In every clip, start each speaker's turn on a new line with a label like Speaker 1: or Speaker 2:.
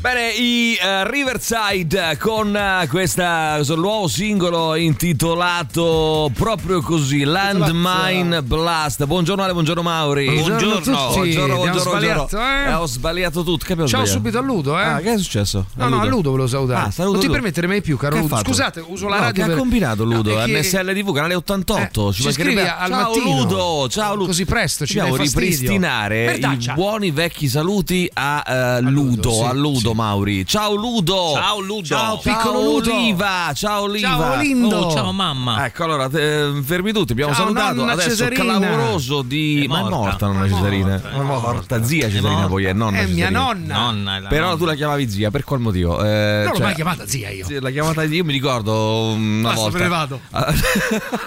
Speaker 1: Bene, i eh, Riverside con eh, questa- questo nuovo singolo intitolato proprio così, Landmine Blast. Buongiorno Ale, buongiorno Mauri.
Speaker 2: Buongiorno a tutti.
Speaker 1: Buongiorno,
Speaker 2: Abbiamo
Speaker 1: buongiorno,
Speaker 2: sbagliato,
Speaker 1: buongiorno.
Speaker 2: eh?
Speaker 1: ho sbagliato tutto, che abbiamo
Speaker 2: Ciao
Speaker 1: sbagliato?
Speaker 2: subito a Ludo, eh.
Speaker 1: Ah, che è successo?
Speaker 2: No, no, a Ludo volevo salutare.
Speaker 1: Ah, saluto
Speaker 2: non ti
Speaker 1: Ludo.
Speaker 2: permettere mai più, caro
Speaker 1: Che ha
Speaker 2: Ludo.
Speaker 1: fatto?
Speaker 2: Scusate, uso la
Speaker 1: No,
Speaker 2: radio.
Speaker 1: Che
Speaker 2: per...
Speaker 1: ha combinato Ludo?
Speaker 2: No, è che-
Speaker 1: NSL TV, canale 88.
Speaker 2: Eh, ci scrivi
Speaker 1: mancherebbe-
Speaker 2: al
Speaker 1: ciao
Speaker 2: mattino.
Speaker 1: Ludo, ciao Ludo.
Speaker 2: Così presto ci
Speaker 1: Dobbiamo
Speaker 2: dai fastidio.
Speaker 1: ripristinare
Speaker 2: Merdaccia.
Speaker 1: i buoni vecchi saluti a, eh, Ludo,
Speaker 2: Ludo, sì,
Speaker 1: a Ludo Mauri. Ciao Ludo.
Speaker 3: Ciao, Ludo.
Speaker 1: Ciao piccolo
Speaker 2: Ciao, Ludo.
Speaker 1: Oliva. Ciao Oliva.
Speaker 2: Ciao Lindo.
Speaker 3: Oh, ciao mamma.
Speaker 1: Ecco allora, eh, fermi tutti, abbiamo
Speaker 2: Ciao,
Speaker 1: salutato
Speaker 2: nonna
Speaker 1: adesso
Speaker 2: Cesarina.
Speaker 1: clamoroso di
Speaker 3: È
Speaker 1: Ma è
Speaker 3: morta.
Speaker 1: morta nonna Cesarina.
Speaker 3: morta,
Speaker 1: È morta zia Cesarina poi è nonna
Speaker 2: È mia
Speaker 1: Cesarina.
Speaker 2: nonna.
Speaker 3: Nonna, è la
Speaker 1: Però
Speaker 3: nonna.
Speaker 1: tu la chiamavi zia, per qual motivo? Eh,
Speaker 2: Non l'ho
Speaker 1: cioè-
Speaker 2: mai chiamata zia io.
Speaker 1: sì, La chiamata di io mi ricordo mm, una
Speaker 2: Basta, me ne
Speaker 1: volta. Ah.
Speaker 2: vado.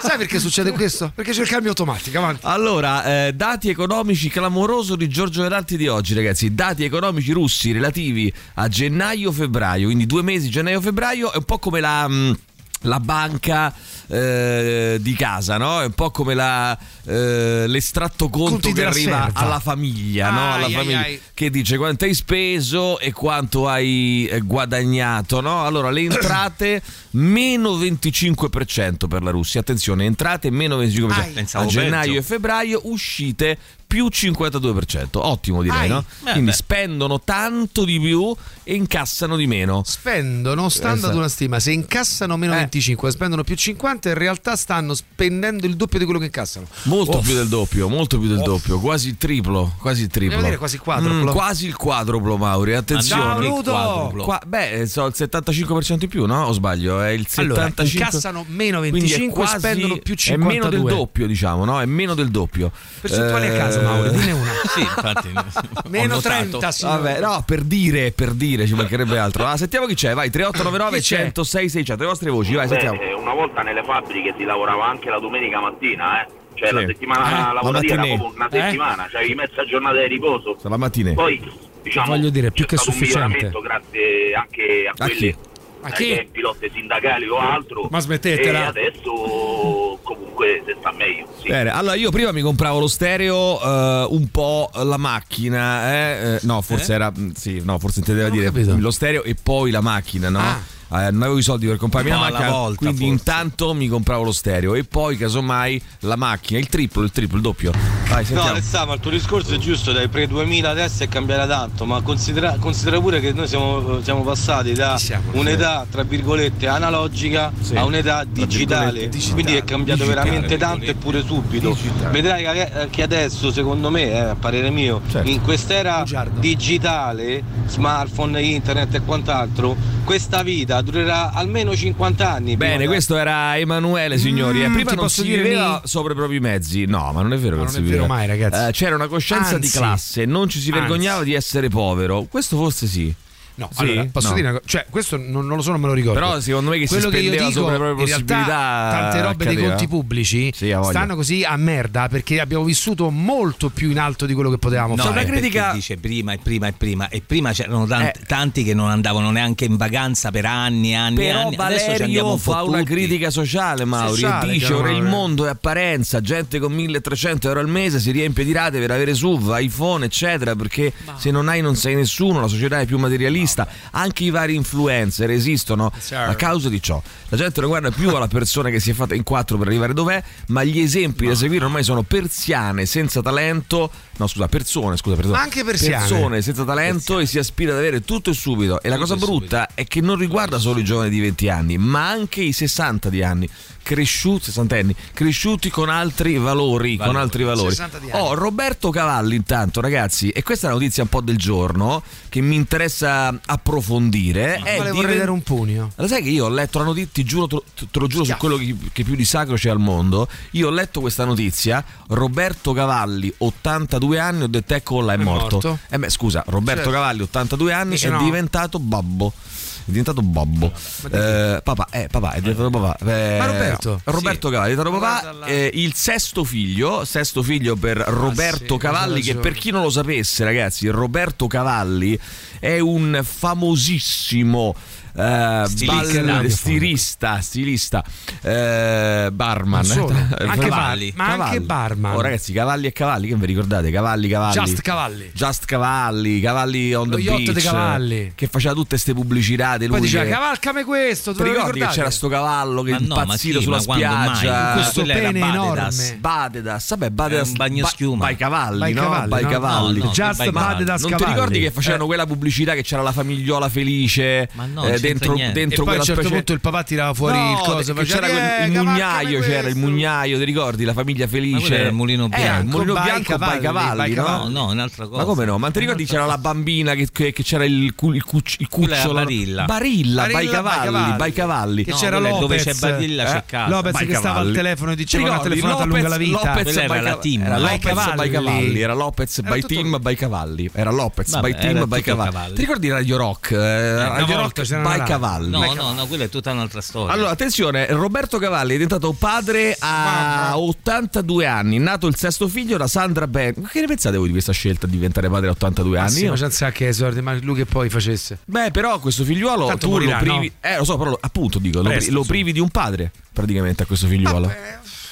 Speaker 2: Sai perché succede questo? Perché c'è il cambio automatico. Avanti.
Speaker 1: Allora, eh, dati economici clamoroso di Giorgio Verarti di oggi, ragazzi. Dati economici russi relativi a gennaio-febbraio, quindi due mesi gennaio-febbraio, è un po' come la. mh, la banca eh, di casa, no? È un po' come la, eh, l'estratto conto
Speaker 2: Conti
Speaker 1: che
Speaker 2: della
Speaker 1: arriva
Speaker 2: serva.
Speaker 1: alla famiglia, no?
Speaker 2: Ai,
Speaker 1: Alla
Speaker 2: ai,
Speaker 1: famiglia
Speaker 2: ai.
Speaker 1: che dice quanto hai speso e quanto hai eh, guadagnato, no? Allora, le entrate meno 25% per la Russia. Attenzione, entrate meno 25%.
Speaker 2: Ai.
Speaker 1: A
Speaker 3: Pensavo
Speaker 1: gennaio
Speaker 3: peggio.
Speaker 1: e febbraio uscite più 52%, ottimo direi,
Speaker 2: Ai.
Speaker 1: no?
Speaker 3: Beh,
Speaker 1: Quindi
Speaker 3: beh.
Speaker 1: spendono tanto di più e incassano di meno.
Speaker 2: Spendono, stando ad
Speaker 1: Esatto.
Speaker 2: una stima, se incassano meno
Speaker 1: Eh.
Speaker 2: 25, spendono più 50, in realtà stanno spendendo il doppio di quello che incassano.
Speaker 1: Molto
Speaker 2: Uff.
Speaker 1: più del doppio, molto più del doppio, quasi il triplo, quasi il triplo. Mm,
Speaker 2: Devo dire quasi il quadruplo.
Speaker 1: quasi il quadruplo, Mauri, attenzione.
Speaker 2: Ciao, Ludo!
Speaker 3: quadruplo.
Speaker 1: Qua- beh, so il 75% in più, no? O sbaglio? È il 75%.
Speaker 2: Allora, incassano meno
Speaker 1: Quindi è
Speaker 2: 25,
Speaker 1: quasi-
Speaker 2: spendono più
Speaker 1: È meno del
Speaker 2: 52.
Speaker 1: doppio, diciamo, no? È meno del doppio.
Speaker 2: Percentuali a caso, Mauro,
Speaker 1: Eh,
Speaker 2: dine una.
Speaker 3: Sì, infatti. ho
Speaker 2: Meno
Speaker 3: notato.
Speaker 2: 30, signore.
Speaker 1: Vabbè, no, per dire, per dire, ci mancherebbe altro. Ah, sentiamo chi c'è, vai, 3899
Speaker 2: Chi c'è?
Speaker 1: 106 600, le vostre voci, vai,
Speaker 4: Beh,
Speaker 1: sentiamo.
Speaker 4: eh, una volta nelle fabbriche si lavorava anche la domenica mattina, eh. Cioè
Speaker 1: Sì.
Speaker 4: la settimana
Speaker 1: Eh,
Speaker 4: lavorativa
Speaker 1: la
Speaker 4: era
Speaker 1: mattinée.
Speaker 4: proprio una settimana, cioè avevi mezza giornata di riposo.
Speaker 1: La mattina.
Speaker 4: Poi diciamo
Speaker 2: Voglio dire, più
Speaker 4: c'è
Speaker 2: che
Speaker 4: stato un
Speaker 2: sufficiente.
Speaker 4: miglioramento grazie anche a,
Speaker 1: A chi?
Speaker 4: quelli
Speaker 2: A
Speaker 4: ai
Speaker 2: chi?
Speaker 4: tempi, lotte sindacali o altro.
Speaker 2: Ma smettetela.
Speaker 4: E adesso comunque se sta meglio, sì.
Speaker 1: Bene, allora io prima mi compravo lo stereo, eh, un po' la macchina, eh, eh, no, forse era, mh, sì, no, forse intendeva
Speaker 2: Non ho
Speaker 1: dire
Speaker 2: capito.
Speaker 1: lo stereo e poi la macchina, no?
Speaker 2: Ah.
Speaker 1: Eh, non avevo i soldi per comprarmi
Speaker 3: Un
Speaker 1: la
Speaker 3: po' alla
Speaker 1: macchina,
Speaker 3: volta,
Speaker 1: quindi
Speaker 3: forse.
Speaker 1: intanto mi compravo lo stereo e poi casomai la macchina, il triplo, il triplo, il doppio. Vai,
Speaker 5: No,
Speaker 1: sentiamo.
Speaker 5: Alessandro, il tuo discorso è giusto, dai pre-2000 adesso è cambiata tanto, ma considera, considera pure che noi siamo, siamo passati da
Speaker 2: Chi siamo?
Speaker 5: un'età, tra virgolette, analogica
Speaker 1: Sì.
Speaker 5: a un'età
Speaker 1: virgolette,
Speaker 5: digitale,
Speaker 1: digitale.
Speaker 5: quindi è cambiato
Speaker 1: Digitale,
Speaker 5: veramente tanto
Speaker 3: virgolette.
Speaker 5: eppure subito.
Speaker 1: Digitale.
Speaker 5: Vedrai che- eh, che adesso, secondo me, eh, a parere mio,
Speaker 1: Certo.
Speaker 5: in quest'era
Speaker 2: Bugiardo.
Speaker 5: digitale, smartphone, internet e quant'altro, questa vita durerà almeno 50 anni. prima
Speaker 1: Bene,
Speaker 5: da-
Speaker 1: questo era Emanuele, signori. Eh,
Speaker 2: Mm,
Speaker 1: prima
Speaker 2: ti
Speaker 1: non
Speaker 2: posso
Speaker 1: si
Speaker 2: dire
Speaker 1: viveva
Speaker 2: ni-
Speaker 1: sopra i propri mezzi. No, ma non è vero
Speaker 2: Ma
Speaker 1: che
Speaker 2: non
Speaker 1: si
Speaker 2: è
Speaker 1: viveva.
Speaker 2: vero mai, ragazzi.
Speaker 1: Eh, c'era una coscienza di
Speaker 2: Anzi.
Speaker 1: classe, non ci si
Speaker 2: Anzi.
Speaker 1: vergognava di essere povero. Questo forse sì.
Speaker 2: No,
Speaker 1: Sì?
Speaker 2: allora posso
Speaker 1: No.
Speaker 2: dire una cosa, cioè questo non, non lo so, non me lo ricordo.
Speaker 1: Però secondo me che si
Speaker 2: Quello che io
Speaker 1: spendeva
Speaker 2: dico,
Speaker 1: sopra le proprie
Speaker 2: in realtà,
Speaker 1: possibilità,
Speaker 2: tante robe dei
Speaker 1: accadeva.
Speaker 2: conti pubblici
Speaker 1: Sì, ha voglia.
Speaker 2: stanno così a merda perché abbiamo vissuto molto più in alto di quello che potevamo
Speaker 3: No,
Speaker 1: C'è una
Speaker 3: è
Speaker 2: fare.
Speaker 3: perché
Speaker 1: critica-
Speaker 3: dice prima e prima e prima e prima c'erano tant-
Speaker 1: Eh.
Speaker 3: tanti che non andavano neanche in vacanza per anni e anni e
Speaker 1: Però
Speaker 3: anni. Adesso ci andiamo
Speaker 1: Valerio
Speaker 3: un po'
Speaker 1: fa una
Speaker 3: tutti.
Speaker 1: critica sociale, Mauri,
Speaker 2: Sociale,
Speaker 1: e dice:
Speaker 2: chiaro,
Speaker 1: Ora il
Speaker 2: Mauri.
Speaker 1: mondo è apparenza, gente con 1300 euro al mese si riempie di rate per avere SUV, iPhone, eccetera, perché se non hai non sei nessuno, la società è più materialista, anche i vari influencer esistono
Speaker 3: Certo.
Speaker 1: a causa di ciò. La gente non guarda più alla persona che si è fatta in quattro per arrivare dov'è, ma gli esempi da seguire ormai sono persiane senza talento, no scusa, persone, scusa, persone.
Speaker 2: Anche persiane.
Speaker 1: Persone senza talento e si aspira ad avere tutto e subito. E la cosa brutta è che non riguarda solo i giovani di 20 anni, ma anche i 60 di anni, cresciuti, 60 anni, cresciuti con altri valori. Con altri valori.
Speaker 2: 60 di anni.
Speaker 1: Oh, Roberto Cavalli, intanto, ragazzi, e questa è la notizia un po' del giorno che mi interessa approfondire.
Speaker 2: Ah, Ma
Speaker 1: è
Speaker 2: le vorrei
Speaker 1: eh, diven-
Speaker 2: dare un pugno.
Speaker 1: lo sai che io ho letto la notizia, ti giuro, te lo- te lo giuro su quello che, che più di sacro c'è al mondo. Io ho letto questa notizia, Roberto Cavalli, 82 anni, ho detto eccola, è, morto.
Speaker 2: morto.
Speaker 1: Eh beh, scusa, Roberto
Speaker 2: Certo.
Speaker 1: Cavalli, 82 anni,
Speaker 2: Dice
Speaker 1: è
Speaker 2: no.
Speaker 1: diventato babbo. È diventato babbo. Eh, papà, eh, papà, è diventato papà. Eh,
Speaker 2: Ma Roberto?
Speaker 1: Roberto Cavalli, è diventato
Speaker 2: Guarda
Speaker 1: papà.
Speaker 2: là. Ah,
Speaker 1: eh, il sesto figlio, sesto figlio per Roberto
Speaker 2: sì,
Speaker 1: Cavalli,
Speaker 2: c'ha
Speaker 1: che
Speaker 2: ragione.
Speaker 1: per chi non lo sapesse, ragazzi, Roberto Cavalli è un famosissimo eh,
Speaker 3: Stilista.
Speaker 1: ball- stilista, stilista, eh, barman.
Speaker 2: Non solo,
Speaker 1: Eh,
Speaker 2: anche
Speaker 3: cavalli.
Speaker 2: bar- ma anche barman.
Speaker 1: Oh, ragazzi, cavalli e cavalli, che vi ricordate? Cavalli, cavalli.
Speaker 2: Just cavalli.
Speaker 1: Just cavalli, cavalli on
Speaker 2: Lo
Speaker 1: the
Speaker 2: yacht
Speaker 1: beach,
Speaker 2: dei cavalli.
Speaker 1: che faceva tutte ste pubblicità.
Speaker 2: Poi diceva
Speaker 1: che...
Speaker 2: cavalcame questo,
Speaker 1: Ti
Speaker 2: te lo
Speaker 1: ricordi che
Speaker 2: ricordate?
Speaker 1: c'era sto cavallo che
Speaker 3: Ma
Speaker 1: è
Speaker 3: no, ma
Speaker 1: impazzito
Speaker 3: chi?
Speaker 1: sulla
Speaker 3: Ma quando mai?
Speaker 1: spiaggia?
Speaker 3: Questo
Speaker 1: Quella era
Speaker 2: pene
Speaker 1: Badedas.
Speaker 2: enorme.
Speaker 1: Badedas, vabbè, Badedas.
Speaker 3: È un bagnoschiuma.
Speaker 1: Bai cavalli,
Speaker 2: Vai
Speaker 1: no?
Speaker 2: cavalli,
Speaker 1: Bai
Speaker 2: no?
Speaker 1: cavalli.
Speaker 3: No, no,
Speaker 2: Just
Speaker 3: vai cavalli.
Speaker 2: Badedas
Speaker 1: Non ti
Speaker 2: cavalli.
Speaker 1: ricordi che facevano
Speaker 2: Eh,
Speaker 1: quella pubblicità che c'era la famigliola felice
Speaker 3: Ma no,
Speaker 1: eh,
Speaker 3: c'entra
Speaker 1: dentro,
Speaker 3: niente.
Speaker 2: E
Speaker 1: dentro
Speaker 2: poi a
Speaker 1: quella
Speaker 2: un certo
Speaker 1: specie
Speaker 2: punto il papà tirava fuori
Speaker 1: No,
Speaker 2: il coso,
Speaker 1: che
Speaker 2: faceva,
Speaker 1: c'era
Speaker 2: "Eh,
Speaker 1: quel- il
Speaker 2: cavalcami
Speaker 1: mugnaio, c'era il
Speaker 2: questo".
Speaker 1: mugnaio, ti ricordi? La famiglia felice.
Speaker 3: Ma quello era il mulino
Speaker 1: Eh, il
Speaker 3: bianco,
Speaker 1: mulino
Speaker 2: vai
Speaker 1: bianco, vai
Speaker 2: cavalli, vai
Speaker 1: cavalli,
Speaker 3: No,
Speaker 1: no?
Speaker 2: cavalli.
Speaker 3: no, un'altra cosa. Eh,
Speaker 1: Ma come no? Ma ti ricordi c'era la bambina che, che- che c'era il, cu- il, cucci- il
Speaker 3: Quella era
Speaker 1: cucciolo?
Speaker 3: Barilla.
Speaker 1: Barilla,
Speaker 2: Barilla,
Speaker 1: vai cavalli,
Speaker 2: Baicavalli.
Speaker 1: vai cavalli.
Speaker 2: Che
Speaker 3: No,
Speaker 2: c'era
Speaker 3: quella è
Speaker 2: Lopez.
Speaker 3: dove c'è Badilla, c'è casa.
Speaker 2: Lopez
Speaker 1: Vai
Speaker 2: che stava
Speaker 1: cavalli.
Speaker 2: al telefono e diceva una
Speaker 1: Ti ricordi?
Speaker 2: telefonata lunga la vita.
Speaker 1: Lopez
Speaker 3: Quella era
Speaker 1: by
Speaker 3: la
Speaker 1: Cav-
Speaker 3: team,
Speaker 1: era
Speaker 3: no?
Speaker 1: Lopez
Speaker 2: Cavalli.
Speaker 1: by Cavalli, era Lopez
Speaker 2: Era
Speaker 1: by
Speaker 2: tutto
Speaker 1: Team
Speaker 2: lui.
Speaker 1: by Cavalli, era Lopez
Speaker 3: Vabbè,
Speaker 1: by
Speaker 3: era
Speaker 1: Team by
Speaker 3: tutto
Speaker 1: Cavalli.
Speaker 3: Cavalli.
Speaker 1: Ti ricordi Radio Rock? Eh, Radio
Speaker 2: volta
Speaker 1: Rock
Speaker 2: c'era una
Speaker 1: by
Speaker 2: radio.
Speaker 1: Cavalli.
Speaker 3: No, no, no, quella è tutta un'altra storia.
Speaker 1: Allora, attenzione, Roberto Cavalli è diventato padre a 82 anni, nato il sesto figlio da Sandra Ben. Che ne pensate voi di questa scelta di diventare padre a 82
Speaker 2: Ah,
Speaker 1: anni?
Speaker 2: sì,
Speaker 1: Io-
Speaker 2: ma c'è un sacco di soldi, ma lui che poi facesse.
Speaker 1: Beh, però questo figliuolo
Speaker 2: Tanto
Speaker 1: tu
Speaker 2: morirà,
Speaker 1: lo privi. Eh, lo so, però lo- appunto dico, lo,
Speaker 2: Presto,
Speaker 1: pri- lo
Speaker 2: insomma.
Speaker 1: privi di un padre, praticamente, a questo figliuolo.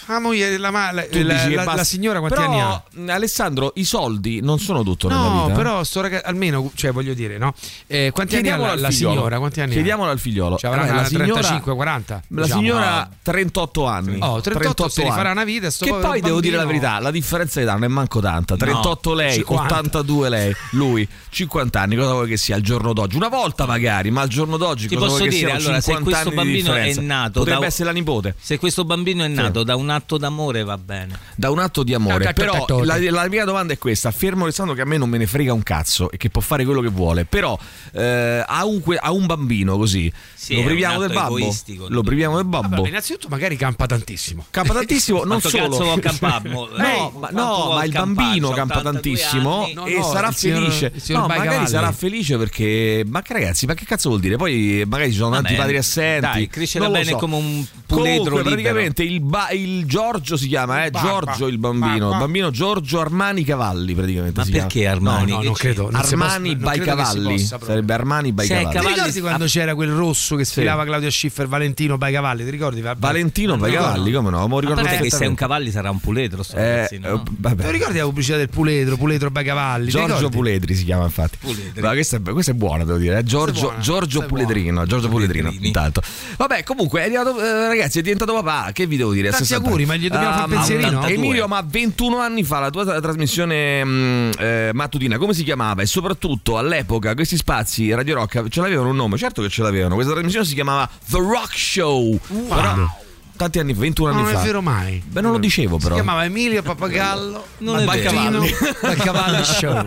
Speaker 2: La moglie, la, ma- la-
Speaker 1: Tu
Speaker 2: la-
Speaker 1: dici che
Speaker 2: la-
Speaker 1: basta-
Speaker 2: la signora quanti
Speaker 1: Però,
Speaker 2: anni ha?
Speaker 1: mh, Alessandro, i soldi non sono tutto nella
Speaker 2: No,
Speaker 1: vita. eh?
Speaker 2: però sto ragazzo, almeno, cioè voglio dire, no? Eh, quanti anni ha
Speaker 1: Chiediamolo
Speaker 2: la,
Speaker 1: al
Speaker 2: la
Speaker 1: figliolo.
Speaker 2: signora? Quanti anni ha?
Speaker 1: Chiediamolo al figliolo.
Speaker 2: Cioè, avrà
Speaker 1: Eh,
Speaker 2: una
Speaker 1: la signora-
Speaker 2: 35, 40,
Speaker 1: La
Speaker 2: diciamo.
Speaker 1: signora
Speaker 2: No.
Speaker 1: 38 anni.
Speaker 2: Oh, 38 se
Speaker 1: anni.
Speaker 2: rifarà una vita, sto
Speaker 1: Che poi
Speaker 2: povero
Speaker 1: devo dire la
Speaker 2: bambino.
Speaker 1: verità, la differenza di età non è manco tanta. 38 lei,
Speaker 2: 50.
Speaker 1: 82 lei, lui, 50 anni, cosa vuoi che sia al giorno d'oggi? Una volta magari, ma al giorno d'oggi
Speaker 3: Ti
Speaker 1: cosa
Speaker 3: posso
Speaker 1: vuoi che
Speaker 3: dire,
Speaker 1: siano
Speaker 3: allora, se
Speaker 1: 50
Speaker 3: questo
Speaker 1: anni di
Speaker 3: bambino è
Speaker 1: differenza?
Speaker 3: nato
Speaker 1: potrebbe
Speaker 3: da-
Speaker 1: essere la nipote.
Speaker 3: Se questo bambino è nato da un atto d'amore va bene.
Speaker 1: da un atto di amore.
Speaker 2: Tac, tac,
Speaker 1: però
Speaker 2: tac, tac.
Speaker 1: la, la mia domanda è questa: affermo Alessandro che a me non me ne frega un cazzo e che può fare quello che vuole. Però eh, a, un, que- a un bambino così
Speaker 3: Sì, è
Speaker 1: lo
Speaker 3: un
Speaker 1: priviamo
Speaker 3: atto
Speaker 1: del babbo.
Speaker 3: egoistico.
Speaker 1: Lo priviamo del
Speaker 2: Vabbè,
Speaker 1: babbo.
Speaker 2: innanzitutto magari campa tantissimo.
Speaker 1: Campa tantissimo, non
Speaker 3: Quanto cazzo
Speaker 1: solo.
Speaker 3: vuol campare? Mo-
Speaker 1: No,
Speaker 3: eh,
Speaker 1: ma,
Speaker 3: quanto
Speaker 1: no,
Speaker 3: vuol
Speaker 1: ma il
Speaker 3: campare?
Speaker 1: bambino
Speaker 3: C'ha
Speaker 1: campa
Speaker 3: 82
Speaker 1: tantissimo
Speaker 3: anni.
Speaker 2: No,
Speaker 1: e
Speaker 2: no,
Speaker 1: sarà
Speaker 2: il signor-
Speaker 1: felice.
Speaker 2: il signor
Speaker 1: no,
Speaker 2: Baicavalli.
Speaker 1: magari sarà felice perché. Ma che ragazzi, ma che cazzo vuol dire? Poi magari ci sono
Speaker 3: Vabbè,
Speaker 1: tanti padri assenti.
Speaker 3: dai, crescerà
Speaker 1: non lo
Speaker 3: bene
Speaker 1: so.
Speaker 3: come un puledro
Speaker 1: Comunque,
Speaker 3: libero.
Speaker 1: praticamente il, ba- il Giorgio si chiama, eh?
Speaker 2: Barba.
Speaker 1: Giorgio il bambino.
Speaker 2: Barba.
Speaker 1: Il bambino Giorgio Armani Cavalli, praticamente.
Speaker 3: Ma
Speaker 1: si
Speaker 3: perché
Speaker 1: chiama.
Speaker 3: Armani?
Speaker 1: No,
Speaker 2: No,
Speaker 3: Che
Speaker 2: non
Speaker 3: c'è?
Speaker 2: credo. non si possa-
Speaker 1: Armani
Speaker 2: non
Speaker 1: by
Speaker 2: credo che si
Speaker 1: Cavalli.
Speaker 2: possa proprio.
Speaker 1: Sarebbe Armani ah. by
Speaker 3: Se è
Speaker 1: Cavalli.
Speaker 3: cavallo-
Speaker 2: Ti ricordi
Speaker 3: Cavalli-
Speaker 2: quando c'era quel rosso che sfilava Claudio Schiffer, Valentino by Cavalli? Ti ricordi? Vabbè.
Speaker 1: Valentino by Cavalli, come no? Me lo
Speaker 3: A
Speaker 1: ricordo
Speaker 3: parte che se è un
Speaker 1: perfettamente.
Speaker 3: cavalli sarà un puledro sto
Speaker 1: Eh,
Speaker 3: ragazzino, no?
Speaker 1: eh, vabbè.
Speaker 2: Te lo ricordi la pubblicità del Puledro, Puledro by Cavalli? Ti
Speaker 1: Giorgio
Speaker 2: ricordi?
Speaker 1: Puledri si chiama infatti.
Speaker 3: Puledri.
Speaker 1: Ma questa, è, questa è buona, devo dire. eh. Giorgio,
Speaker 2: buona,
Speaker 1: Giorgio
Speaker 2: questa è buona.
Speaker 1: Puledrino. Giorgio Puledrino,
Speaker 3: Puledrini.
Speaker 1: intanto. Vabbè, comunque, è arrivato, eh, ragazzi, è diventato papà. Che vi devo dire? a
Speaker 2: Tanti
Speaker 1: 60
Speaker 2: auguri,
Speaker 1: anni.
Speaker 2: ma gli dobbiamo fare un
Speaker 1: ma-
Speaker 2: pensierino?
Speaker 1: 82. Emilio, ma 21 anni fa la tua tra- trasmissione mh, eh, mattutina, come si chiamava? E soprattutto all'epoca questi spazi Radio Rock ce l'avevano un nome, certo che ce l'avevano. Questa trasmissione si chiamava The Rock Show. Però, tanti anni fa, 21 anni
Speaker 2: No, non
Speaker 1: fa.
Speaker 2: è vero mai.
Speaker 1: Beh, non lo dicevo però.
Speaker 2: Si chiamava Emilio Papagallo
Speaker 3: Non è vero.
Speaker 2: da Cavalli Show.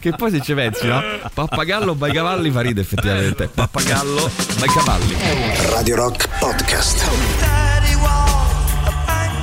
Speaker 1: che poi se ci pensi, no? Pappagallo by cavalli fa ride effettivamente. Pappagallo by cavalli.
Speaker 6: Radio Rock Podcast.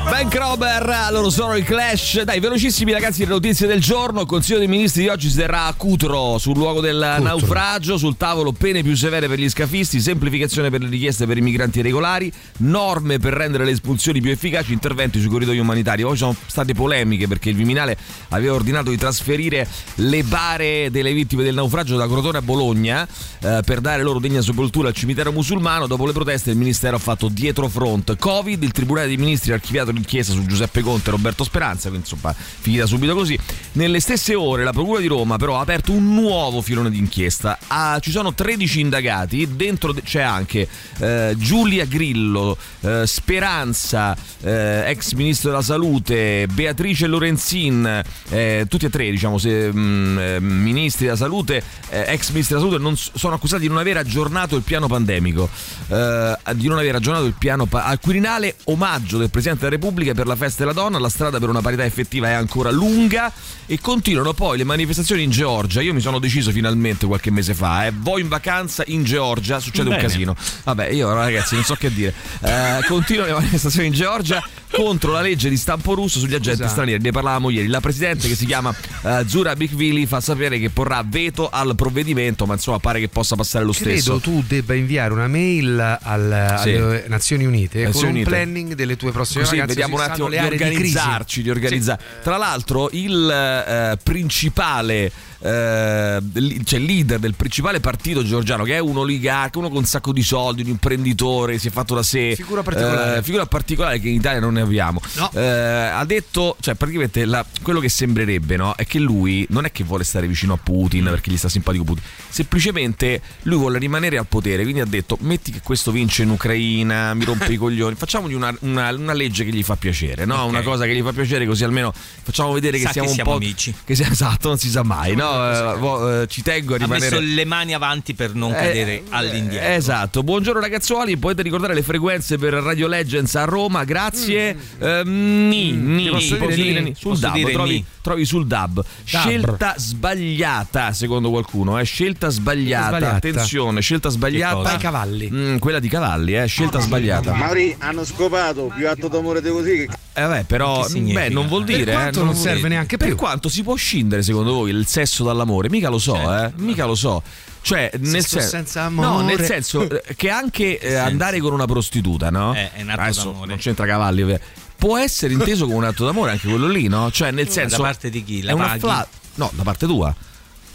Speaker 1: Bank Robber, loro sono il Clash. Dai, velocissimi ragazzi, le notizie del giorno. Il Consiglio dei Ministri di oggi si terrà a Cutro sul luogo del naufragio, sul tavolo pene più severe per gli scafisti, semplificazione per le richieste per i migranti regolari, norme per rendere le espulsioni più efficaci, interventi sui corridoi umanitari. Poi ci sono state polemiche perché il Viminale aveva ordinato di trasferire le bare delle vittime del naufragio da Crotone a Bologna eh, per dare loro degna sepoltura al cimitero musulmano. Dopo le proteste il Ministero ha fatto dietro front. Covid, il Tribunale dei Ministri ha archiviato l'inchiesta su Giuseppe Conte e Roberto Speranza, quindi insomma finita subito così. Nelle stesse ore la Procura di Roma però ha aperto un nuovo filone d'inchiesta. Ah, ci sono 13 indagati, dentro de- c'è anche eh, Giulia Grillo, eh, Speranza, eh, ex ministro della salute, Beatrice Lorenzin, eh, tutti e tre diciamo se, mh, eh, ministri della salute, eh, ex ministri della salute, non s- sono accusati di non aver aggiornato il piano pandemico, eh, di non aver aggiornato il piano pa- al Quirinale, omaggio del Presidente della Repubblica per la festa della donna, la strada per una parità effettiva è ancora lunga e continuano poi le manifestazioni in Georgia, io mi sono deciso finalmente qualche mese fa, eh, voi in vacanza in Georgia, succede un
Speaker 3: Bene.
Speaker 1: casino. No. Vabbè, io ragazzi non so che dire. Eh, continuano le manifestazioni in Georgia contro la legge di stampo russo sugli agenti
Speaker 2: Scusa.
Speaker 1: stranieri. Ne parlavamo ieri. La presidente che si chiama eh, Zura Bikvili fa sapere che porrà veto al provvedimento, ma insomma pare che possa passare lo
Speaker 2: Credo
Speaker 1: stesso.
Speaker 2: tu debba inviare una mail al-
Speaker 1: Sì.
Speaker 2: alle Nazioni Unite
Speaker 1: Nazioni
Speaker 2: con un
Speaker 1: Unite.
Speaker 2: planning delle tue prossime
Speaker 1: Così
Speaker 2: vacanze.
Speaker 1: vediamo un
Speaker 2: si
Speaker 1: attimo
Speaker 2: sanno
Speaker 1: di
Speaker 2: le aree di crisi.
Speaker 1: organizzarci, di organizzare. Tra l'altro il eh, principale eh, li- cioè, leader del principale partito georgiano, che è un oligarca, uno con un sacco di soldi, un imprenditore, si è fatto da sé.
Speaker 2: Figura particolare.
Speaker 1: eh, figura particolare che in Italia non ne abbiamo.
Speaker 2: No.
Speaker 1: Eh, ha detto, cioè, praticamente la- quello che sembrerebbe, no? È che lui non è che vuole stare vicino a Putin perché gli sta simpatico Putin. Semplicemente lui vuole rimanere al potere. Quindi ha detto: metti che questo vince in Ucraina, mi rompe i coglioni. Facciamogli una, una- una legge che gli fa piacere, no?
Speaker 3: Ok.
Speaker 1: Una cosa che gli fa piacere, così almeno facciamo vedere
Speaker 3: Sa
Speaker 1: che siamo
Speaker 3: che
Speaker 1: un
Speaker 3: siamo
Speaker 1: po'.
Speaker 3: amici.
Speaker 1: Che sia esatto, non si sa mai, no? Eh, vo- eh, ci tengo a
Speaker 3: Ha
Speaker 1: rimanere.
Speaker 3: messo le mani avanti per non
Speaker 1: Eh,
Speaker 3: cadere
Speaker 1: eh,
Speaker 3: all'indietro.
Speaker 1: Esatto. Buongiorno ragazzuoli, potete ricordare le frequenze per Radio Legends a Roma, grazie. Eh, ni, ni,
Speaker 3: Mm. posso
Speaker 1: posso
Speaker 3: dire
Speaker 1: dire
Speaker 3: ni?
Speaker 1: ni. sul
Speaker 3: Posso
Speaker 1: dub,
Speaker 3: dire
Speaker 1: trovi,
Speaker 3: ni?
Speaker 1: trovi sul dub. Scelta sbagliata, secondo qualcuno, eh. scelta sbagliata.
Speaker 2: Sbagliata.
Speaker 1: Attenzione, scelta sbagliata.
Speaker 3: cosa? Ah,
Speaker 2: Dai cavalli.
Speaker 1: Mm, quella di cavalli, eh, scelta sbagliata.
Speaker 7: Mauri hanno scopato più atto d'amore di così che
Speaker 1: Eh, vabbè, però
Speaker 3: Che significa?
Speaker 1: beh, non vuol
Speaker 3: Per
Speaker 1: dire eh,
Speaker 2: quanto non
Speaker 1: vuol
Speaker 2: serve
Speaker 1: dire.
Speaker 2: neanche
Speaker 1: per
Speaker 2: più.
Speaker 1: quanto si può scindere secondo voi il sesso dall'amore? Mica lo so, eh. Mica lo so. Cioè, nel
Speaker 2: sto
Speaker 1: senso
Speaker 2: senza
Speaker 1: No,
Speaker 2: amore.
Speaker 1: nel senso eh, che anche eh, andare con una prostituta, no?
Speaker 3: Eh, è un atto
Speaker 1: Adesso
Speaker 3: d'amore.
Speaker 1: non c'entra cavalli, ovvia- Può essere inteso come un atto d'amore anche quello lì, no? Cioè, nel senso
Speaker 3: Mm, parte di chi? La
Speaker 1: è una
Speaker 3: paghi?
Speaker 1: fla- no, da parte tua.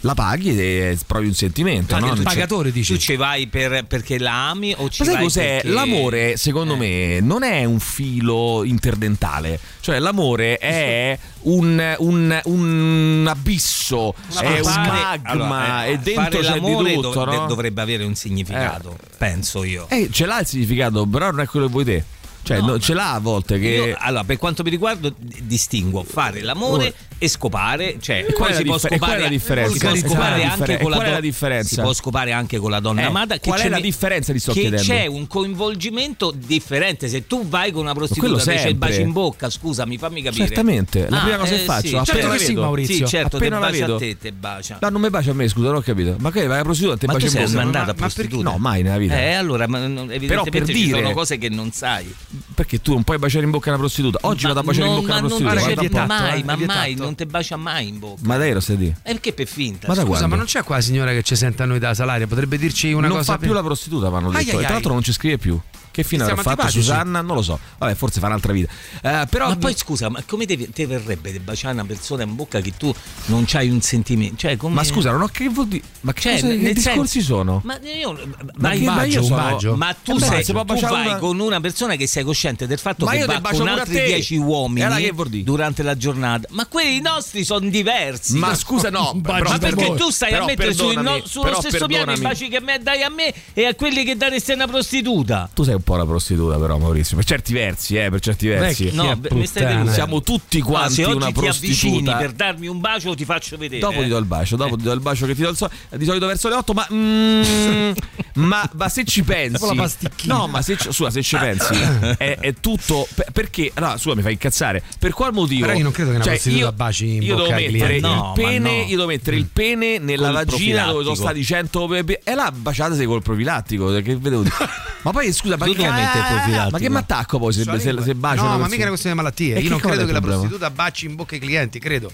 Speaker 1: La paghi e provi un sentimento, no?
Speaker 3: tu
Speaker 1: Non c'è-
Speaker 2: pagatore, dici?
Speaker 3: Tu ci vai per- perché la ami o ci
Speaker 1: ma sai
Speaker 3: vai
Speaker 1: cos'è?
Speaker 3: perché- Eh.
Speaker 1: L'amore, secondo me, non è un filo interdentale. Cioè, l'amore è un, un- un abisso, è un
Speaker 3: Fare-
Speaker 1: magma,
Speaker 3: allora, eh,
Speaker 1: e dentro
Speaker 3: fare
Speaker 1: c'è
Speaker 3: l'amore
Speaker 1: di tutto,
Speaker 3: dov-
Speaker 1: no?
Speaker 3: dovrebbe avere un significato, penso io.
Speaker 1: Eh, ce l'ha il significato, però non è quello che vuoi te. Cioè, no, ce l'ha a volte che...
Speaker 3: Io, allora, per quanto mi riguarda, d- distinguo fare l'amore e scopare, cioè
Speaker 1: qual è
Speaker 3: poi
Speaker 1: la
Speaker 3: si può
Speaker 1: differ- Oh. e qual è
Speaker 3: scopare
Speaker 1: la differenza?
Speaker 3: si può
Speaker 1: Esatto.
Speaker 3: scopare
Speaker 1: Qual è la
Speaker 3: anche con la
Speaker 1: differenza?
Speaker 3: do-
Speaker 1: Qual è la differenza?
Speaker 3: Si può scopare anche con la donna
Speaker 1: Eh,
Speaker 3: amata. che
Speaker 1: qual è
Speaker 3: ce
Speaker 1: la
Speaker 3: ne-
Speaker 1: differenza, ti sto
Speaker 3: che
Speaker 1: chiedendo?
Speaker 3: c'è un coinvolgimento differente. Se tu vai con una
Speaker 1: quello
Speaker 3: prostituta c'è il
Speaker 1: sempre.
Speaker 3: bacio in bocca, scusami, fammi capire. Ah,
Speaker 1: Certamente, la prima cosa che faccio,
Speaker 3: sì,
Speaker 1: appena
Speaker 3: certo
Speaker 1: la
Speaker 3: che
Speaker 1: vedo.
Speaker 3: sì,
Speaker 2: Maurizio.
Speaker 3: Sì, certo,
Speaker 1: Appena
Speaker 3: te
Speaker 1: la
Speaker 3: bacia
Speaker 1: vedo.
Speaker 3: a te, te bacia.
Speaker 1: No, non mi bacia a me, scusa, non ho capito. Ma che vai a prostituta te
Speaker 3: Ma tu
Speaker 1: baci in
Speaker 3: sei
Speaker 1: bocca?
Speaker 3: andata
Speaker 2: ma
Speaker 3: a
Speaker 2: perché-
Speaker 3: prostituta?
Speaker 1: No, mai nella vita.
Speaker 3: Eh, allora, ma, non- evidentemente
Speaker 1: per
Speaker 3: ci
Speaker 1: dire-
Speaker 3: sono cose che non sai.
Speaker 1: Perché tu non puoi baciare in bocca una prostituta. Oggi
Speaker 3: Ma
Speaker 1: vado a baciare in
Speaker 3: non-
Speaker 1: bocca una
Speaker 3: ma non
Speaker 1: prostituta.
Speaker 3: ti
Speaker 1: guarda un
Speaker 3: bacia
Speaker 1: po'.
Speaker 3: mai,
Speaker 2: eh,
Speaker 3: ma
Speaker 2: vietato.
Speaker 3: mai, non ti bacia mai in bocca.
Speaker 1: Ma dai, lo stai di.
Speaker 3: E perché Eh, per finta?
Speaker 1: Ma da
Speaker 3: scusa.
Speaker 1: quando?
Speaker 2: Scusa, ma non c'è qua la signora che ci senta a noi da salaria? Potrebbe dirci una
Speaker 1: non
Speaker 2: cosa
Speaker 1: fa più la prostituta, ma hanno detto.
Speaker 2: Ai, ai,
Speaker 1: E
Speaker 2: ai.
Speaker 1: Tra l'altro non ci scrive più. Che fine
Speaker 2: Siamo
Speaker 1: avrà fatto
Speaker 2: antipatici.
Speaker 1: Susanna? Non lo so. Vabbè, forse fa un'altra vita. Eh, però
Speaker 3: Ma poi scusa, ma come te, te verrebbe di baciare una persona in bocca che tu non c'hai un sentimento? Cioè, come...
Speaker 1: Ma scusa, non ho che vuol dire. Ma che,
Speaker 3: Cioè,
Speaker 1: cosa- che
Speaker 3: nel
Speaker 1: discorsi
Speaker 3: senso-
Speaker 1: sono?
Speaker 3: Ma io
Speaker 1: Ma
Speaker 3: vai
Speaker 1: che- ma io
Speaker 3: bacio,
Speaker 1: sono-
Speaker 3: ma
Speaker 1: Eh
Speaker 3: tu
Speaker 1: beh,
Speaker 3: sei,
Speaker 1: se può
Speaker 3: tu
Speaker 1: baciare
Speaker 3: vai
Speaker 1: una-
Speaker 3: con una persona che sei cosciente del fatto
Speaker 1: Ma
Speaker 3: che
Speaker 1: io te
Speaker 3: va
Speaker 1: bacio
Speaker 3: con
Speaker 1: pure a
Speaker 3: altri
Speaker 1: te.
Speaker 3: 10
Speaker 1: E allora che
Speaker 3: uomini
Speaker 1: vuol dire?
Speaker 3: durante la giornata. Ma quelli nostri sono diversi.
Speaker 1: Ma scusa, no. però-
Speaker 3: ma perché
Speaker 1: perdonami,
Speaker 3: tu stai
Speaker 1: però
Speaker 3: a mettere sul-
Speaker 1: perdonami,
Speaker 3: no- sullo
Speaker 1: però
Speaker 3: stesso piano i
Speaker 1: perdonami.
Speaker 3: baci che me dai a me e a quelli che daresti a una prostituta?
Speaker 1: Tu sei un po' una prostituta, però, Maurizio. Per certi versi, eh, per certi versi.
Speaker 3: No,
Speaker 2: è
Speaker 3: beh, mi stai
Speaker 2: puttana.
Speaker 3: deludendo.
Speaker 1: Siamo tutti
Speaker 3: No,
Speaker 1: quanti
Speaker 3: Ah, se oggi
Speaker 1: una
Speaker 3: ti avvicini
Speaker 1: prostituta.
Speaker 3: per darmi un bacio ti faccio vedere.
Speaker 1: Dopo ti do il bacio,
Speaker 2: Eh.
Speaker 1: dopo ti do il bacio che ti do il so- di solito verso le 8, ma, mm, ma, ma se ci pensi...
Speaker 2: Dopo la pasticchina.
Speaker 1: No, ma se, ci- scusa, se ci pensi è, è tutto... per- perché... No, scusa, mi fai incazzare. Per qual motivo...
Speaker 2: Però io non credo che una
Speaker 1: Cioè,
Speaker 2: prostituta
Speaker 1: io-
Speaker 2: baci in
Speaker 1: io
Speaker 2: bocca
Speaker 1: devo
Speaker 2: ai
Speaker 1: mettere
Speaker 3: clienti.
Speaker 1: il
Speaker 3: No, ma
Speaker 1: pene,
Speaker 3: no.
Speaker 1: Io devo mettere
Speaker 2: Mm.
Speaker 1: il pene nella
Speaker 3: Col
Speaker 1: vagina dove sono
Speaker 3: profilattico.
Speaker 1: stati 100 bebè e là baciate col profilattico. cioè, Che vedevo... ma poi scusa, ma
Speaker 3: Tu
Speaker 1: che,
Speaker 3: dove metti il profilattico?
Speaker 1: ma che mi attacco poi se, se, se bacio
Speaker 2: No,
Speaker 1: una
Speaker 2: ma
Speaker 1: persona?
Speaker 2: mica è una questione di malattie.
Speaker 1: E
Speaker 2: Io
Speaker 1: che
Speaker 2: non
Speaker 1: cosa
Speaker 2: credo
Speaker 1: è
Speaker 2: che
Speaker 1: il
Speaker 2: la
Speaker 1: problema?
Speaker 2: prostituta baci in bocca i clienti, credo.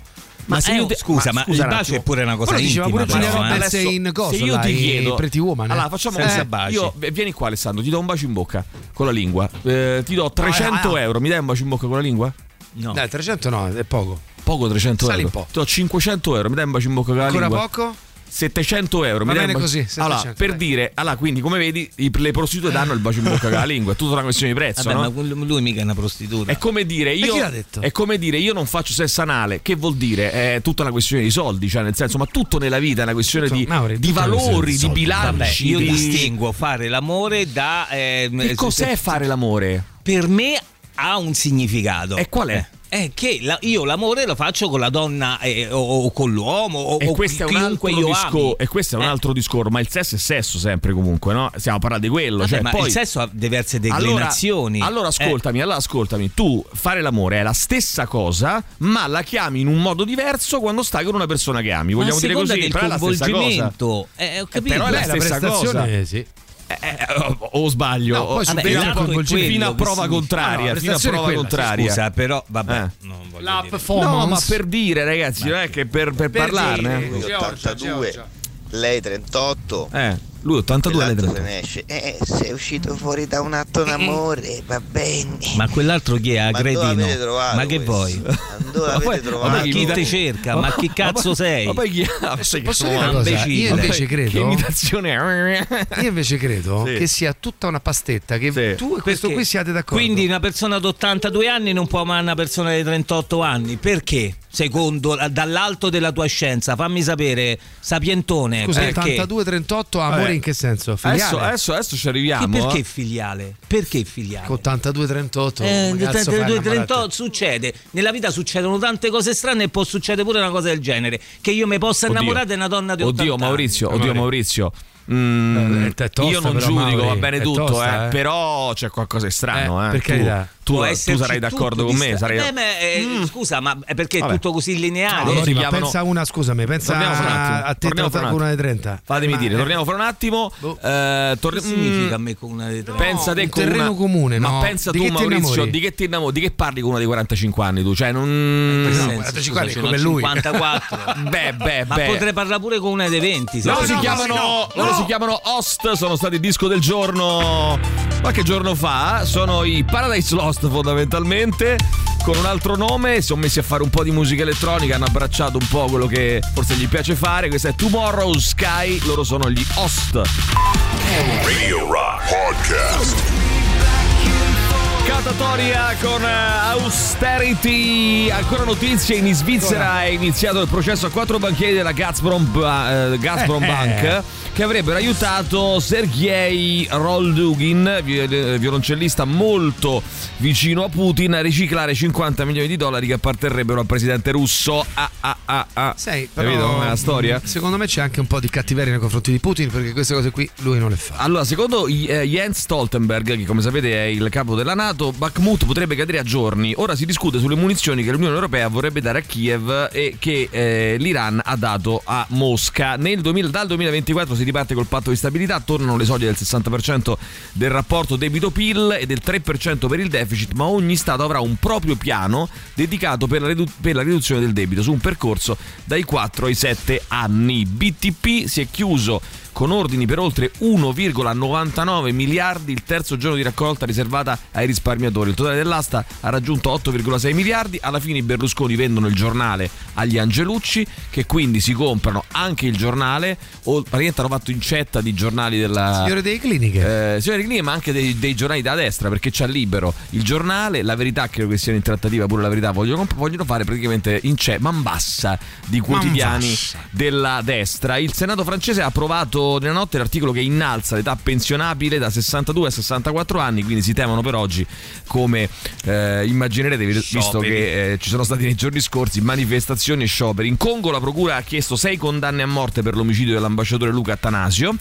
Speaker 3: Ma,
Speaker 1: se
Speaker 3: eh,
Speaker 1: io te- ma
Speaker 3: scusa, ma,
Speaker 1: oh, scusa
Speaker 3: il
Speaker 1: un
Speaker 3: bacio
Speaker 1: attimo.
Speaker 3: è pure una cosa
Speaker 2: Quello diceva
Speaker 3: intima.
Speaker 2: pure
Speaker 3: però,
Speaker 2: Giulia
Speaker 3: eh.
Speaker 2: Roberts. sei in cosa,
Speaker 1: se io ti
Speaker 2: dai,
Speaker 1: chiedo
Speaker 2: Pretty Woman, eh?
Speaker 1: allora facciamo
Speaker 2: Senza
Speaker 1: così.
Speaker 3: baci.
Speaker 1: Io- v- vieni qua Alessandro ti do un bacio in bocca con la lingua Eh, ti do 300
Speaker 2: ah, ah.
Speaker 1: euro mi dai un bacio in bocca con la lingua?
Speaker 3: No.
Speaker 2: Dai, 300 no, è poco.
Speaker 1: poco 300
Speaker 2: Sali
Speaker 1: euro
Speaker 2: un po'.
Speaker 1: ti do 500 euro mi dai un bacio in bocca con la
Speaker 2: Ancora
Speaker 1: lingua
Speaker 2: poco?
Speaker 1: 700 euro
Speaker 2: Va
Speaker 1: mi dai
Speaker 2: bene
Speaker 1: un bacio-
Speaker 2: così, 700,
Speaker 1: allora per
Speaker 2: dai.
Speaker 1: dire allora quindi come vedi i- le prostitute danno il bacio in bocca con la lingua è tutta una questione di prezzo
Speaker 3: Vabbè,
Speaker 1: no? Ecco,
Speaker 3: ma quello- lui mica è una prostituta.
Speaker 1: È come dire io.
Speaker 2: chi l'ha detto?
Speaker 1: È come dire io non faccio sesso anale. Che vuol dire? È tutta una questione di soldi, cioè nel senso, ma tutto nella vita è una questione
Speaker 3: Cioè,
Speaker 2: Tutto-
Speaker 1: di,
Speaker 2: Mauri,
Speaker 1: di
Speaker 2: tutto è una questione
Speaker 1: valori,
Speaker 2: di
Speaker 1: di
Speaker 2: soldi.
Speaker 3: Vabbè,
Speaker 1: bilanci.
Speaker 3: io
Speaker 1: di-
Speaker 3: distingo fare l'amore da. ehm,
Speaker 1: Che
Speaker 3: eh,
Speaker 1: cos'è fare l'amore?
Speaker 3: Per me ha un significato.
Speaker 1: E qual è?
Speaker 3: Eh, è che la- io l'amore lo faccio con la donna eh, o, o con l'uomo o,
Speaker 1: E
Speaker 3: o
Speaker 1: questo, è un altro
Speaker 3: chiunque io ami.
Speaker 1: disco- e questo è un
Speaker 3: Eh.
Speaker 1: altro discorso, ma il sesso è sesso sempre comunque, no? Stiamo parlando di quello.
Speaker 3: Vabbè,
Speaker 1: cioè,
Speaker 3: ma
Speaker 1: poi,
Speaker 3: il sesso ha diverse
Speaker 1: Allora,
Speaker 3: declinazioni.
Speaker 1: allora
Speaker 3: Eh.
Speaker 1: ascoltami, allora ascoltami, tu fare l'amore è la stessa cosa, ma la chiami in un modo diverso quando stai con una persona che ami.
Speaker 3: Eh, Ma a
Speaker 1: Vogliamo dire
Speaker 3: seconda
Speaker 1: così,
Speaker 3: del
Speaker 1: però è la stessa cosa.
Speaker 3: coinvolgimento. Eh, ho capito.
Speaker 1: però è la
Speaker 2: Beh,
Speaker 3: Beh,
Speaker 2: la
Speaker 1: stessa
Speaker 2: prestazione
Speaker 1: cosa.
Speaker 2: eh, sì.
Speaker 1: Eh, eh, o, o sbaglio,
Speaker 2: No, poi
Speaker 1: O-
Speaker 2: sul
Speaker 1: Vabbè,
Speaker 2: vero
Speaker 1: fino a-
Speaker 3: coinvolgimento,
Speaker 1: fino a
Speaker 3: che
Speaker 1: prova
Speaker 3: significa?
Speaker 1: contraria,
Speaker 2: Ah, no,
Speaker 1: fino a
Speaker 2: prestazione
Speaker 1: prova
Speaker 2: è quella,
Speaker 1: contraria.
Speaker 3: Scusa, però vabbè,
Speaker 1: Eh.
Speaker 3: non voglio
Speaker 2: La
Speaker 3: dire.
Speaker 1: No, ma
Speaker 2: performance.
Speaker 1: per dire, ragazzi, non è che per,
Speaker 2: Per
Speaker 1: per parlarne.
Speaker 2: dire, Giorgia, Giorgia.
Speaker 8: lei 38,
Speaker 1: Eh. Lui 82 alle
Speaker 2: Esatto.
Speaker 8: Quell'altro
Speaker 1: 30.
Speaker 8: se ne esce. Eh, sei uscito fuori da un atto d'amore, va bene.
Speaker 3: Ma quell'altro chi è?
Speaker 8: Ma dove
Speaker 3: Agredino.
Speaker 8: avete trovato
Speaker 3: Ma che
Speaker 8: questo?
Speaker 3: vuoi?
Speaker 8: Ma dove
Speaker 3: Ma,
Speaker 8: avete
Speaker 3: poi-
Speaker 8: trovato?
Speaker 3: ma chi
Speaker 8: questo?
Speaker 3: te cerca? Ma chi cazzo
Speaker 1: poi-
Speaker 3: sei?
Speaker 1: Ma poi chi sei
Speaker 2: Posso dire una cosa?
Speaker 3: imbecille.
Speaker 2: Io invece
Speaker 1: Che
Speaker 2: credo,
Speaker 1: imitazione è?
Speaker 2: io invece credo
Speaker 1: Sì.
Speaker 2: che sia tutta una pastetta che
Speaker 1: Sì.
Speaker 2: tu e questo
Speaker 3: Perché?
Speaker 2: qui siate d'accordo.
Speaker 3: Quindi una persona di 82 anni non può amare una persona di 38 anni. Perché? Secondo dall'alto della tua scienza, fammi sapere, sapientone,
Speaker 2: Scusa,
Speaker 3: perché?
Speaker 2: 82-38 amore
Speaker 1: Vabbè.
Speaker 2: in che senso?
Speaker 1: Adesso,
Speaker 2: Filiale?
Speaker 1: adesso, adesso ci
Speaker 3: Che-
Speaker 1: arriviamo.
Speaker 3: perché
Speaker 1: eh.
Speaker 3: filiale? Perché filiale?
Speaker 2: Con 82-38
Speaker 3: Eh,
Speaker 2: ma cazzo fai una
Speaker 3: 32, 38
Speaker 2: malattia?
Speaker 3: succede nella vita succedono tante cose strane e può succedere pure una cosa del genere che io mi possa
Speaker 1: Oddio.
Speaker 3: innamorare di una donna di 80
Speaker 1: Oddio
Speaker 3: anni.
Speaker 1: Maurizio, oddio
Speaker 2: Amore.
Speaker 1: Maurizio. Mm,
Speaker 2: Eh, è tosta
Speaker 1: io non
Speaker 2: però,
Speaker 1: giudico,
Speaker 2: Mauri,
Speaker 1: va bene
Speaker 2: è
Speaker 1: tutto,
Speaker 2: tosta,
Speaker 1: eh,
Speaker 2: eh.
Speaker 1: però c'è qualcosa di strano.
Speaker 2: Eh,
Speaker 1: Eh,
Speaker 2: per
Speaker 1: Tu-
Speaker 2: carità.
Speaker 1: tu,
Speaker 3: Può
Speaker 1: tu
Speaker 3: esserci
Speaker 1: sarai
Speaker 3: tutto
Speaker 1: d'accordo
Speaker 3: di
Speaker 1: con
Speaker 3: stra-
Speaker 1: me. Sarai...
Speaker 3: Beh, ma, eh,
Speaker 2: Mm.
Speaker 3: Scusa, ma è perché
Speaker 1: Vabbè.
Speaker 3: è tutto così
Speaker 1: No,
Speaker 3: lineare?
Speaker 1: loro
Speaker 2: Allora,
Speaker 1: Ah, si
Speaker 2: ma
Speaker 1: chiamano-
Speaker 2: pensa a una, scusami, pensa
Speaker 1: Torniamo fra un attimo,
Speaker 2: a, a te
Speaker 1: torniamo fra un attimo.
Speaker 2: una di 30.
Speaker 1: Fatemi
Speaker 2: Ma-
Speaker 1: dire, torniamo fra un attimo.
Speaker 2: Boh.
Speaker 1: eh,
Speaker 3: eh. Che
Speaker 1: torni-
Speaker 3: significa a
Speaker 1: mm,
Speaker 3: me con una dei tre?
Speaker 1: Pensa te
Speaker 2: un
Speaker 1: con
Speaker 2: terreno
Speaker 1: una-
Speaker 2: comune,
Speaker 1: ma
Speaker 2: no?
Speaker 1: pensa
Speaker 2: Di
Speaker 1: tu
Speaker 2: che ti
Speaker 1: Maurizio,
Speaker 2: innamori? Eh,
Speaker 1: di che ti innamori? Di che parli con una di 45 anni tu? Cioè, non.
Speaker 3: Che
Speaker 2: no,
Speaker 3: senso?
Speaker 2: 45 anni,
Speaker 3: Scusa, ce
Speaker 2: come
Speaker 3: n'ho
Speaker 2: lui.
Speaker 3: 54.
Speaker 1: Beh, beh,
Speaker 3: Ma
Speaker 1: beh.
Speaker 3: potrei parlare pure con una dei 20. se
Speaker 1: Loro,
Speaker 3: vuoi.
Speaker 1: si chiamano, loro si chiamano Host, sono stati disco del giorno qualche giorno fa, sono i Paradise Lost fondamentalmente, con un altro nome, si sono messi a fare un po' di musica elettronica, hanno abbracciato un po' quello che forse gli piace fare, questa è Tomorrow Sky, loro sono gli Host.
Speaker 9: Radio Rock Podcast.
Speaker 1: Catatoria con eh, austerity. Ancora notizie: in Svizzera è iniziato il processo a quattro banchieri della Gazprom, Ba- eh, Gazprom
Speaker 2: Eh, eh.
Speaker 1: Bank che avrebbero aiutato Sergei Roldugin, vi- eh, violoncellista molto vicino a Putin, a riciclare 50 milioni di dollari che apparterrebbero al presidente russo. Ah, ah, ah, ah.
Speaker 2: Sai, però,
Speaker 1: Capito com'è la storia?
Speaker 2: mh, Secondo me c'è anche un po' di cattiveria nei confronti di Putin perché queste cose qui lui non le fa.
Speaker 1: Allora, secondo eh, Jens Stoltenberg, che come sapete è il capo della Nato, Bakhmut potrebbe cadere a giorni. Ora si discute sulle munizioni che l'Unione Europea vorrebbe dare a Kiev e che eh, l'Iran ha dato a Mosca. Nel 2000 dal 2024 si riparte col patto di stabilità, tornano le soglie del 60% del rapporto debito-PIL e del 3% per il deficit, ma ogni Stato avrà un proprio piano dedicato per la, ridu- per la riduzione del debito su un percorso dai 4 ai 7 anni. BTP si è chiuso con ordini per oltre 1,99 miliardi, il terzo giorno di raccolta riservata ai risparmiatori. Il totale dell'asta ha raggiunto 8,6 miliardi, alla fine i Berlusconi vendono il giornale agli Angelucci che quindi si comprano anche il giornale, o praticamente hanno fatto incetta di giornali della...
Speaker 2: Signore delle cliniche.
Speaker 1: Eh, signore Clini, ma anche dei, dei giornali da destra, perché c'ha libero il giornale, la verità credo che siano in trattativa, pure la verità vogliono, comp- vogliono fare praticamente in c'è mambassa di quotidiani
Speaker 2: Mambassa.
Speaker 1: della destra. Il Senato francese ha approvato nella notte l'articolo che innalza l'età pensionabile da 62 a 64 anni, quindi si temono per oggi, come eh, immaginerete, vi- visto che eh, ci sono stati nei giorni scorsi manifestazioni e scioperi. In Congo la procura ha chiesto sei condanne a morte per l'omicidio dell'ambasciatore Luca Attanasio.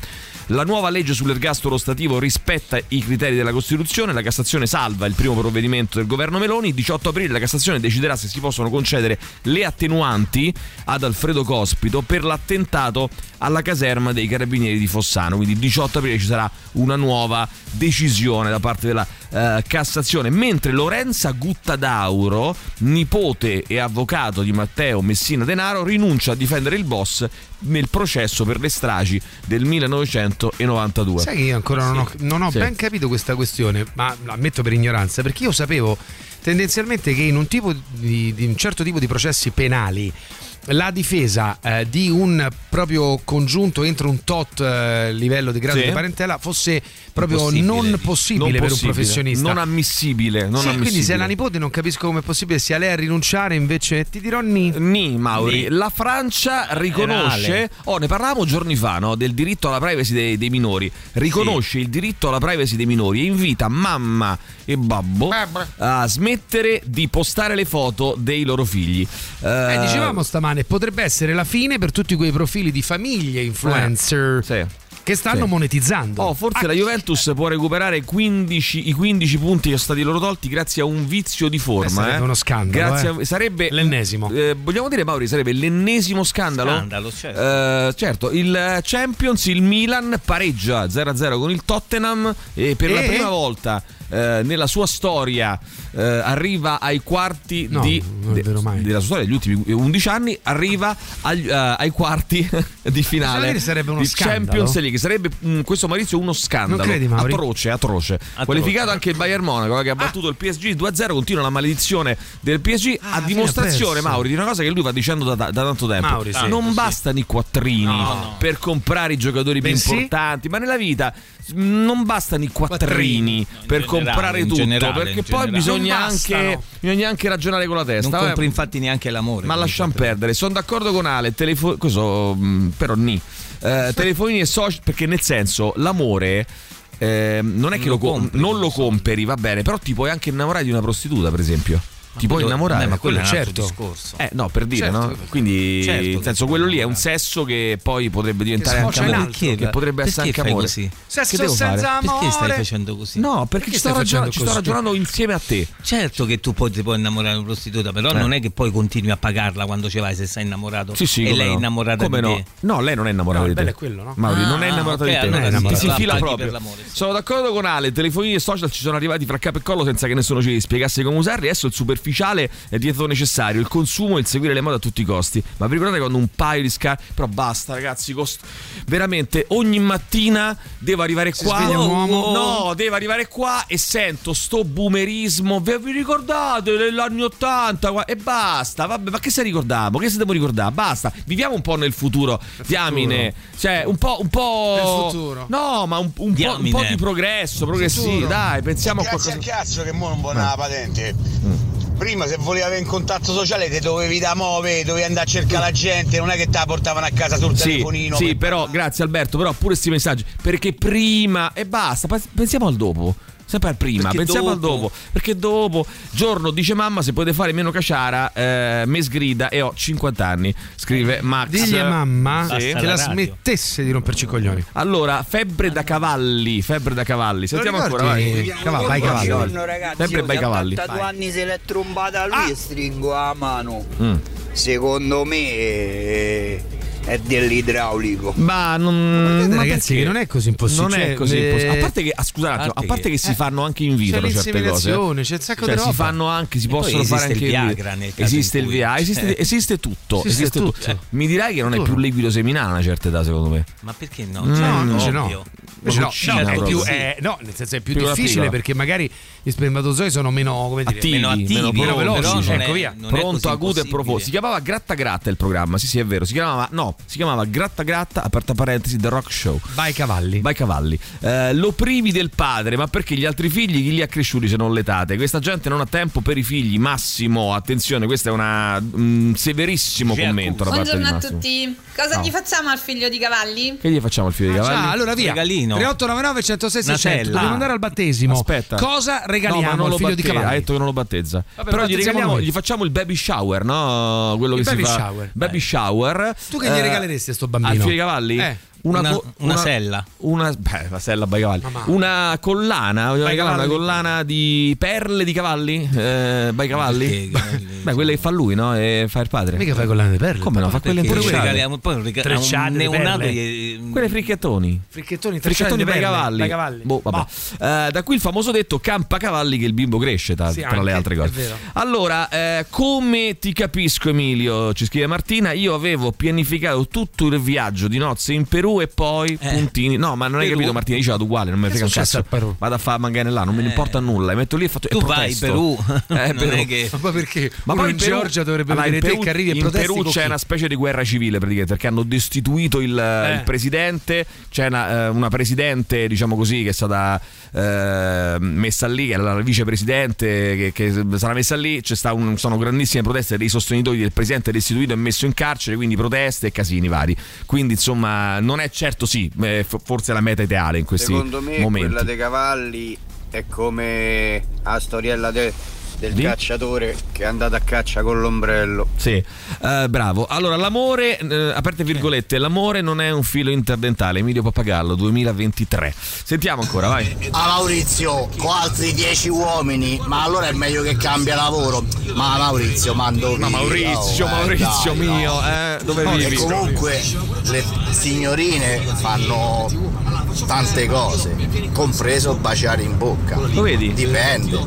Speaker 1: La nuova legge sull'ergastolo stativo rispetta i criteri della Costituzione, la Cassazione salva il primo provvedimento del governo Meloni, il 18 aprile la Cassazione deciderà se si possono concedere le attenuanti ad Alfredo Cospito per l'attentato alla caserma dei carabinieri di Fossano, quindi il 18 aprile ci sarà una nuova decisione da parte della eh, Cassazione, mentre Lorenza Guttadauro, nipote e avvocato di Matteo Messina Denaro, rinuncia a difendere il boss nel processo per le stragi del 1992.
Speaker 2: Sai che io ancora non ho, non ho
Speaker 1: Sì.
Speaker 2: ben capito questa questione, ma l'ammetto per ignoranza, perché io sapevo tendenzialmente che in un, tipo di, di un certo tipo di processi penali la difesa eh, di un proprio congiunto entro un tot eh, livello di grado
Speaker 1: Sì.
Speaker 2: di parentela fosse proprio
Speaker 1: Impossibile,
Speaker 2: non
Speaker 1: dici.
Speaker 2: possibile
Speaker 1: Non
Speaker 2: per
Speaker 1: possibile,
Speaker 2: un professionista.
Speaker 1: non ammissibile, non
Speaker 2: Sì, quindi se è
Speaker 1: ammissibile.
Speaker 2: la nipote non capisco come è possibile sia lei a rinunciare invece ti dirò ni.
Speaker 1: Ni, Mauri, la Francia riconosce,
Speaker 3: Ale.
Speaker 1: oh, ne parlavamo giorni fa, no, del diritto alla privacy dei, dei minori, riconosce il diritto alla privacy dei minori e invita mamma e babbo a smettere di postare le foto dei loro figli.
Speaker 2: Eh,
Speaker 1: Eh,
Speaker 2: dicevamo stamane, potrebbe essere la fine per tutti quei profili di famiglie influencer
Speaker 1: Eh, sì.
Speaker 2: che stanno
Speaker 1: Sì.
Speaker 2: monetizzando.
Speaker 1: Oh, forse
Speaker 2: Ah,
Speaker 1: la Juventus può recuperare 15 i 15 punti che sono stati loro tolti grazie a un vizio di forma.
Speaker 2: Eh, sarebbe
Speaker 1: eh.
Speaker 2: uno scandalo,
Speaker 1: Grazie
Speaker 2: eh.
Speaker 1: a- sarebbe
Speaker 2: L'ennesimo.
Speaker 1: Eh, vogliamo dire, Mauri, sarebbe l'ennesimo scandalo?
Speaker 3: Scandalo, certo.
Speaker 1: Eh, certo, il eh, Champions, il Milan pareggia 0-0 con il Tottenham e per la
Speaker 2: E?
Speaker 1: prima volta eh, nella sua storia eh, arriva ai quarti
Speaker 2: No,
Speaker 1: di
Speaker 2: non è vero mai.
Speaker 1: della sua storia degli ultimi 11 anni arriva agli- eh, ai quarti di finale
Speaker 2: Sarebbe uno
Speaker 1: di
Speaker 2: scandalo.
Speaker 1: Champions League sarebbe mh, questo Maurizio uno scandalo.
Speaker 2: Non credi, Mauri? Ah.
Speaker 1: atroce, atroce, Qualificato anche il Bayern Monaco eh, che ha battuto il PSG 2-0, continua la maledizione del PSG
Speaker 2: Ah,
Speaker 1: a
Speaker 2: fine,
Speaker 1: dimostrazione,
Speaker 2: perso.
Speaker 1: Mauri, di una cosa che lui va dicendo da, da tanto tempo.
Speaker 2: Mauri, sì,
Speaker 1: non
Speaker 2: sì.
Speaker 1: bastano i quattrini
Speaker 2: No.
Speaker 1: per comprare i giocatori più
Speaker 2: Bensì?
Speaker 1: importanti, ma nella vita mh, non bastano i quattrini,
Speaker 2: Quattrini.
Speaker 1: per
Speaker 3: in generale,
Speaker 1: comprare
Speaker 3: in
Speaker 1: tutto,
Speaker 3: generale,
Speaker 1: perché
Speaker 3: in
Speaker 1: poi
Speaker 3: generale.
Speaker 1: bisogna
Speaker 2: Non bastano.
Speaker 1: anche, bisogna anche ragionare con la testa. eh.
Speaker 3: Non
Speaker 1: vabbè.
Speaker 3: compri infatti neanche l'amore.
Speaker 1: Ma lasciamo perdere, sono d'accordo con Ale, telefo- questo mh, però ni. Eh, telefonini e social, perché nel senso l'amore eh, non è che
Speaker 3: Non
Speaker 1: lo com-
Speaker 3: compri,
Speaker 1: non lo compri, va bene, però ti puoi anche innamorare di una prostituta, per esempio. ti puoi innamorare,
Speaker 3: Eh, ma quello è un altro
Speaker 2: certo.
Speaker 3: discorso.
Speaker 1: Eh, no, per dire,
Speaker 2: Certo,
Speaker 1: no?
Speaker 2: quello-
Speaker 1: Quindi,
Speaker 3: certo che
Speaker 1: nel senso,
Speaker 3: ti
Speaker 1: quello
Speaker 3: puoi
Speaker 1: lì è un
Speaker 3: innamorare.
Speaker 1: sesso che poi potrebbe diventare
Speaker 2: Che
Speaker 1: anche
Speaker 2: sfocia in
Speaker 1: amore.
Speaker 2: altro,
Speaker 3: Perché?
Speaker 1: Che potrebbe essere anche
Speaker 3: Perché fai
Speaker 1: amore.
Speaker 3: così?
Speaker 2: Sesso
Speaker 1: Che devo
Speaker 2: senza
Speaker 1: fare?
Speaker 2: amore.
Speaker 3: Perché stai facendo così?
Speaker 1: No, perché,
Speaker 2: Perché
Speaker 1: ci, sto
Speaker 2: stai
Speaker 1: ragion-
Speaker 2: facendo
Speaker 1: ci sto
Speaker 2: così?
Speaker 1: ragionando insieme a te.
Speaker 3: Certo che tu poi ti puoi innamorare di una prostituta, però
Speaker 1: Eh.
Speaker 3: non è che poi continui a pagarla quando ci vai se sei innamorato
Speaker 1: Sì, sì,
Speaker 3: e
Speaker 1: come
Speaker 3: lei è
Speaker 1: no.
Speaker 3: innamorata
Speaker 1: come
Speaker 3: di
Speaker 1: no?
Speaker 3: te.
Speaker 1: No, lei non è innamorata
Speaker 2: No,
Speaker 1: di
Speaker 2: il
Speaker 1: te.
Speaker 2: bello è quello, no?
Speaker 1: Mauri,
Speaker 3: Ah,
Speaker 1: non è innamorata
Speaker 3: ok,
Speaker 1: di te.
Speaker 3: allora
Speaker 1: Non è
Speaker 3: sì,
Speaker 1: innamorata.
Speaker 3: sì,
Speaker 1: Ti si fila
Speaker 3: paghi per
Speaker 1: proprio.
Speaker 3: l'amore, sì.
Speaker 1: Sono d'accordo con Ale, telefonini e social ci sono arrivati fra capo e collo senza che nessuno ci spiegasse come usarli. Adesso il superficiale è dietro necessario, il consumo e il seguire le mode a tutti i costi. Ma vi ricordate quando un paio di scarpe. Però basta, ragazzi, cost- veramente ogni mattina devo arrivare qua. oh,
Speaker 2: sveglia un uomo.
Speaker 1: No, devo arrivare qua e sento sto boomerismo. Vi, vi ricordate dell'anni 80? Qua- E basta. Vabbè, ma che se ricordiamo? Che se devo ricordare? Basta. Viviamo un po' nel futuro. Diamine. Cioè, un po'. Un po'...
Speaker 2: Nel futuro.
Speaker 1: No, ma un, un po', un
Speaker 3: Diamine.
Speaker 1: po' di progresso, progressivo.
Speaker 2: Futuro.
Speaker 1: Dai, pensiamo a
Speaker 10: Grazie
Speaker 1: qualcosa. Eh. Mm.
Speaker 10: al cazzo che mo non buona la patente. Prima se volevi avere un contatto sociale ti dovevi da muove, dovevi andare a cercare la gente, non è che te la portavano a casa sul
Speaker 1: Sì,
Speaker 10: telefonino.
Speaker 1: sì, però grazie Alberto, però pure questi messaggi, perché prima e basta, pa- pensiamo al dopo. Sempre al prima,
Speaker 3: Perché
Speaker 1: pensiamo al
Speaker 3: dopo.
Speaker 1: dopo, perché dopo giorno dice mamma se potete fare meno caciara, eh, me sgrida e ho 50 anni, scrive Max.
Speaker 2: Digli a mamma
Speaker 3: Sì.
Speaker 2: che la
Speaker 3: Basta la radio.
Speaker 2: smettesse di romperci i coglioni.
Speaker 1: Allora, febbre da cavalli, febbre da cavalli, sentiamo ancora, Eh, vai.
Speaker 2: Cavallo, vai cavallo.
Speaker 8: ragazzi,
Speaker 1: Sempre bei cavalli. Ah!
Speaker 8: 82 anni se l'è trombata lui e stringo la mano.
Speaker 1: Mm.
Speaker 8: Secondo me eh, è dell'idraulico.
Speaker 1: Ma non
Speaker 2: Guardate,
Speaker 1: ma
Speaker 2: ragazzi,
Speaker 1: perché?
Speaker 2: che non è così impossibile.
Speaker 1: Non è
Speaker 2: Cioè,
Speaker 1: così
Speaker 2: le-
Speaker 1: impossibile. A parte che, ah, scusate un attimo,
Speaker 3: a parte
Speaker 1: a parte che,
Speaker 3: che-
Speaker 1: si fanno anche in vitro
Speaker 2: c'è
Speaker 1: certe cose. eh.
Speaker 2: l'inseminazione, c'è un sacco
Speaker 1: Cioè,
Speaker 2: di
Speaker 1: si
Speaker 2: roba.
Speaker 1: fanno anche, si
Speaker 3: poi
Speaker 1: possono
Speaker 3: esiste
Speaker 1: fare anche
Speaker 3: il
Speaker 1: in
Speaker 3: Viagra
Speaker 1: vitro.
Speaker 3: nel caso
Speaker 1: Esiste
Speaker 3: in
Speaker 1: il
Speaker 3: cui-
Speaker 1: Viagra, esiste,
Speaker 3: eh.
Speaker 1: esiste tutto,
Speaker 2: Esiste
Speaker 1: esiste tutto.
Speaker 2: tutto.
Speaker 1: Mi dirai che non è
Speaker 2: Tutto.
Speaker 1: più liquido seminale a una certa età, secondo me.
Speaker 3: Ma perché no?
Speaker 2: No,
Speaker 3: Cioè,
Speaker 2: invece
Speaker 3: ovvio.
Speaker 2: no. Invece no,
Speaker 1: cucina
Speaker 2: no, è
Speaker 1: proprio.
Speaker 2: più, è- no, nel senso è più
Speaker 1: Piccola
Speaker 2: difficile
Speaker 1: piccola.
Speaker 2: perché magari gli spermatozoi sono meno come dire,
Speaker 1: Attivi,
Speaker 3: Meno attivi,
Speaker 1: meno
Speaker 3: però-
Speaker 1: veloci,
Speaker 3: però non
Speaker 2: ecco
Speaker 3: è-
Speaker 2: via.
Speaker 3: non è così
Speaker 1: Pronto, acuto e
Speaker 3: impossibile.
Speaker 1: profondo. Si chiamava Gratta Gratta il programma, sì sì è vero, si chiamava, no, si chiamava Gratta Gratta, aperta parentesi, The Rock Show.
Speaker 2: Vai cavalli.
Speaker 1: Vai cavalli. Eh, lo privi del padre, ma perché gli altri figli chi li ha cresciuti se non letate? Questa gente non ha tempo per i figli. Massimo, attenzione, questo è un severissimo
Speaker 3: Ci
Speaker 1: commento da parte di
Speaker 11: Buongiorno a
Speaker 1: Massimo.
Speaker 11: tutti. Cosa
Speaker 1: Ciao.
Speaker 11: gli facciamo al figlio di Cavalli?
Speaker 1: Che gli facciamo al figlio di cavalli?
Speaker 2: Ah, Ciao, allora via.
Speaker 3: Regalino.
Speaker 2: 3899 106 600.
Speaker 3: Natella.
Speaker 2: Dobbiamo andare al battesimo.
Speaker 1: Aspetta.
Speaker 2: Cosa regaliamo
Speaker 1: No, ma non
Speaker 2: al
Speaker 1: lo
Speaker 2: figlio di
Speaker 1: batte- Ha
Speaker 2: cavalli?
Speaker 1: detto che non lo battezza.
Speaker 2: Vabbè,
Speaker 1: Però
Speaker 2: lo
Speaker 1: gli,
Speaker 2: battezziamo
Speaker 1: regaliamo-
Speaker 2: noi.
Speaker 1: gli facciamo il baby shower, no? Quello
Speaker 2: Il
Speaker 1: che
Speaker 2: baby
Speaker 1: si fa.
Speaker 2: shower.
Speaker 1: Baby
Speaker 2: Eh.
Speaker 1: shower. Eh,
Speaker 2: Tu che gli regaleresti a sto bambino?
Speaker 1: Al figlio di cavalli?
Speaker 2: Eh.
Speaker 3: Una-
Speaker 1: co-
Speaker 3: una sella.
Speaker 1: Una, beh, una sella by cavalli.
Speaker 2: Mamma.
Speaker 1: Una collana. vogliamo
Speaker 2: By
Speaker 1: regalare
Speaker 2: cavalli.
Speaker 1: Una collana di perle di cavalli? Eh, by cavalli?
Speaker 3: Perché cavalli?
Speaker 1: Beh, quelle che fa lui, no? E fa il padre.
Speaker 2: Mica fai collane di perle.
Speaker 1: Come no? Fa quelle
Speaker 3: Perché
Speaker 2: pure
Speaker 3: poi
Speaker 2: quelle.
Speaker 1: intrecciate.
Speaker 3: regaliamo poi regaliamo a un
Speaker 2: Trecciate,
Speaker 3: neonato
Speaker 2: perle.
Speaker 3: gli-
Speaker 1: Quelle fricchettoni.
Speaker 2: Fricchettoni,
Speaker 1: Fricchettoni
Speaker 2: tracciati
Speaker 1: per
Speaker 2: di
Speaker 1: i
Speaker 2: perle,
Speaker 1: cavalli.
Speaker 2: dai cavalli.
Speaker 1: Boh, vabbè.
Speaker 2: Boh.
Speaker 1: Eh, da qui il famoso detto campa cavalli che il bimbo cresce, tra,
Speaker 2: Sì,
Speaker 1: tra
Speaker 2: anche,
Speaker 1: le altre cose.
Speaker 2: è vero.
Speaker 1: Allora, eh, come ti capisco Emilio, ci scrive Martina, io avevo pianificato tutto il viaggio di nozze in Perù e poi puntini. No, ma non hai
Speaker 3: Perù?
Speaker 1: capito Martina, io ci vado uguale, non mi
Speaker 2: Che è
Speaker 1: frega un
Speaker 2: successo
Speaker 1: cazzo.
Speaker 2: al Perù?
Speaker 1: Vado a fare mangane là, non mi importa nulla. E metto lì e faccio e
Speaker 3: Tu vai in
Speaker 1: protesto.
Speaker 3: Perù.
Speaker 1: Eh,
Speaker 3: Non
Speaker 1: Perù.
Speaker 3: è che
Speaker 2: Ma poi perché?
Speaker 1: Ma
Speaker 2: Uno
Speaker 1: poi
Speaker 2: in
Speaker 1: Perù-
Speaker 2: Georgia dovrebbe
Speaker 1: allora, in
Speaker 2: vedere te
Speaker 1: Perù-
Speaker 2: che arrivi e
Speaker 1: In
Speaker 2: protesti
Speaker 1: Perù
Speaker 2: con
Speaker 1: c'è
Speaker 2: chi? Eh.
Speaker 1: una specie di guerra civile praticamente perché hanno destituito il, il presidente, c'è una, eh, una presidente diciamo così che è stata eh, messa lì, che era la vicepresidente che, che sarà messa lì, Ci sta un- sono grandissime proteste dei sostenitori del presidente destituito e messo in carcere, quindi proteste e casini vari. Quindi insomma non è certo sì, eh, f- forse la meta ideale in questi
Speaker 10: Secondo me
Speaker 1: momenti.
Speaker 10: quella dei cavalli è come la storiella de- del
Speaker 1: Di?
Speaker 10: cacciatore che è andato a caccia con l'ombrello.
Speaker 1: Sì, Eh, bravo. Allora, l'amore, eh, aperte virgolette, l'amore non è un filo interdentale. Emilio Papagallo 2023. Sentiamo ancora,
Speaker 3: Eh,
Speaker 1: vai.
Speaker 10: A Ah, Maurizio, con altri 10 uomini, ma allora è meglio che cambia lavoro. Ma Maurizio, mando
Speaker 1: Ma Maurizio, Maurizio mio, eh, dove
Speaker 3: ecco,
Speaker 10: E
Speaker 1: vivi?
Speaker 10: comunque le signorine fanno
Speaker 12: tante cose, compreso baciare in bocca. Lo vedi? Dipende.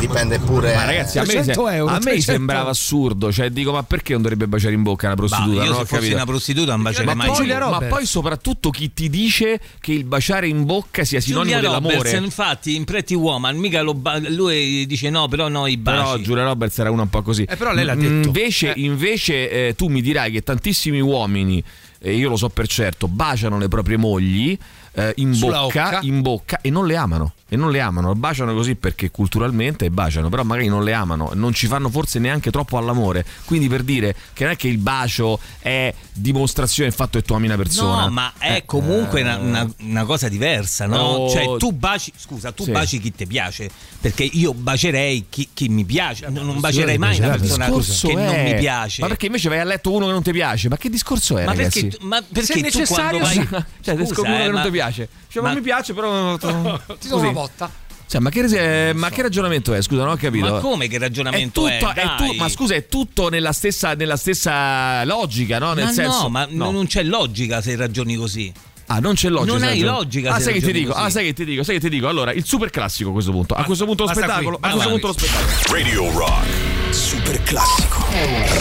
Speaker 12: Dipende pure.
Speaker 1: Ma Eh, ragazzi, a me, se-
Speaker 12: 300 euro,
Speaker 1: a me
Speaker 12: 300.
Speaker 1: sembrava assurdo, cioè dico, ma perché non dovrebbe baciare in bocca una prostituta?
Speaker 3: Bah, io
Speaker 1: no?
Speaker 3: se
Speaker 1: Ho
Speaker 3: fossi
Speaker 1: capito. Cioè,
Speaker 3: una prostituta non bacerei
Speaker 1: ma
Speaker 3: mai
Speaker 1: Poi,
Speaker 3: Julia
Speaker 1: ma
Speaker 3: Roberts.
Speaker 1: poi soprattutto chi ti dice che il baciare in bocca sia sinonimo
Speaker 3: Giulia
Speaker 1: dell'amore?
Speaker 3: Roberts, infatti, in Pretty Woman, mica lo ba- lui dice no, però no, i baci.
Speaker 1: Però Giulia Roberts era una un po' così.
Speaker 3: Eh, però lei l'ha
Speaker 1: Mm,
Speaker 3: detto.
Speaker 1: Invece, invece, eh, tu mi dirai che tantissimi uomini, e io lo so per certo, baciano le proprie mogli eh, in,
Speaker 2: Sulla
Speaker 1: bocca,
Speaker 2: occa.
Speaker 1: in bocca e non le amano. E non le amano, baciano così perché culturalmente baciano, però magari non le amano, non ci fanno forse neanche troppo all'amore. Quindi per dire che non è che il bacio è dimostrazione del fatto che tu ami una persona. Eh.
Speaker 3: No, ma è comunque una, una- una cosa diversa, no?
Speaker 1: Oh.
Speaker 3: Cioè, tu baci, scusa, tu
Speaker 1: Sì.
Speaker 3: baci chi ti piace, perché io bacerei chi, chi mi piace, non, non
Speaker 1: Sì,
Speaker 3: bacerei mai una
Speaker 1: bacerare,
Speaker 3: persona
Speaker 1: il discorso
Speaker 3: che non
Speaker 1: è-
Speaker 3: mi piace.
Speaker 1: Ma perché invece vai a letto uno che non ti piace? Ma che discorso è?
Speaker 3: Ma
Speaker 1: ragazzi?
Speaker 3: perché tu- ma perché Se è tu necessario, quando vai- sì.
Speaker 1: Cioè,
Speaker 3: Scusa,
Speaker 1: scusa, uno
Speaker 3: eh,
Speaker 1: che
Speaker 3: ma-
Speaker 1: non ti piace. Cioè, ma,
Speaker 3: ma-
Speaker 1: mi piace, però. Ti
Speaker 3: do una botta.
Speaker 1: Cioè, ma che, eh, ma che ragionamento è? Scusa, non ho capito.
Speaker 3: Ma come che ragionamento è?
Speaker 1: tutto, tu-
Speaker 3: Dai.
Speaker 1: ma scusa, è tutto nella stessa, nella stessa logica, no? Nel
Speaker 3: Ma
Speaker 1: senso,
Speaker 3: no, ma non c'è logica se ragioni così.
Speaker 1: Ah, non c'è logica.
Speaker 3: Non
Speaker 1: se
Speaker 3: hai
Speaker 1: ragioni-
Speaker 3: logica
Speaker 1: Ah,
Speaker 3: se
Speaker 1: sai che ti
Speaker 3: ragioni
Speaker 1: dico?
Speaker 3: così.
Speaker 1: Ah, sai che ti dico? Sai che ti dico? Allora, il super classico a questo punto. A questo punto lo
Speaker 9: basta qui,
Speaker 1: spettacolo. A
Speaker 9: basta
Speaker 1: questo
Speaker 9: qui.
Speaker 1: punto lo spettacolo.
Speaker 9: Radio Rock.
Speaker 6: Super classico.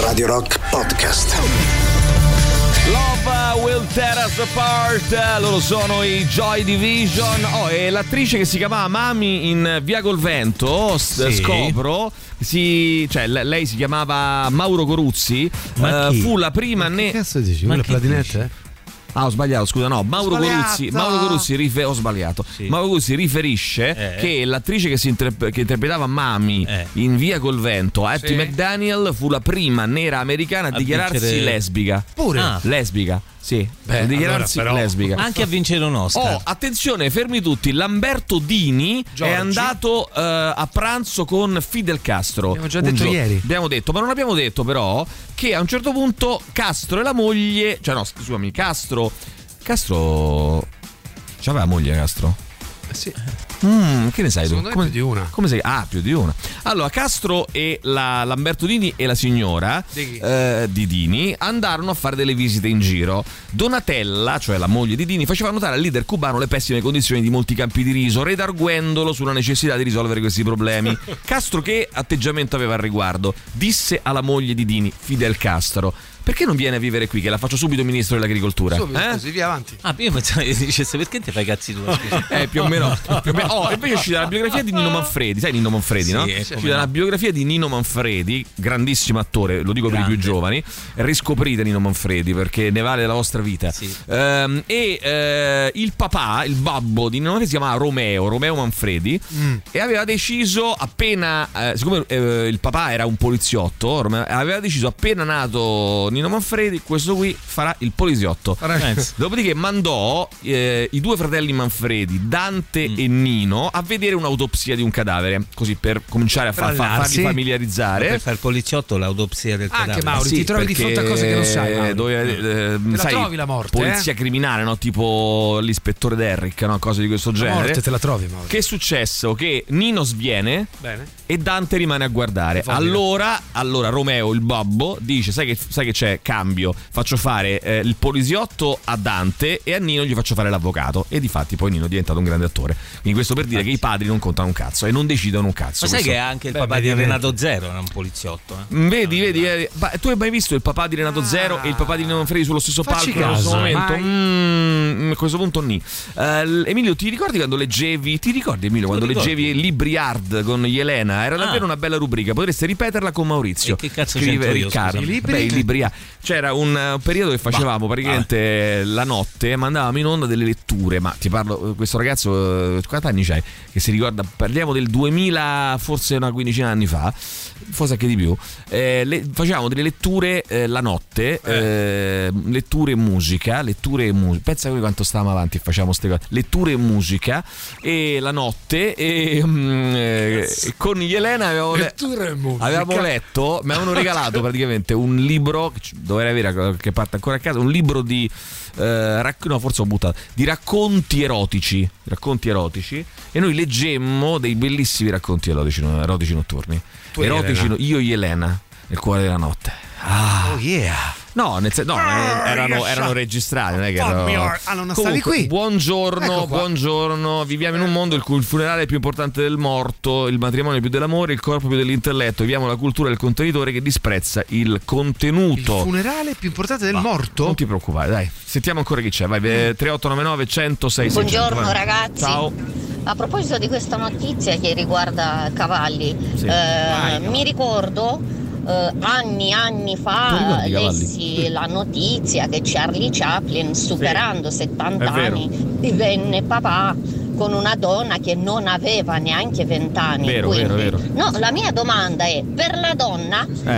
Speaker 6: Radio Rock Podcast.
Speaker 1: Love uh, Will Tear Us Apart, Uh, loro sono i Joy Division. Oh, e l'attrice che si chiamava Mami in Via col Vento, s-
Speaker 3: Sì.
Speaker 1: scopro, si- cioè, le- lei si chiamava Mauro Coruzzi,
Speaker 2: Ma
Speaker 1: eh,
Speaker 2: chi?
Speaker 1: fu la prima
Speaker 2: Che
Speaker 1: ne...
Speaker 2: cazzo dici?
Speaker 1: Ma
Speaker 2: Quella
Speaker 1: che
Speaker 2: platinetta? eh?
Speaker 1: Ah, ho sbagliato, scusa, no, Mauro
Speaker 2: Sbagliata!
Speaker 1: Coruzzi, Mauro Coruzzi rife- ho sbagliato. Mauro Coruzzi
Speaker 2: Eh.
Speaker 1: riferisce che l'attrice che, si interp- che interpretava Mami
Speaker 3: Eh.
Speaker 1: in Via col Vento, Hattie
Speaker 2: Sì.
Speaker 1: McDaniel, fu la prima nera americana a, dichiararsi
Speaker 3: vincere-
Speaker 1: lesbica.
Speaker 3: Pure?
Speaker 1: Ah. Lesbica, sì.
Speaker 3: Beh,
Speaker 1: a dichiararsi
Speaker 3: allora, però-
Speaker 1: lesbica.
Speaker 3: Anche a vincere un Oscar.
Speaker 1: Oh, attenzione, fermi tutti. Lamberto Dini è andato eh, a pranzo con Fidel Castro. Abbiamo
Speaker 2: già detto ieri.
Speaker 1: Abbiamo detto, ma non abbiamo detto però che a un certo punto Castro e la moglie, cioè no, scusami, Castro Castro c'aveva la moglie Castro?
Speaker 2: Eh, Sì.
Speaker 1: Mm, che ne sai
Speaker 2: Secondo
Speaker 1: tu?
Speaker 2: me più di una.
Speaker 1: Come sei? Ah, più di una. Allora, Castro e la Lamberto Dini e la signora
Speaker 2: Di chi?
Speaker 1: eh, di Dini andarono a fare delle visite in giro. Donatella, cioè la moglie di Dini, faceva notare al leader cubano le pessime condizioni di molti campi di riso, redarguendolo sulla necessità di risolvere questi problemi. Castro che atteggiamento aveva al riguardo? Disse alla moglie di Dini, Fidel Castro, perché non viene a vivere qui che la faccio subito ministro dell'agricoltura?
Speaker 2: Subito, così, via avanti.
Speaker 3: Ah, io pensavo che dicesse perché ti fai cazzi tu?
Speaker 1: Eh, più o meno. più o meno- Oh, invece è uscita la biografia di Nino Manfredi. Sai Nino Manfredi,
Speaker 3: Sì,
Speaker 1: no?
Speaker 3: sì,
Speaker 1: È
Speaker 3: come
Speaker 1: uscita
Speaker 3: no.
Speaker 1: la biografia di Nino Manfredi, grandissimo attore, lo dico per i
Speaker 3: Grande.
Speaker 1: più giovani. Riscoprite Nino Manfredi perché ne vale la vostra vita. Ehm, e eh, il papà, il babbo di Nino Manfredi si chiamava Romeo, Romeo Manfredi.
Speaker 3: Mm.
Speaker 1: E aveva deciso appena, eh, siccome eh, il papà era un poliziotto, Romeo- aveva deciso appena nato Nino Manfredi, questo qui farà il poliziotto.
Speaker 2: Pensa.
Speaker 1: Dopodiché mandò eh, i due fratelli Manfredi, Dante
Speaker 2: Mm.
Speaker 1: e Nino, a vedere un'autopsia di un cadavere, così per cominciare a far,
Speaker 3: Per allenarsi.
Speaker 1: farli familiarizzare.
Speaker 3: Per fare il poliziotto l'autopsia del cadavere.
Speaker 1: Sì, perché, eh, dove, eh,
Speaker 2: Te la
Speaker 1: sai,
Speaker 2: trovi la morte,
Speaker 1: Polizia
Speaker 2: eh?
Speaker 1: criminale, no? tipo l'ispettore Derrick, no? cose di questo genere.
Speaker 2: morte te la trovi, Mauro.
Speaker 1: Che è successo? Che Nino sviene
Speaker 2: Bene.
Speaker 1: e Dante rimane a guardare.
Speaker 2: Voglio.
Speaker 1: Allora, allora Romeo, il babbo, dice: Sai che, sai che c'è? Cambio. Faccio fare eh, il poliziotto a Dante e a Nino gli faccio fare l'avvocato. E difatti poi Nino è diventato un grande attore. Quindi questo per dire che i padri non contano un cazzo e non decidono un cazzo.
Speaker 3: Ma sai
Speaker 1: Questo-
Speaker 3: che anche il
Speaker 1: Beh,
Speaker 3: papà di
Speaker 1: mediamente.
Speaker 3: Renato Zero era un poliziotto. eh?
Speaker 1: Mm, Vedi, vedi, eh, ma tu hai mai visto il papà di
Speaker 3: Ah.
Speaker 1: Renato Zero e il papà di Nino Manfredi sullo stesso
Speaker 2: Facci
Speaker 1: palco allo
Speaker 3: eh.
Speaker 1: stesso
Speaker 2: caso,
Speaker 1: momento?
Speaker 2: mai.
Speaker 1: Mm, a questo punto ni. Eh, l- Emilio, ti ricordi quando leggevi? Ti ricordi Emilio quando
Speaker 3: ricordi? Ah.
Speaker 1: leggevi Libri Hard con Yelena? Era davvero una bella rubrica, potreste ripeterla con Maurizio.
Speaker 3: E che cazzo
Speaker 1: Scrive
Speaker 3: c'entro io,
Speaker 1: Riccardo.
Speaker 3: scusami? I libri?
Speaker 1: Beh, i libri Hard. C'era un eh, periodo che facevamo praticamente la notte, mandavamo in onda delle letture, ma ti parlo, eh, questo ragazzo, eh, quanti anni c'hai? Che si ricorda, parliamo del 2000, forse una quindicina anni fa, forse anche di più, Eh, le- facevamo delle letture eh, la notte, eh, letture e musica, letture e musica, pensa voi quanto stavamo avanti e facciamo queste cose, letture e musica, e la notte, e mm, eh, con Elena avevamo... le-
Speaker 2: Letture e musica.
Speaker 1: Avevamo letto, mi avevano regalato praticamente un libro, che ci- dovrei avere da qualche parte ancora a casa, un libro di, eh, rac- no, forse ho buttato, di racconti erotici, racconti erotici, e noi leggemmo dei bellissimi racconti erotici, erotici notturni.
Speaker 2: Tu e
Speaker 1: erotici,
Speaker 2: Elena.
Speaker 1: no- io e Elena, nel cuore della notte. Ah,
Speaker 2: Oh yeah. Ah,
Speaker 1: No, nel sen- no, eh, erano, erano registrati, non è che
Speaker 2: Fuck
Speaker 1: erano...
Speaker 2: me, or- ah, non stavi
Speaker 1: Comunque,
Speaker 2: qui?
Speaker 1: Buongiorno,
Speaker 2: Ecco qua.
Speaker 1: buongiorno. Viviamo in un mondo in cui il funerale è più importante del morto, il matrimonio più dell'amore, il corpo più dell'intelletto. Viviamo la cultura del contenitore che disprezza il contenuto.
Speaker 2: Funerale più importante del morto?
Speaker 1: Non ti preoccupare, dai. Sentiamo ancora chi c'è. Vai, eh, 3899 106
Speaker 13: Buongiorno
Speaker 1: 600, vai.
Speaker 13: ragazzi.
Speaker 1: Ciao.
Speaker 13: A proposito di questa notizia che riguarda cavalli,
Speaker 1: Sì.
Speaker 13: eh,
Speaker 1: Vai.
Speaker 13: mi ricordo eh, anni anni
Speaker 14: Tu
Speaker 13: fa
Speaker 14: ricordi i cavalli?
Speaker 13: lessi la notizia che Charlie Chaplin, superando 70
Speaker 14: È vero.
Speaker 13: anni, divenne papà con una donna che non aveva neanche 20 anni.
Speaker 14: Vero,
Speaker 13: Quindi-
Speaker 14: vero, vero.
Speaker 13: No, la mia domanda è, per la donna
Speaker 14: Eh.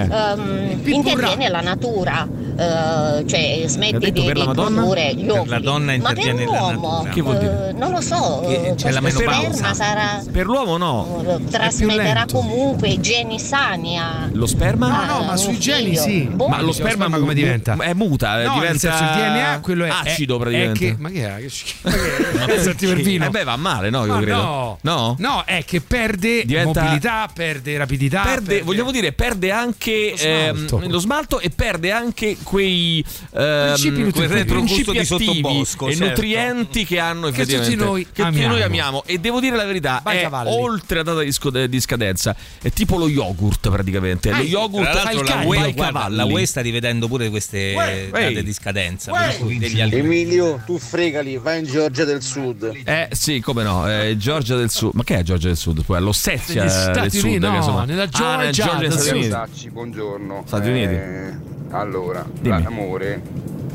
Speaker 13: ehm, interviene la natura, eh, cioè
Speaker 3: Ha
Speaker 13: smetti
Speaker 3: detto
Speaker 13: di
Speaker 3: per la Madonna?
Speaker 13: riprodurre gli
Speaker 3: Per la donna
Speaker 13: ma per
Speaker 3: interviene la
Speaker 13: l'uomo,
Speaker 3: natura. Che vuol dire?
Speaker 13: eh, non lo so,
Speaker 3: Che c'è
Speaker 13: questo
Speaker 3: la menopausa.
Speaker 13: sperma sarà,
Speaker 1: Per l'uomo no.
Speaker 13: trasmetterà
Speaker 1: lento.
Speaker 13: comunque i geni sani a...
Speaker 1: Lo sperma?
Speaker 13: Ah,
Speaker 1: Ah,
Speaker 13: No, no, ma sui geni sì. Boh.
Speaker 1: Ma lo
Speaker 2: Diciamo,
Speaker 1: sperma
Speaker 2: sperma
Speaker 1: mu-
Speaker 2: come diventa?
Speaker 1: mu- È muta, eh,
Speaker 2: No, nel
Speaker 1: diventa
Speaker 2: senso, il DNA quello è
Speaker 1: acido
Speaker 2: è-
Speaker 1: praticamente.
Speaker 2: è che- ma che è? Che schifo.
Speaker 1: Ma
Speaker 2: Ma senti per vino.
Speaker 1: Eh beh, va male, no? Io
Speaker 2: Ma
Speaker 1: credo.
Speaker 2: Ah, no.
Speaker 1: no?
Speaker 2: No, è che perde
Speaker 1: Diventa-
Speaker 2: mobilità, perde rapidità.
Speaker 1: Ah, Perde, vogliamo dire, perde anche ehm, lo smalto, e perde anche quei ehm,
Speaker 2: Principi nutri-
Speaker 1: quei
Speaker 2: Principi
Speaker 1: retrogusto di
Speaker 2: attivi
Speaker 1: sottobosco
Speaker 2: e
Speaker 1: e
Speaker 2: nutrienti
Speaker 1: nutrienti che hanno
Speaker 2: Che tutti
Speaker 1: effettivamente-
Speaker 2: noi
Speaker 1: che tutti
Speaker 2: amiamo.
Speaker 1: noi amiamo. E devo dire la verità,
Speaker 2: Vai,
Speaker 1: è
Speaker 2: cavalli.
Speaker 1: oltre la data di, scod- di scadenza, è tipo lo yogurt praticamente.
Speaker 3: Ah,
Speaker 1: lo
Speaker 3: sì.
Speaker 1: yogurt
Speaker 3: Tra
Speaker 1: fa
Speaker 3: l'altro
Speaker 1: il
Speaker 3: la
Speaker 1: cane,
Speaker 3: UE,
Speaker 1: fa i
Speaker 3: guarda,
Speaker 1: cavalli.
Speaker 3: la UE sta rivedendo pure queste
Speaker 7: Uè,
Speaker 3: eh,
Speaker 7: uè.
Speaker 3: date di scadenza
Speaker 7: Uè.
Speaker 3: per cui degli
Speaker 10: eh.
Speaker 3: alcuni.
Speaker 7: Emilio, tu fregali, vai in Georgia del Sud.
Speaker 1: Eh sì, come no, eh, Georgia del Sud. Ma che è Georgia del Sud? Poi l'Ossetia
Speaker 7: Negli
Speaker 1: del
Speaker 7: Stati
Speaker 1: Sud,
Speaker 7: Uniti,
Speaker 1: che
Speaker 7: no,
Speaker 1: insomma-
Speaker 7: nella
Speaker 1: Ah, nel
Speaker 7: Georgia
Speaker 1: Georgia degli
Speaker 7: del
Speaker 1: Stati
Speaker 7: Sud.
Speaker 1: Uniti.
Speaker 15: Tacci, buongiorno.
Speaker 1: Stati Uniti.
Speaker 15: Eh, allora,
Speaker 1: Dimmi.
Speaker 15: l'amore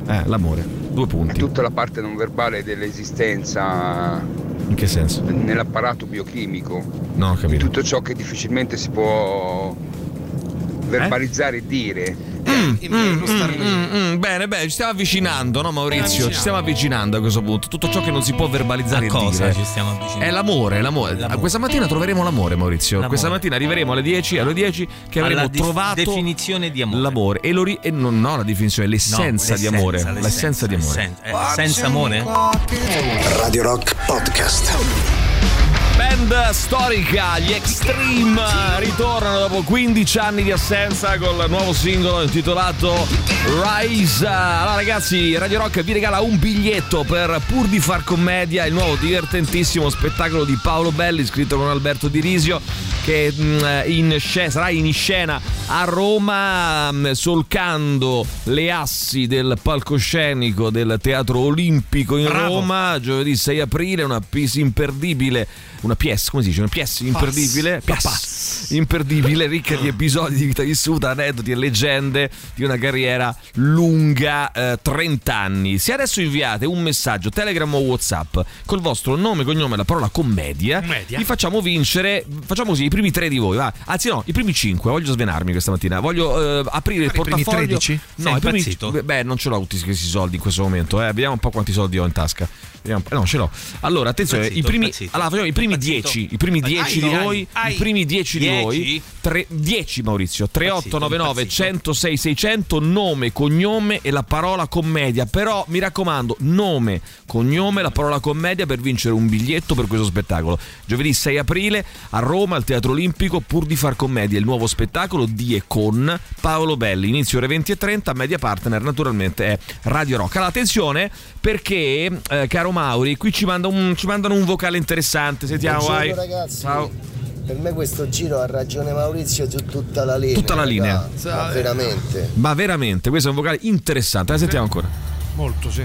Speaker 1: Eh, l'amore, due
Speaker 15: è
Speaker 10: Eh,
Speaker 1: punti.
Speaker 15: tutta la parte non verbale dell'esistenza
Speaker 1: In che senso?
Speaker 15: nell'apparato biochimico.
Speaker 1: No, ho capito.
Speaker 15: Tutto ciò che difficilmente si può verbalizzare e dire.
Speaker 1: Mm, mm, mm, bene, bene, ci stiamo avvicinando, no Maurizio? Ci stiamo avvicinando a questo punto. Tutto ciò che non si può verbalizzare
Speaker 3: A
Speaker 1: e
Speaker 3: cosa
Speaker 1: dire. eh.
Speaker 3: ci stiamo avvicinando?
Speaker 1: È l'amore, l'amore.
Speaker 3: L'amore.
Speaker 1: Ah, Questa mattina troveremo l'amore, Maurizio.
Speaker 3: L'amore.
Speaker 1: Questa mattina arriveremo alle 10, alle 10 che
Speaker 3: Alla
Speaker 1: avremo
Speaker 3: dif-
Speaker 1: trovato
Speaker 3: definizione di amore.
Speaker 1: l'amore. E, lo ri- e non, no, la definizione, l'essenza di
Speaker 3: l'essenza,
Speaker 1: amore.
Speaker 3: l'essenza,
Speaker 1: L'essenza di amore.
Speaker 3: l'essenza. Eh, senza amore?
Speaker 6: Radio Rock Podcast.
Speaker 1: Band storica, gli Extreme eh, ritornano dopo 15 anni di assenza col nuovo singolo intitolato Rise. Allora ragazzi, Radio Rock vi regala un biglietto per Pur di far commedia, il nuovo divertentissimo spettacolo di Paolo Belli scritto con Alberto Di Risio che mh, in sce- sarà in scena a Roma mh, solcando le assi del palcoscenico del Teatro Olimpico in
Speaker 2: Bravo.
Speaker 1: Roma, giovedì 6 aprile, una pièce imperdibile, una pièce, come si dice, una pièce imperdibile,
Speaker 2: Pass.
Speaker 1: Pass. imperdibile, ricca di episodi di vita vissuta, aneddoti e leggende di una carriera lunga eh, 30 anni. Se adesso inviate un messaggio Telegram o WhatsApp col vostro nome, cognome e la parola commedia,
Speaker 2: Commedia.
Speaker 1: vi facciamo vincere, facciamo così, i primi tre di voi, va. Anzi no, i primi cinque, voglio svenarmi questa mattina, voglio eh, aprire il
Speaker 2: i primi
Speaker 1: portafoglio.
Speaker 2: 13?
Speaker 1: No,
Speaker 2: Sei
Speaker 1: i primi-
Speaker 2: impazzito?
Speaker 1: Beh, Beh, non ce l'ho tutti questi soldi in questo momento. Eh. Vediamo un po' quanti soldi ho in tasca. Vediamo un po'. No, ce l'ho. Allora, attenzione,
Speaker 2: Impazzito,
Speaker 1: i primi,
Speaker 2: impazzito.
Speaker 1: allora, facciamo i primi
Speaker 2: Impazzito.
Speaker 1: 10, i primi 10 di
Speaker 2: Ai, ai,
Speaker 1: voi,
Speaker 2: ai.
Speaker 1: i primi 10 di
Speaker 2: Dieci?
Speaker 1: voi, tre- 10 Maurizio, 3899 106 600, nome, cognome e la parola commedia. Però mi raccomando, nome, cognome, la parola commedia per vincere un biglietto per questo spettacolo. Giovedì 6 aprile a Roma al Teatro Olimpico pur di far commedia, il nuovo spettacolo di e con Paolo Belli, inizio ore 20 e 30, media partner naturalmente è Radio Rock. Allora, attenzione perché eh, caro Mauri, qui ci, manda un- ci mandano un vocale interessante, sentiamo
Speaker 16: Buongiorno
Speaker 1: vai.
Speaker 16: ragazzi.
Speaker 1: Ciao.
Speaker 16: Per me questo giro ha ragione Maurizio su tutta la linea.
Speaker 1: Tutta la linea.
Speaker 16: raga. Ma veramente.
Speaker 1: Ma veramente, questo è un vocale interessante. La sentiamo ancora.
Speaker 2: Molto, sì.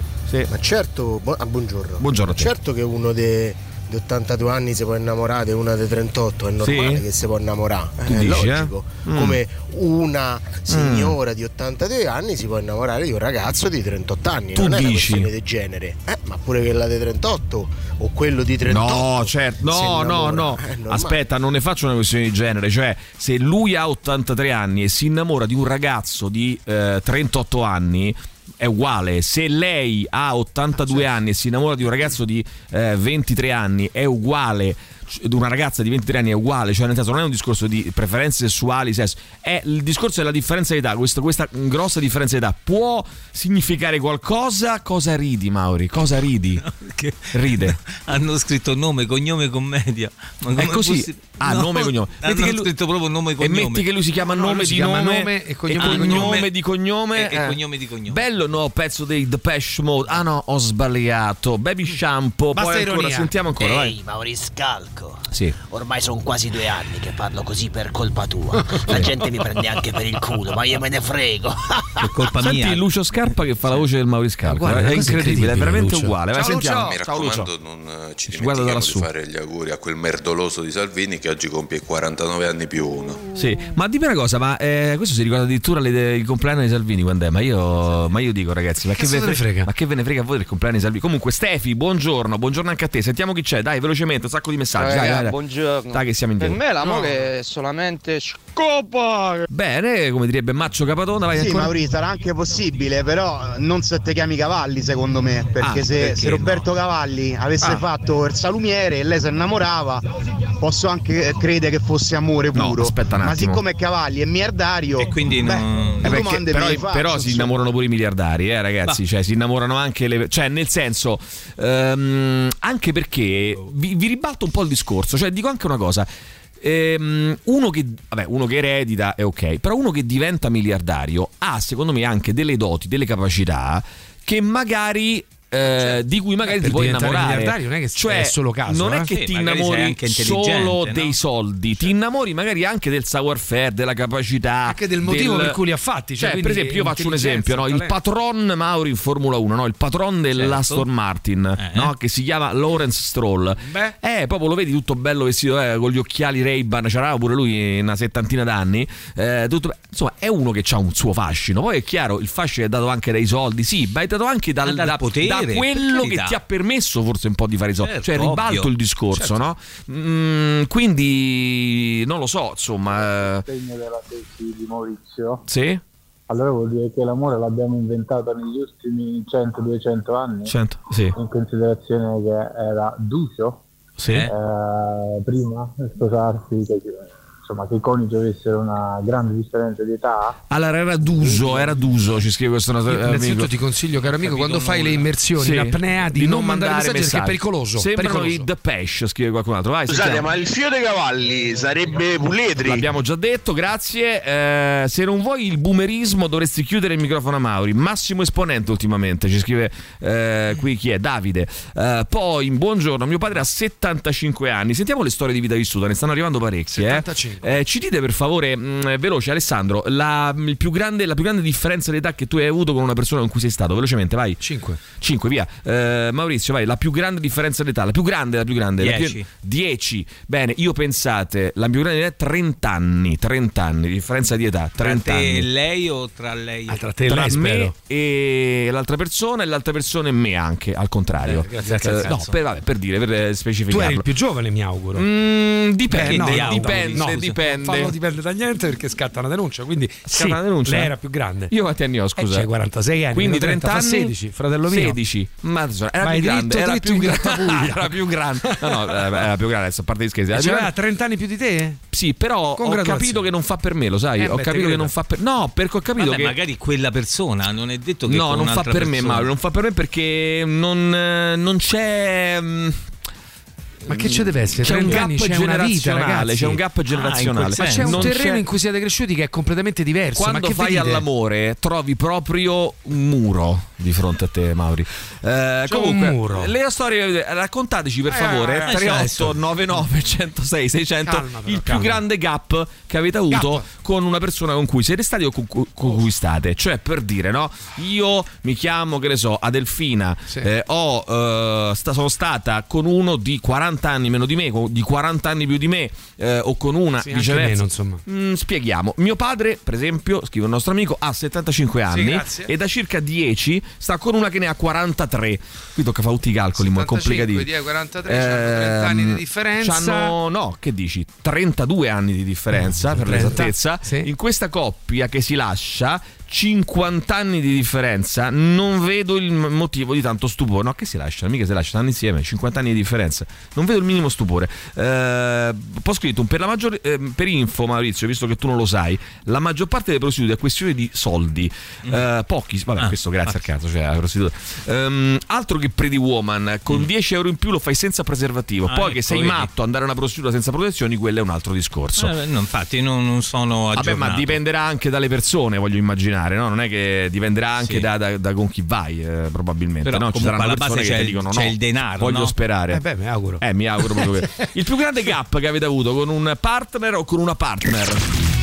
Speaker 16: Ma certo, bu- ah, buongiorno.
Speaker 1: Buongiorno a te.
Speaker 16: Certo che uno de- di 82 anni si può innamorare di una di 38, è normale
Speaker 1: Sì?
Speaker 16: che si può innamorare.
Speaker 1: Tu
Speaker 16: è
Speaker 1: dici, eh?
Speaker 16: logico.
Speaker 1: Mm.
Speaker 16: Come una signora di 82 anni si può innamorare di un ragazzo di 38 anni.
Speaker 1: Mm. Tu
Speaker 16: non è una
Speaker 1: dici?
Speaker 16: questione di genere. Eh, ma pure quella di 38 o quello di 38.
Speaker 1: No, certo,
Speaker 16: si
Speaker 1: no, no,
Speaker 16: innamora.
Speaker 1: no.
Speaker 16: È normale.
Speaker 1: Aspetta, non ne faccio una questione di genere. Cioè, se lui ha 83 anni e si innamora di un ragazzo di eh, 38 anni. È uguale, se lei ha 82 anni e si innamora di un ragazzo di eh, 23 anni, è uguale. di una ragazza di 23 anni è uguale, cioè nel senso non è un discorso di preferenze sessuali, sesso, è il discorso della differenza di età, questa, questa grossa differenza di età può significare qualcosa? Cosa ridi Mauri? Cosa ridi? Ride.
Speaker 3: Hanno scritto nome, cognome, commedia. Ma
Speaker 1: È
Speaker 3: com'è
Speaker 1: così?
Speaker 3: possibile?
Speaker 1: Ah, nome e cognome.
Speaker 3: Hanno
Speaker 1: Metti che lui-
Speaker 3: scritto proprio nome e
Speaker 1: E
Speaker 3: cognome.
Speaker 1: metti che lui si chiama
Speaker 3: No,
Speaker 1: nome,
Speaker 3: lui
Speaker 1: di
Speaker 3: si chiama
Speaker 1: nome,
Speaker 3: nome e
Speaker 1: e
Speaker 3: cognome di cognome.
Speaker 1: di cognome.
Speaker 3: E- e cognome di cognome.
Speaker 1: Bello nuovo pezzo dei Depeche Mode. Ah no, ho sbagliato. Baby shampoo.
Speaker 14: Basta
Speaker 1: Poi ancora,
Speaker 14: ironia.
Speaker 1: sentiamo ancora.
Speaker 14: Ehi,
Speaker 1: vai.
Speaker 14: Mauri Scalco.
Speaker 1: Sì.
Speaker 14: Ormai sono quasi due anni che parlo così per colpa tua. La gente mi prende anche per il culo, ma io me ne frego.
Speaker 1: È colpa
Speaker 14: Senti,
Speaker 1: Senti Lucio Scarpa che fa la voce del Mauri Scarpa.
Speaker 14: Guarda,
Speaker 1: è
Speaker 14: una cosa
Speaker 1: incredibile,
Speaker 14: incredibile,
Speaker 1: è veramente
Speaker 14: Lucio.
Speaker 1: uguale. Vai,
Speaker 14: Ciao,
Speaker 1: sentiamo.
Speaker 17: Mi
Speaker 1: Ciao Lucio.
Speaker 17: raccomando, non eh, ci
Speaker 1: guarda
Speaker 17: dimentichiamo
Speaker 1: da
Speaker 17: di
Speaker 1: lassù.
Speaker 17: fare gli auguri a quel merdoloso di Salvini che oggi compie 49 anni più uno.
Speaker 1: Sì, ma dimmi una cosa, ma eh, questo si ricorda addirittura le- il compleanno di Salvini quando è? Ma io, ma io dico ragazzi, ma che,
Speaker 2: Cazzo
Speaker 1: ve
Speaker 2: te ne frega?
Speaker 1: ma che ve ne frega a voi del compleanno di Salvini? Comunque Stefi, buongiorno, buongiorno anche a te, sentiamo chi c'è, dai velocemente, un sacco di messaggi.
Speaker 18: Raga,
Speaker 1: dai, dai, dai.
Speaker 18: buongiorno.
Speaker 1: Dai che siamo in
Speaker 18: Per
Speaker 1: diretta.
Speaker 18: me l'amore è solamente scopare.
Speaker 1: Bene, come direbbe Maccio Capatonda, vai
Speaker 19: Sì,
Speaker 1: ancora.
Speaker 19: Mauri, sarà anche possibile, però non se te chiami Cavalli, secondo me, perché
Speaker 1: Ah,
Speaker 19: se,
Speaker 1: perché
Speaker 19: se Roberto Cavalli avesse
Speaker 1: Ah.
Speaker 19: fatto il salumiere e lei si innamorava, posso anche credere che fosse amore
Speaker 1: No,
Speaker 19: puro.
Speaker 1: aspetta un
Speaker 19: Ma
Speaker 1: attimo.
Speaker 19: siccome Cavalli è miliardario, e
Speaker 3: quindi
Speaker 1: Eh, perché- però, però si innamorano pure i miliardari, eh, ragazzi. Cioè, si innamorano anche le. Cioè, nel senso, ehm, anche perché vi, vi ribalto un po' il discorso. Cioè, dico anche una cosa. Ehm, uno, che, vabbè, uno che eredita è ok, però uno che diventa miliardario ha, secondo me, anche delle doti, delle capacità che magari. eh, di cui magari
Speaker 2: beh, Certo. per
Speaker 1: ti puoi
Speaker 2: diventare
Speaker 1: innamorare
Speaker 2: miliardario non è che
Speaker 1: cioè,
Speaker 2: è solo caso,
Speaker 1: non è
Speaker 2: eh?
Speaker 1: che
Speaker 2: Sì,
Speaker 1: ti
Speaker 2: magari sei
Speaker 1: innamori
Speaker 2: anche intelligente,
Speaker 1: solo
Speaker 2: no?
Speaker 1: dei soldi ti innamori magari anche del savoir-faire della capacità
Speaker 2: Anche del motivo per cui li ha fatti, cioè,
Speaker 1: cioè, per
Speaker 2: quindi
Speaker 1: esempio, io faccio un
Speaker 2: intelligenza,
Speaker 1: esempio: no? il
Speaker 2: talento.
Speaker 1: patron Mauri in Formula 1, no? il patron dell'Aston
Speaker 2: Certo.
Speaker 1: Martin,
Speaker 2: Eh,
Speaker 1: no? che si chiama Lawrence Stroll. Eh, proprio lo vedi tutto bello vestito eh, con gli occhiali Ray-Ban, c'era pure lui una settantina d'anni. eh, tutto be- Insomma, è uno che ha un suo fascino. Poi è chiaro, il fascino è dato anche dai soldi, sì, ma è dato anche dal,
Speaker 3: Ma dal
Speaker 1: da-
Speaker 3: potere,
Speaker 1: da
Speaker 3: per
Speaker 1: quello che
Speaker 3: carità.
Speaker 1: ti ha permesso forse un po' di fare i soldi.
Speaker 3: Certo,
Speaker 1: cioè, ribalto
Speaker 3: ovvio.
Speaker 1: il discorso,
Speaker 3: Certo.
Speaker 1: no? Mm, quindi, non lo so, insomma. eh,
Speaker 20: segno della tesi di Maurizio,
Speaker 1: Sì?
Speaker 20: allora vuol dire che l'amore l'abbiamo inventato negli ultimi 100-200 anni,
Speaker 1: 100, sì.
Speaker 20: in considerazione che era Ducio
Speaker 1: Sì.
Speaker 20: eh, prima di sposarsi, che, insomma che i coniugi avessero una grande differenza di età.
Speaker 1: Allora era d'uso, era d'uso, ci scrive questo nostro amico.
Speaker 2: Innanzitutto ti consiglio, caro amico, quando fai le immersioni in apnea, di, non mandare messaggi, perché è pericoloso.
Speaker 1: Sembrano
Speaker 2: pericoloso.
Speaker 1: i The Pesh, scrive qualcun altro. Vai,
Speaker 10: Scusate,
Speaker 1: sentiamo.
Speaker 10: ma il fio dei cavalli sarebbe puledri.
Speaker 1: L'abbiamo già detto, grazie. Eh, se non vuoi il boomerismo dovresti chiudere il microfono a Mauri. Massimo esponente ultimamente, ci scrive eh, qui chi è? Davide. Eh, poi, buongiorno, mio padre ha 75 anni. Sentiamo le storie di vita vissuta, ne stanno arrivando parecchie. eh.
Speaker 2: 75.
Speaker 1: Eh, ci dite per favore, mh, veloce Alessandro, la, mh, il più grande, la più grande differenza d'età che tu hai avuto con una persona con cui sei stato? Velocemente, vai.
Speaker 2: 5.
Speaker 1: 5, via. Eh, Maurizio, vai, la più grande differenza d'età, la più grande, la più grande. la più-
Speaker 3: Dieci.
Speaker 1: 10. Bene, io pensate, la più grande è 30 anni, 30 anni, differenza di età, 30
Speaker 3: Tra te
Speaker 1: anni.
Speaker 3: e
Speaker 1: Ah,
Speaker 3: lei o tra lei?
Speaker 2: tra
Speaker 1: tra me e l'altra persona e l'altra persona e me anche, al contrario.
Speaker 2: Eh, grazie al
Speaker 1: no,
Speaker 2: cazzo.
Speaker 1: per, vabbè, per dire, per eh,
Speaker 2: Tu eri
Speaker 1: specificarlo.
Speaker 2: il più giovane, mi auguro.
Speaker 1: Mm, dipende,
Speaker 2: Beh, no, no,
Speaker 1: dipende,
Speaker 2: no, scusa.
Speaker 1: dipende.
Speaker 2: Fa- Non dipende da niente perché scatta una denuncia, quindi
Speaker 1: Scatta una denuncia?
Speaker 2: Lei era più grande. Eh, cioè,
Speaker 1: Io quanti anni ho, scusa?
Speaker 2: c'hai 46 anni,
Speaker 1: Quindi
Speaker 2: io
Speaker 1: 30,
Speaker 2: 30, Eh, fa
Speaker 1: anni,
Speaker 2: 16, fratello mio.
Speaker 1: 16. Ma insomma, era
Speaker 2: Vai
Speaker 1: più
Speaker 2: dritto,
Speaker 1: grande, era
Speaker 2: dritto
Speaker 1: più
Speaker 2: in
Speaker 1: grande.
Speaker 2: grattapuglia.
Speaker 1: era più grande. No, no, eh, era più grande, adesso a parte gli scherzi.
Speaker 2: E
Speaker 1: Era più
Speaker 2: ce l'aveva
Speaker 1: grande.
Speaker 2: 30 anni più di te?
Speaker 1: Sì, però ho
Speaker 2: Congratulazioni.
Speaker 1: capito che non fa per me, lo sai?
Speaker 2: Eh,
Speaker 1: ho
Speaker 2: beh, te
Speaker 1: capito che
Speaker 2: credo.
Speaker 1: non fa per No, perché ho capito
Speaker 3: Vabbè,
Speaker 1: che
Speaker 3: magari quella persona, non è detto che
Speaker 1: No,
Speaker 3: con
Speaker 1: non fa
Speaker 3: un'altra
Speaker 1: per me,
Speaker 3: persona.
Speaker 1: Mauro, non fa per me perché non, eh, non c'è mm,
Speaker 2: Ma che ci deve essere?
Speaker 1: C'è un
Speaker 2: 30
Speaker 1: gap
Speaker 2: anni, c'è una vita,
Speaker 1: generazionale,
Speaker 2: ragazzi. Ah,
Speaker 1: c'è un gap generazionale.
Speaker 2: ma c'è un
Speaker 1: Eh, Non
Speaker 2: terreno
Speaker 1: c'è-
Speaker 2: in cui siete cresciuti che è completamente diverso. ma
Speaker 1: Quando
Speaker 2: che
Speaker 1: fai
Speaker 2: vedete?
Speaker 1: all'amore trovi proprio un muro di fronte a te, Mauri. Eh,
Speaker 2: un
Speaker 1: comunque,
Speaker 2: muro.
Speaker 1: le storie raccontateci per favore
Speaker 2: eh,
Speaker 1: 38 99 106 600
Speaker 2: Calma, però,
Speaker 1: il
Speaker 2: calma.
Speaker 1: più grande gap che avete avuto con una persona con cui siete stati o con, cu- con cui state. Cioè per dire, no? Io mi chiamo, che ne so, Adelfina, eh, ho, eh, sta- sono stata con uno di 40 anni meno di me, con- di 40 anni più di me eh, o con una
Speaker 2: Sì, anche
Speaker 1: viceversa.
Speaker 2: meno, insomma.
Speaker 1: Mm, spieghiamo. Mio padre, per esempio, scrive un nostro amico, ha 75 anni
Speaker 2: grazie.
Speaker 1: e da circa 10 sta con una che ne ha 43. Qui tocca fare tutti i calcoli, ma è
Speaker 2: 45,
Speaker 1: complicatissimo.
Speaker 2: dia 43, c'hanno 30 anni di differenza.
Speaker 1: c'hanno- no, che dici? 32 anni di differenza, per
Speaker 2: 30,
Speaker 1: l'esattezza. In questa coppia che si lascia 50 anni di differenza, non vedo il motivo di tanto stupore. No, che si lasciano, mica si lasciano, stanno insieme, 50 anni di differenza. Non vedo il minimo stupore. Eh, poi ho scritto, per, la maggior, eh, per info Maurizio, visto che tu non lo sai, la maggior parte delle prostitute è questione di soldi.
Speaker 3: Mm.
Speaker 1: Eh, pochi, vabbè,
Speaker 3: Ah,
Speaker 1: questo grazie al cazzo, cioè, la prostituta. Ehm, altro che pretty woman, con 10 euro in più lo fai senza preservativo.
Speaker 3: Mm. Ah,
Speaker 1: Poi
Speaker 3: ecco,
Speaker 1: che sei
Speaker 3: vedi.
Speaker 1: matto, andare a una prostituta senza protezioni, quello è un altro discorso.
Speaker 3: Eh, no, infatti non, non sono
Speaker 1: Vabbè,
Speaker 3: aggiornato.
Speaker 1: ma dipenderà anche dalle persone, voglio immaginare, no? Non è che dipenderà anche
Speaker 3: Sì.
Speaker 1: da, da- da con chi vai, eh, probabilmente.
Speaker 3: Però
Speaker 1: no? Ci
Speaker 3: comunque
Speaker 1: saranno
Speaker 3: alla
Speaker 1: persone
Speaker 3: base
Speaker 1: che
Speaker 3: c'è
Speaker 1: ti
Speaker 3: il-
Speaker 1: dicono
Speaker 3: c'è
Speaker 1: no,
Speaker 3: il denaro,
Speaker 1: Voglio
Speaker 3: no?
Speaker 1: sperare.
Speaker 3: Eh beh,
Speaker 2: mi auguro.
Speaker 1: Eh, mi auguro proprio che- Il più grande gap che avete avuto con un partner o con una partner?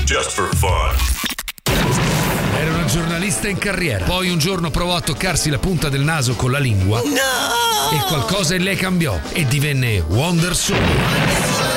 Speaker 9: Just for fun.
Speaker 2: Era una giornalista in carriera. Poi un giorno provò a toccarsi la punta del naso con la lingua. E qualcosa in lei cambiò e divenne Wonder Soul.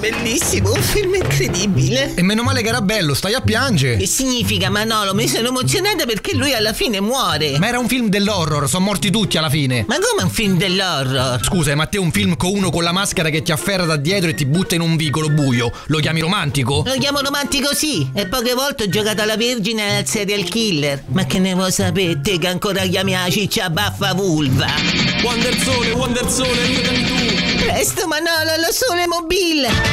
Speaker 21: Bellissimo, un film incredibile. E meno male che era bello, stai a piangere. Che significa, Manolo? Mi sono emozionata perché lui alla fine muore.
Speaker 22: Ma era un film dell'horror, sono morti tutti alla fine.
Speaker 21: Ma come un film dell'horror?
Speaker 22: Scusa, ma te un film con uno con la maschera che ti afferra da dietro e ti butta in un vicolo buio, lo chiami romantico?
Speaker 21: Lo chiamo romantico sì, e poche volte ho giocato alla Vergine al serial killer. Ma che ne vuoi sapere te che ancora chiami la ciccia baffa vulva?
Speaker 23: Wondersole, Wondersole, aiutami tu!
Speaker 21: Presto Manolo, lo sole mobile!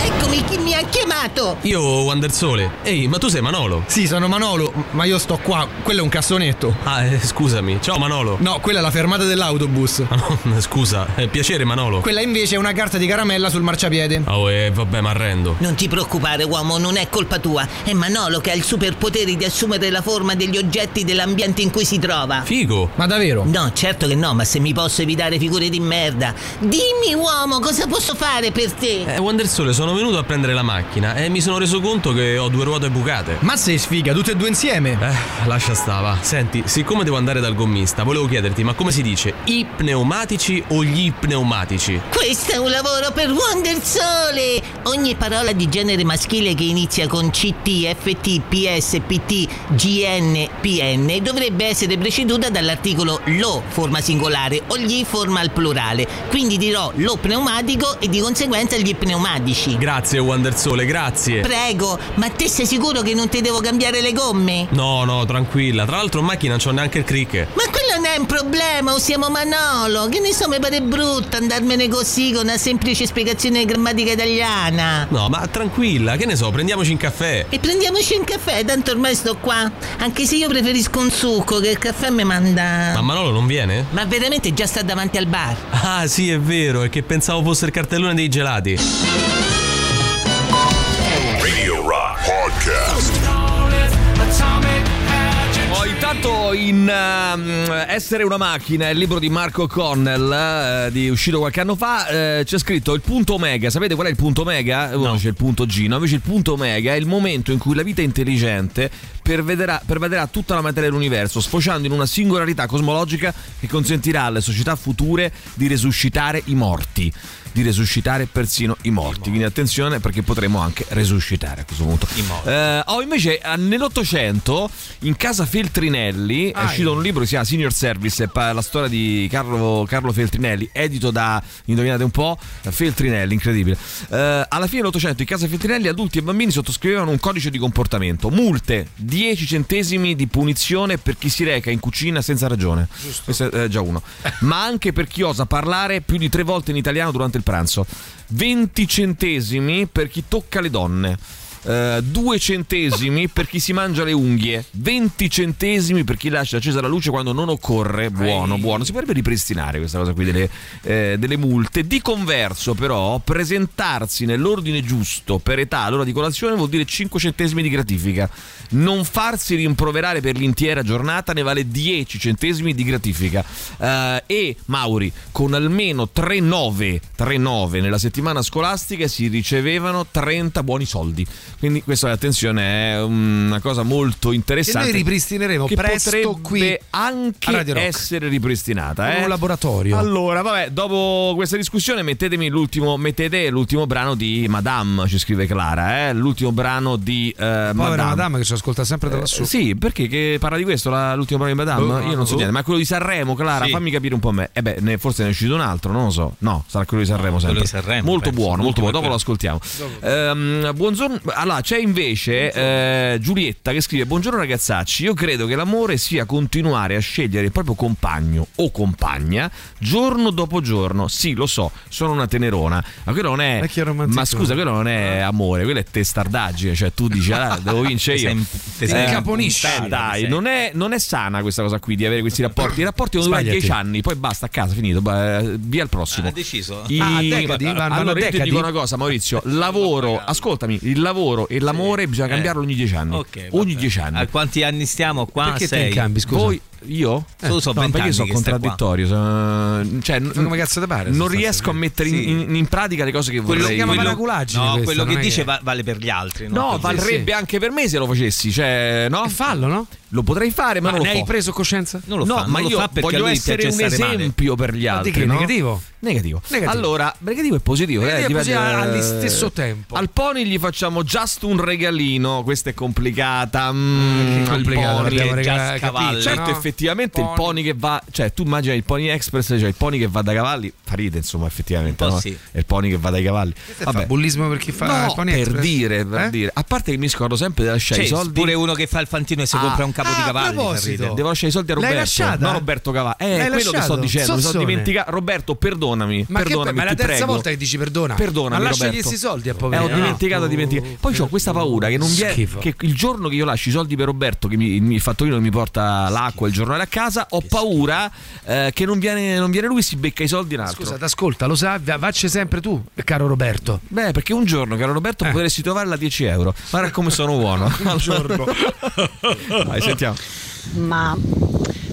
Speaker 21: Eccomi chi mi ha chiamato!
Speaker 23: Io Wondersole. Ehi, ma tu sei Manolo?
Speaker 22: Sì, sono Manolo, m- ma io sto qua. Quello è un cassonetto.
Speaker 23: Ah, eh, scusami. Ciao Manolo.
Speaker 22: No, quella è la fermata dell'autobus.
Speaker 23: Ah, no, scusa, eh, piacere Manolo.
Speaker 22: Quella invece è una carta di caramella sul marciapiede.
Speaker 23: Oh, eh, vabbè, ma arrendo.
Speaker 21: Non ti preoccupare uomo, non è colpa tua. È Manolo che ha il superpotere di assumere la forma degli oggetti dell'ambiente in cui si trova.
Speaker 23: Figo.
Speaker 22: Ma davvero?
Speaker 1: Mm.
Speaker 21: No, certo che no, ma se mi posso evitare figure di merda. Dimmi uomo, cosa posso fare per te?
Speaker 23: Eh, Wondersole, sono venuto a prendere la macchina e mi sono reso conto che ho due ruote bucate.
Speaker 22: Ma sei sfiga, tutte e due insieme.
Speaker 23: Eh, lascia stava. Senti, siccome devo andare dal gommista, volevo chiederti, ma come si dice? I pneumatici o gli pneumatici?
Speaker 21: Questo è un lavoro per Wonder Sole! Ogni parola di genere maschile che inizia con CT, FT, PS, PT, GN, PN dovrebbe essere preceduta dall'articolo lo forma singolare o gli forma al plurale. Quindi dirò lo pneumatico e di conseguenza gli pneumatici.
Speaker 23: Grazie, Wondersole, grazie.
Speaker 21: Prego, ma te sei sicuro che non ti devo cambiare le gomme?
Speaker 23: No, no, tranquilla. Tra l'altro in macchina non c'ho neanche il crick.
Speaker 21: Ma quello non è un problema, usiamo Manolo. Che ne so, mi pare brutto andarmene così con una semplice spiegazione di grammatica italiana.
Speaker 23: No, ma tranquilla, che ne so, prendiamoci un caffè.
Speaker 21: E prendiamoci un caffè, tanto ormai sto qua. Anche se io preferisco un succo che il caffè mi manda.
Speaker 23: Ma Manolo non viene?
Speaker 21: Ma veramente già sta davanti al bar.
Speaker 23: Ah, sì, è vero, è che pensavo fosse il cartellone dei gelati.
Speaker 9: Radio Rock Podcast.
Speaker 1: Oh, intanto in ehm, Essere una macchina, il libro di Marco Connell, eh, di uscito qualche anno fa, eh, c'è scritto il punto omega. Sapete qual è il punto omega? Uno dice il punto G, no? Invece il punto omega è il momento in cui la vita intelligente pervederà, pervederà tutta la materia dell'universo, sfociando in una singolarità cosmologica che consentirà alle società future di resuscitare i morti. Di resuscitare persino i morti. Quindi attenzione perché potremo anche resuscitare a questo punto. I morti. Eh, oh, invece eh, nell'Ottocento in casa Feltrinelli è uscito un libro che si chiama Senior Service, e pa- la storia di Carlo, Carlo Feltrinelli, edito da, indovinate un po', Feltrinelli, incredibile. Eh, alla fine dell'Ottocento in casa Feltrinelli adulti e bambini sottoscrivevano un codice di comportamento, multe, 10 centesimi di punizione per chi si reca in cucina senza ragione. Questo è eh, già uno. Ma anche per chi osa parlare più di tre volte in italiano durante il pranzo. 20 centesimi per chi tocca le donne. 2 Eh, centesimi per chi si mangia le unghie, 20 centesimi per chi lascia accesa la luce quando non occorre. Buono, buono. Si potrebbe ripristinare questa cosa qui delle, eh, delle multe. Di converso, però, presentarsi nell'ordine giusto per età all'ora di colazione vuol dire 5 centesimi di gratifica. Non farsi rimproverare per l'intera giornata ne vale 10 centesimi di gratifica. Eh, e Mauri, con almeno 3-9, 3-9 nella settimana scolastica si ricevevano 30 buoni soldi. Quindi questa attenzione è una cosa molto
Speaker 2: E
Speaker 1: interessante.
Speaker 2: noi ripristineremo
Speaker 1: che
Speaker 2: presto
Speaker 1: potrebbe
Speaker 2: qui
Speaker 1: anche
Speaker 2: a Radio Rock.
Speaker 1: essere ripristinata.
Speaker 2: Con
Speaker 1: eh.
Speaker 2: un laboratorio.
Speaker 1: Allora, vabbè, dopo questa discussione mettetemi l'ultimo, mettete l'ultimo brano di Madame, ci scrive Clara, eh? l'ultimo brano di eh,
Speaker 2: Povera
Speaker 1: Madame.
Speaker 2: madama che ci ascolta sempre da
Speaker 1: Eh,
Speaker 2: lassù.
Speaker 1: Sì, perché che parla di questo la- l'ultimo brano di Madame?
Speaker 2: Oh,
Speaker 1: Io non so
Speaker 2: oh.
Speaker 1: niente, ma quello di Sanremo, Clara,
Speaker 2: Sì.
Speaker 1: fammi capire un po' me. Eh beh, ne- forse ne è uscito un altro, non lo so. No, sarà quello di Sanremo sempre.
Speaker 3: di Sanremo,
Speaker 1: molto
Speaker 3: penso.
Speaker 1: buono, molto buono, dopo
Speaker 3: Quello.
Speaker 1: lo ascoltiamo. Ehm, buongiorno, allora Allora, c'è invece eh, Giulietta che scrive: Buongiorno ragazzacci, io credo che l'amore sia continuare a scegliere il proprio compagno o compagna giorno dopo giorno. Sì, lo so, sono una tenerona. Ma quello non è. Ma scusa, quello non
Speaker 2: Ah.
Speaker 1: è amore, quello è testardaggine. Cioè, tu dici, ah, devo vincere io.
Speaker 3: Te sei- te sei
Speaker 1: caponisci.
Speaker 3: impuntando,
Speaker 1: Dai,
Speaker 3: sei.
Speaker 1: non è, non è sana questa cosa qui di avere questi rapporti. I rapporti devono durare
Speaker 3: Sbagliati.
Speaker 1: 10 anni, poi basta, a casa, finito. bah, Via al prossimo.
Speaker 3: Ha Ah, deciso.
Speaker 1: I- Ah, allora, io ti dico una cosa, Maurizio. Lavoro, ascoltami, il lavoro e l'amore bisogna cambiarlo ogni dieci anni. ogni dieci anni.
Speaker 3: A quanti Mm. anni stiamo qua?
Speaker 1: Perché te
Speaker 3: Sei.
Speaker 1: in cambi, scusa? Voi- io? Eh,
Speaker 3: Tu so
Speaker 1: no, perché
Speaker 3: 20
Speaker 1: io sono
Speaker 3: anni che stai qua.
Speaker 1: contraddittorio. sono- cioè, n-
Speaker 3: come cazzo ti pare,
Speaker 1: Non
Speaker 3: sostanzialmente.
Speaker 1: riesco a mettere in, in- in pratica le cose che
Speaker 3: Quello
Speaker 1: vorrei.
Speaker 3: quello- No,
Speaker 1: questo,
Speaker 3: quello
Speaker 1: non
Speaker 3: che
Speaker 1: è
Speaker 3: dice va- vale per gli altri.
Speaker 1: No,
Speaker 3: Per te.
Speaker 1: varrebbe anche per me se lo facessi, cioè, no? fallo,
Speaker 2: no?
Speaker 1: Lo potrei fare, ma,
Speaker 2: Ma
Speaker 1: non lo
Speaker 2: Ah, ne hai
Speaker 1: fa.
Speaker 2: preso coscienza?
Speaker 1: Non lo no,
Speaker 2: fa,
Speaker 1: ma
Speaker 2: non lo
Speaker 1: io
Speaker 2: fa perché a
Speaker 1: voglio
Speaker 2: lui
Speaker 1: essere
Speaker 2: piace
Speaker 1: un
Speaker 2: stare male.
Speaker 1: esempio per gli
Speaker 2: Ma di
Speaker 1: altri.
Speaker 2: che,
Speaker 1: no?
Speaker 2: negativo?
Speaker 1: Negativo.
Speaker 2: Negativo.
Speaker 1: Allora, negativo e positivo.
Speaker 2: Negativo
Speaker 1: eh,
Speaker 2: e positivo
Speaker 1: dipende-
Speaker 2: allo stesso tempo.
Speaker 1: Al pony gli facciamo just un regalino. Questa è complicata. Mm,
Speaker 2: Ah, che complicata,
Speaker 1: al pony.
Speaker 2: l'abbiamo
Speaker 1: Just
Speaker 2: regala-
Speaker 1: cavalli.
Speaker 2: capito,
Speaker 1: Certo,
Speaker 2: no? Eh,
Speaker 1: effettivamente il
Speaker 2: Pony.
Speaker 1: pony che va. Cioè, tu immagini il pony express, cioè il pony che va da cavalli. Farite, insomma, effettivamente.
Speaker 2: Un po'
Speaker 1: no?
Speaker 2: sì.
Speaker 1: È il pony che va dai cavalli.
Speaker 2: Fa bullismo per chi fa
Speaker 1: No,
Speaker 2: il Pony
Speaker 1: per
Speaker 2: Express?
Speaker 1: dire, per
Speaker 2: Eh?
Speaker 1: dire. A parte che mi scordo sempre di lasciare
Speaker 3: C'è
Speaker 2: Cioè,
Speaker 1: cioè, i soldi.
Speaker 3: cioè, pure uno che fa il fantino e si
Speaker 1: Ah.
Speaker 3: compra un capo
Speaker 1: Ah,
Speaker 3: di
Speaker 1: a
Speaker 3: cavallo. fa
Speaker 1: proposito.
Speaker 3: ridere.
Speaker 1: Devo lasciare i soldi a Roberto.
Speaker 3: L'hai lasciata?
Speaker 1: No, Roberto Cavalli. Eh,
Speaker 3: L'hai
Speaker 1: quello che sto
Speaker 3: lasciato?
Speaker 1: dicendo. Mi sono
Speaker 3: Sozzone.
Speaker 1: dimenticato. Roberto, perdonami.
Speaker 2: Ma, che,
Speaker 1: perdonami,
Speaker 2: ma è la
Speaker 1: ti
Speaker 2: terza
Speaker 1: prego.
Speaker 2: volta che dici perdona.
Speaker 1: Perdonami,
Speaker 2: ma lasciagli
Speaker 1: Roberto.
Speaker 2: questi soldi a
Speaker 1: Eh,
Speaker 2: povero.
Speaker 1: ho dimenticato, ho dimenticato. Poi ho questa paura che non vi è-
Speaker 2: Schifo.
Speaker 1: che il giorno che io lascio i soldi per Roberto, che mi, mi- il fattorino che mi porta l'acqua e il giornale a casa, ho paura eh, che non viene, non viene lui e si becca i soldi in altro.
Speaker 2: Scusa, ascolta, lo sa, va- vacci sempre tu, caro Roberto.
Speaker 1: Beh, perché un giorno, caro Roberto,
Speaker 2: Eh.
Speaker 1: potresti trovarla a 10 euro. Guarda come sono buono. un giorno. Dai, sentiamo.
Speaker 4: Ma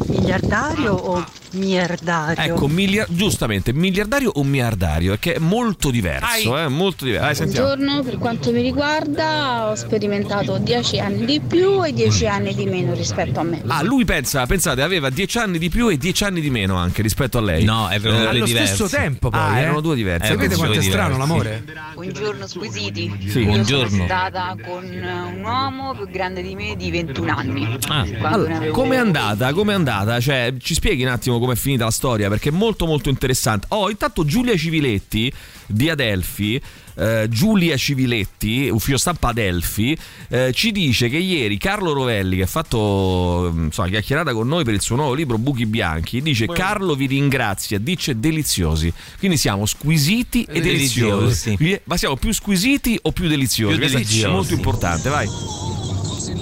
Speaker 4: miliardario o miliardario?
Speaker 1: Ah. Ecco, miliar- giustamente, miliardario o miliardario? Che è molto diverso, eh, molto diverso. Dai, sentiamo.
Speaker 5: Buongiorno, per quanto mi riguarda ho sperimentato 10 anni di più e 10 anni di meno rispetto a me.
Speaker 1: Ah, lui pensa, pensate, aveva 10 anni di più e 10 anni di meno anche rispetto a lei. Eh, No,
Speaker 2: erano due Allo diversi. stesso tempo poi,
Speaker 1: Ah,
Speaker 2: eh?
Speaker 1: erano due diversi.
Speaker 2: Sapete
Speaker 1: erano due
Speaker 2: quanto è strano
Speaker 1: diversi.
Speaker 2: l'amore?
Speaker 8: Buongiorno squisiti.
Speaker 1: Sì,
Speaker 8: Io
Speaker 1: buongiorno.
Speaker 8: sono stata con un uomo più grande di me di 21 anni.
Speaker 1: Ah,
Speaker 8: Quando ne
Speaker 1: allora,
Speaker 8: avevo-
Speaker 1: com'è andata? Com'è andata? Cioè, ci spieghi un attimo com'è finita la storia perché è molto molto interessante. Oh, intanto Giulia Civiletti di Adelphi, eh, Giulia Civiletti, ufficio stampa Adelphi, eh, ci dice che ieri Carlo Rovelli che ha fatto mm, insomma, chiacchierata con noi per il suo nuovo libro Buchi Bianchi, dice Carlo vi ringrazia, dice deliziosi. Quindi siamo squisiti e deliziosi.
Speaker 3: Deliziosi.
Speaker 1: Quindi, Ma siamo più squisiti o più deliziosi?
Speaker 3: Più
Speaker 1: Questo
Speaker 3: deliziosi.
Speaker 1: è molto importante, vai.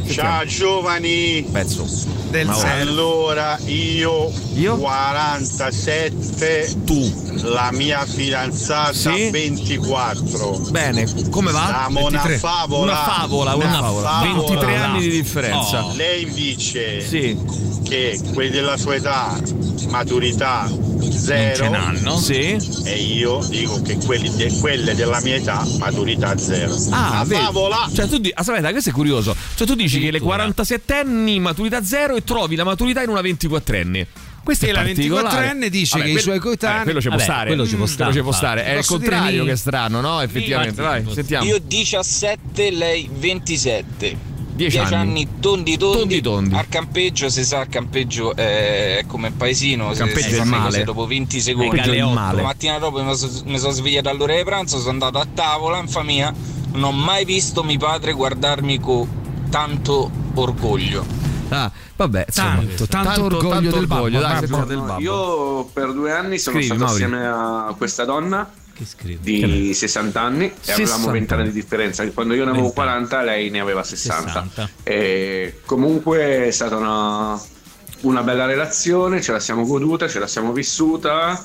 Speaker 24: Ciao giovani!
Speaker 1: Pezzo.
Speaker 24: Del
Speaker 1: Ma ora.
Speaker 24: allora io, 47
Speaker 1: tu
Speaker 24: la mia fidanzata 24
Speaker 1: Bene, come va? 23.
Speaker 24: Siamo una favola
Speaker 1: Una favola, una favola. 23 anni di
Speaker 10: Oh.
Speaker 1: differenza.
Speaker 24: Lei dice che quelli della sua età maturità zero
Speaker 1: Eh, ce n'hanno. Sì.
Speaker 24: E io dico che quelli de- quelle della mia età maturità zero
Speaker 1: Ah,
Speaker 24: Una
Speaker 1: vedi?
Speaker 24: favola
Speaker 1: Cioè, tu dici, aspetta, questo è curioso. Cioè, tu dici che le 47 anni maturità zero e trovi la maturità in una 24enne. Questo
Speaker 2: E
Speaker 1: è
Speaker 2: la
Speaker 1: particolare.
Speaker 2: 24enne dice
Speaker 1: Vabbè,
Speaker 2: che i
Speaker 1: quello-
Speaker 2: suoi coetanei-
Speaker 1: vabbè, quello ci può
Speaker 2: Vabbè,
Speaker 1: stare.
Speaker 2: quello ci può
Speaker 1: Mm,
Speaker 2: stare,
Speaker 1: quello ci può
Speaker 2: infatti.
Speaker 1: stare. È il
Speaker 2: Posso dire
Speaker 1: contrario
Speaker 2: mi?
Speaker 1: che è strano, no? Effettivamente, vai, sentiamo.
Speaker 25: Io 17, lei 27.
Speaker 1: 10
Speaker 25: 10
Speaker 1: anni.
Speaker 25: anni. tondi tondi.
Speaker 1: Tondi tondi.
Speaker 25: Al campeggio si sa, il campeggio è, è come il paesino.
Speaker 1: Il
Speaker 25: se-
Speaker 1: campeggio
Speaker 25: si
Speaker 1: è
Speaker 25: fanno
Speaker 1: male.
Speaker 25: cose Dopo 20
Speaker 1: Il
Speaker 25: secondi.
Speaker 1: campeggio è
Speaker 25: Alle otto.
Speaker 1: male.
Speaker 25: La mattina dopo mi sono svegliato all'ora di pranzo, sono andato a tavola in famiglia. Non ho mai visto mio padre guardarmi con tanto orgoglio.
Speaker 1: Ah, vabbè, insomma,
Speaker 25: Tanto, tanto orgoglio del babbo,
Speaker 1: orgoglio, dai,
Speaker 25: babbo.
Speaker 1: sentiamo del babbo.
Speaker 26: Io per due anni sono
Speaker 1: Scrivi,
Speaker 26: stato
Speaker 1: Mauri.
Speaker 26: assieme a questa donna
Speaker 1: Che
Speaker 26: di 60 anni e
Speaker 1: 60.
Speaker 26: avevamo 20 anni di differenza. Quando io ne avevo 40 lei ne aveva 60. E comunque è stata una, una bella relazione, ce la siamo goduta, ce la siamo vissuta.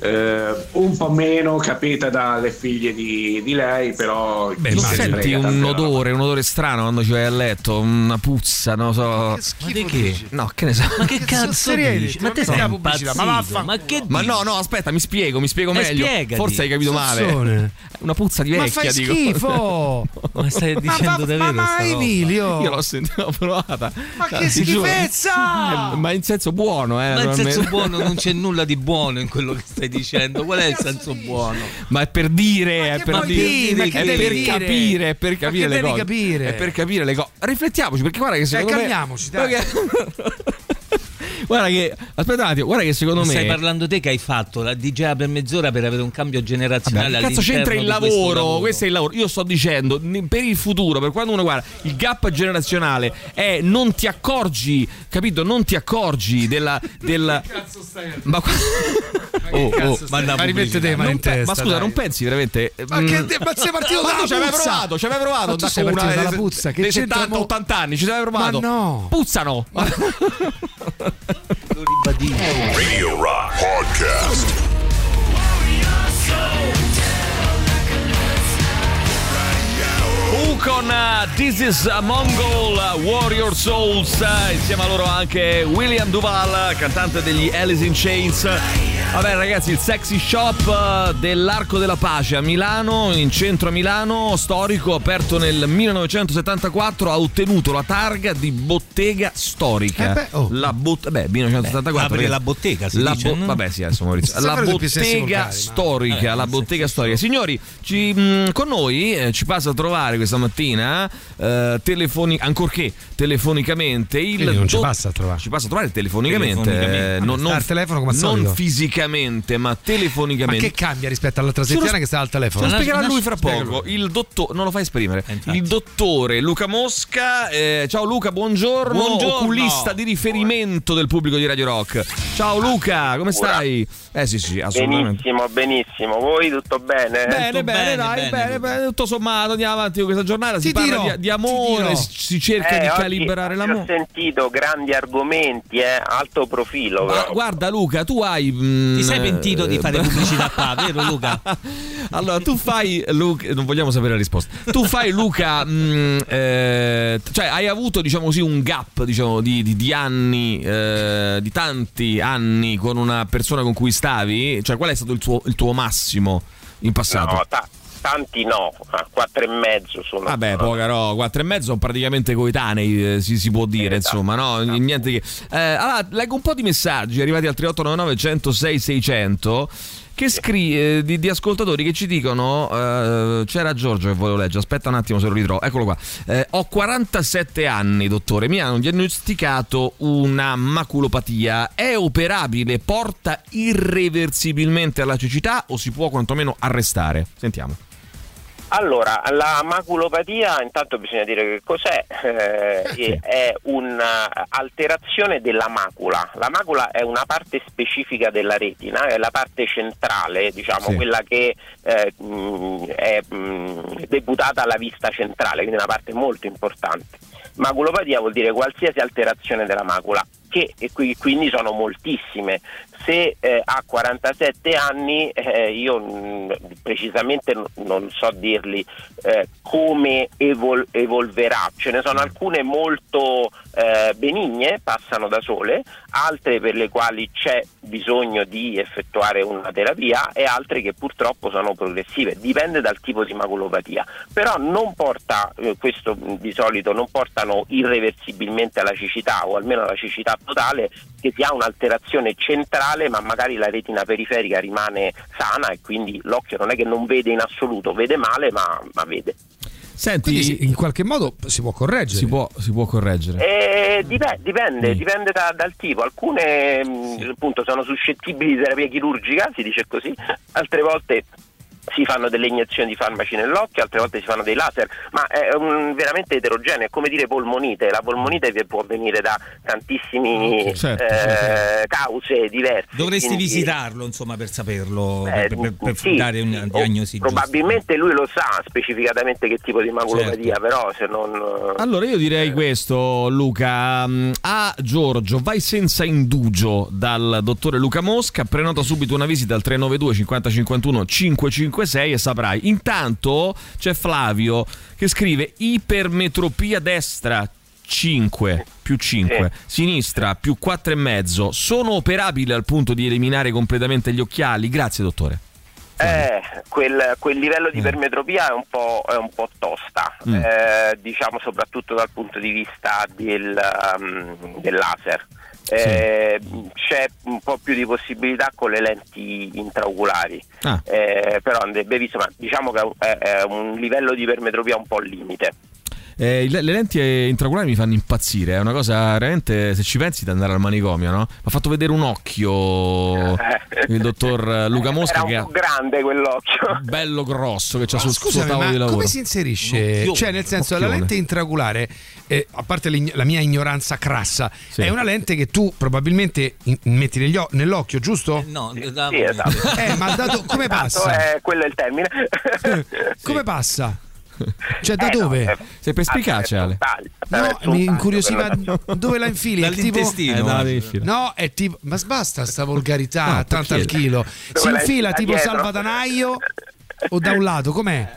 Speaker 26: eh, un po' meno capita dalle figlie di, di lei, però...
Speaker 1: Beh,
Speaker 26: chi
Speaker 1: ma
Speaker 26: se ne
Speaker 1: senti
Speaker 26: frega
Speaker 1: un
Speaker 26: tanto.
Speaker 1: odore, un odore strano quando ci vai a letto, una puzza, non so.
Speaker 3: Ma di che?
Speaker 1: No, che ne so.
Speaker 3: Ma che cazzo dici? Ma te sei
Speaker 1: pubblicità,
Speaker 3: impazzito?
Speaker 1: ma vaffa-
Speaker 3: Ma che
Speaker 1: Ma
Speaker 3: dici?
Speaker 1: no, no, aspetta, mi spiego, mi spiego
Speaker 3: Eh,
Speaker 1: meglio.
Speaker 3: spiegati.
Speaker 1: Forse hai capito male.
Speaker 3: Sassone.
Speaker 1: Una puzza di
Speaker 3: Ma
Speaker 1: vecchia,
Speaker 3: fai
Speaker 1: dico.
Speaker 3: schifo! Ma stai dicendo davvero
Speaker 1: Ma
Speaker 3: sta roba?
Speaker 1: Emilio! Io l'ho sentita, l'ho provata. Ma
Speaker 3: che schifezza!
Speaker 1: Eh, Ma in senso buono, eh.
Speaker 3: Ma il senso
Speaker 1: naturalmente.
Speaker 3: buono non c'è nulla di buono in quello che stai dicendo. Qual è il senso buono?
Speaker 1: Ma è per dire, è
Speaker 3: che
Speaker 1: per
Speaker 3: vuoi dire?
Speaker 1: dire,
Speaker 3: Ma
Speaker 1: è
Speaker 3: che
Speaker 1: per
Speaker 3: devi dire?
Speaker 1: capire, è
Speaker 3: Ma
Speaker 1: per
Speaker 3: che
Speaker 1: capire le
Speaker 3: devi
Speaker 1: cose.
Speaker 3: capire? Eh,
Speaker 1: È per capire le cose. Riflettiamoci, perché guarda che secondo me
Speaker 2: calmiamoci, dai.
Speaker 1: Perché-
Speaker 3: Guarda che. Aspetta un attimo, guarda che secondo
Speaker 1: me-
Speaker 3: Stai parlando te che hai fatto la DJ per mezz'ora per avere un cambio generazionale
Speaker 1: Vabbè, che cazzo
Speaker 3: all'interno
Speaker 1: c'entra il
Speaker 3: di questo
Speaker 1: lavoro?
Speaker 3: lavoro?
Speaker 1: Questo è il lavoro. Io sto dicendo n- per il futuro, per quando uno guarda il gap generazionale è non ti accorgi, capito? Non ti accorgi della. della... ma qua... Oh,
Speaker 2: cazzo
Speaker 1: oh,
Speaker 2: stai-
Speaker 1: manda
Speaker 2: Ma
Speaker 1: pubblicità.
Speaker 2: rimettete le mani
Speaker 1: Non
Speaker 2: in
Speaker 1: pe-
Speaker 2: testa,
Speaker 1: Ma scusa,
Speaker 2: dai.
Speaker 1: non pensi veramente.
Speaker 2: Ma che
Speaker 1: mm,
Speaker 2: de- ma sei partito
Speaker 1: ma
Speaker 2: dalla
Speaker 1: tu ci avevi
Speaker 2: puzza?
Speaker 1: provato, ci avevi provato.
Speaker 2: Ma tu
Speaker 1: da
Speaker 2: sei partito
Speaker 1: una-
Speaker 2: dalla puzza, che
Speaker 1: dei
Speaker 2: c'entra
Speaker 1: 70-80 anni, ci avevi provato.
Speaker 2: Ma no.
Speaker 1: Puzzano.
Speaker 9: Radio Rock Podcast.
Speaker 1: U con eh, This is a Mongol eh, Warrior Souls, eh, insieme a loro anche William Duval, eh, cantante degli Alice in Chains. Vabbè ragazzi, il sexy shop eh, dell'Arco della Pace a Milano, in centro a Milano, storico, aperto nel 1974, ha ottenuto la targa di bottega storica.
Speaker 2: Eh beh, oh.
Speaker 1: La bot- beh, 1974.
Speaker 3: apri
Speaker 1: perché-
Speaker 3: Eh, la bottega, si
Speaker 1: la
Speaker 3: dice, no?
Speaker 1: Vabbè sì, adesso Maurizio.
Speaker 3: Sembra
Speaker 1: la
Speaker 3: che più stessi
Speaker 1: bottega
Speaker 3: vocali, ma-
Speaker 1: storica,
Speaker 3: Eh,
Speaker 1: la bottega storica. Signori, ci, mh, con noi eh, ci passa a trovare questa mattina, eh, telefoni- ancorché telefonicamente, il
Speaker 2: Quindi non ci
Speaker 1: dott-
Speaker 2: passa a trovare.
Speaker 1: Ah, Ci passa a trovare telefonicamente,
Speaker 2: Telefonicamente.
Speaker 1: eh,
Speaker 2: Vabbè,
Speaker 1: non,
Speaker 2: sta
Speaker 1: non-
Speaker 2: al telefono come al
Speaker 1: non
Speaker 2: solito.
Speaker 1: fisicamente, ma
Speaker 2: Ma
Speaker 1: telefonicamente.
Speaker 2: che cambia rispetto all'altra settimana che sta al telefono?
Speaker 1: Lo spiegherà lui fra
Speaker 2: Spiega
Speaker 1: poco. Il dottore, non lo fa esprimere.
Speaker 2: Eh,
Speaker 1: Il dottore Luca Mosca. eh, ciao Luca, buongiorno.
Speaker 3: Buongiorno.
Speaker 1: Oculista di riferimento del pubblico di Radio Rock. Ciao Luca, come stai? Eh sì, sì, assolutamente.
Speaker 6: Benissimo, benissimo. Voi tutto bene?
Speaker 1: Bene, bene, dai, bene, bene, tutto sommato andiamo avanti con questa giornata. Si
Speaker 6: Ti
Speaker 1: parla
Speaker 6: dirò,
Speaker 1: di, di amore,
Speaker 6: ti dirò.
Speaker 1: si si cerca
Speaker 6: Eh,
Speaker 1: di
Speaker 6: oggi-
Speaker 1: calibrare
Speaker 6: oggi
Speaker 1: l'amore.
Speaker 6: Ho sentito grandi argomenti, eh, alto profilo.
Speaker 1: Ma
Speaker 6: però.
Speaker 1: Ah, guarda Luca, tu hai... mm,
Speaker 6: Ti sei pentito di fare
Speaker 1: pubblicità qua, vero Luca? allora, tu fai... Luca, non vogliamo sapere la risposta. Tu fai Luca... mm, eh, cioè, hai avuto, diciamo così, un gap diciamo, di, di- di anni, eh, di tanti anni con una persona con cui stavi? Cioè, qual è stato il tuo, il tuo massimo in passato?
Speaker 6: No, ta- tanti no, a quattro e mezzo sono.
Speaker 1: Vabbè, poca roba, 4 e mezzo sono praticamente coetanei, eh, si, si può dire, insomma, no? Niente che... Eh, allora, leggo un po' di messaggi arrivati al 3899 106 600 che scri- eh, di, di ascoltatori che ci dicono eh, c'era Giorgio che volevo leggere aspetta un attimo se lo ritrovo eccolo qua Eh, ho 47 anni dottore mi hanno diagnosticato una maculopatia è operabile porta irreversibilmente alla cecità o si può quantomeno arrestare sentiamo
Speaker 6: Allora, la maculopatia, intanto bisogna dire che cos'è, eh, e è un'alterazione della macula. La macula è una parte specifica della retina, è la parte centrale, diciamo,
Speaker 7: Sì.
Speaker 6: quella che eh, mh, è mh, deputata alla vista centrale, quindi una parte molto importante. Maculopatia vuol dire qualsiasi alterazione della macula, che e qui- quindi sono moltissime. Se eh, a 47 anni, eh, io mh, precisamente n- non so dirli eh, come evol- evolverà, ce ne sono alcune molto eh, benigne, passano da sole, altre per le quali c'è bisogno di effettuare una terapia e altre che purtroppo sono progressive, dipende dal tipo di maculopatia, però non porta, eh, questo mh, di solito non portano irreversibilmente alla cecità o almeno alla cecità totale che si ha un'alterazione centrale ma magari la retina periferica rimane sana e quindi l'occhio non è che non vede in assoluto, vede male ma, ma vede.
Speaker 1: Senti,
Speaker 2: in qualche modo si può correggere.
Speaker 1: Si può, si può correggere.
Speaker 6: Eh, dipe-
Speaker 3: Mm.
Speaker 6: dipende, dipende da- dal tipo. Alcune mh, appunto sono suscettibili di terapia chirurgica, si dice così, altre volte si fanno delle iniezioni di farmaci nell'occhio, altre volte si fanno dei laser, ma è un- veramente eterogeneo, è come dire polmonite, la polmonite vi può venire da tantissime
Speaker 3: Ok, certo,
Speaker 6: eh,
Speaker 3: sì,
Speaker 6: cause diverse.
Speaker 3: Dovresti
Speaker 6: quindi-
Speaker 3: visitarlo, insomma, per saperlo,
Speaker 6: Eh,
Speaker 3: per, per- per
Speaker 6: sì,
Speaker 3: dare una
Speaker 6: sì,
Speaker 3: diagnosi.
Speaker 6: Probabilmente lui lo sa specificatamente che tipo di maculopatia,
Speaker 3: Certo.
Speaker 6: però se non...
Speaker 1: Allora io direi questo Luca, Mm, a Giorgio vai senza indugio dal dottore Luca Mosca, prenota subito una visita al 392 50 51 556 e saprai. Intanto c'è Flavio che scrive ipermetropia destra 5 più 5, sinistra più 4 e mezzo, sono operabili al punto di eliminare completamente gli occhiali? Grazie dottore.
Speaker 6: Eh, quel, quel livello di ipermetropia è un po', è un po tosta,
Speaker 1: Mm.
Speaker 6: eh, diciamo soprattutto dal punto di vista del, um, del laser. Eh, C'è un po' più di possibilità con le lenti intraoculari,
Speaker 1: Ah.
Speaker 6: eh, però andrebbe visto, ma diciamo che è, un- è- è un livello di ipermetropia un po' al limite.
Speaker 1: eh, le le lenti eh, intraoculari mi fanno impazzire, è una cosa veramente, se ci pensi, di andare al manicomio, no? Mi ha fatto vedere un occhio il dottor Luca Mosca che
Speaker 6: Era
Speaker 1: ha
Speaker 6: un po' grande quell'occhio.
Speaker 1: bello grosso che c'ha sul suo
Speaker 2: Scusami,
Speaker 1: tavolo di
Speaker 2: ma
Speaker 1: lavoro. Eh,
Speaker 2: come si inserisce?
Speaker 1: Occhione,
Speaker 2: cioè, nel senso, la
Speaker 1: occhione.
Speaker 2: lente intraoculare, eh, a parte l'ign- la mia ignoranza crassa, è una lente che tu probabilmente in- metti negli o- nell'occhio,
Speaker 1: Eh,
Speaker 2: giusto?
Speaker 3: No,
Speaker 6: Sì, esatto.
Speaker 2: Eh, ma dato-
Speaker 6: Esatto,
Speaker 2: come
Speaker 1: Ah,
Speaker 2: passa?
Speaker 6: eh, quello è il termine.
Speaker 2: Come passa? Cioè, da
Speaker 6: Eh, no,
Speaker 2: dove?
Speaker 6: eh,
Speaker 1: Sei perspicace, Ale.
Speaker 2: No, mi incuriosiva
Speaker 6: Attraverso
Speaker 2: dove la infili? È tipo-
Speaker 1: Dall'intestino. Eh, no, la devi infilare.
Speaker 2: no, è tipo. Ma basta sta volgarità,
Speaker 1: No,
Speaker 2: tanto al
Speaker 1: perché?
Speaker 2: chilo. Si
Speaker 6: Dove la
Speaker 2: infila
Speaker 6: infila
Speaker 2: tipo
Speaker 6: dietro?
Speaker 2: salvadanaio o da un lato? Com'è?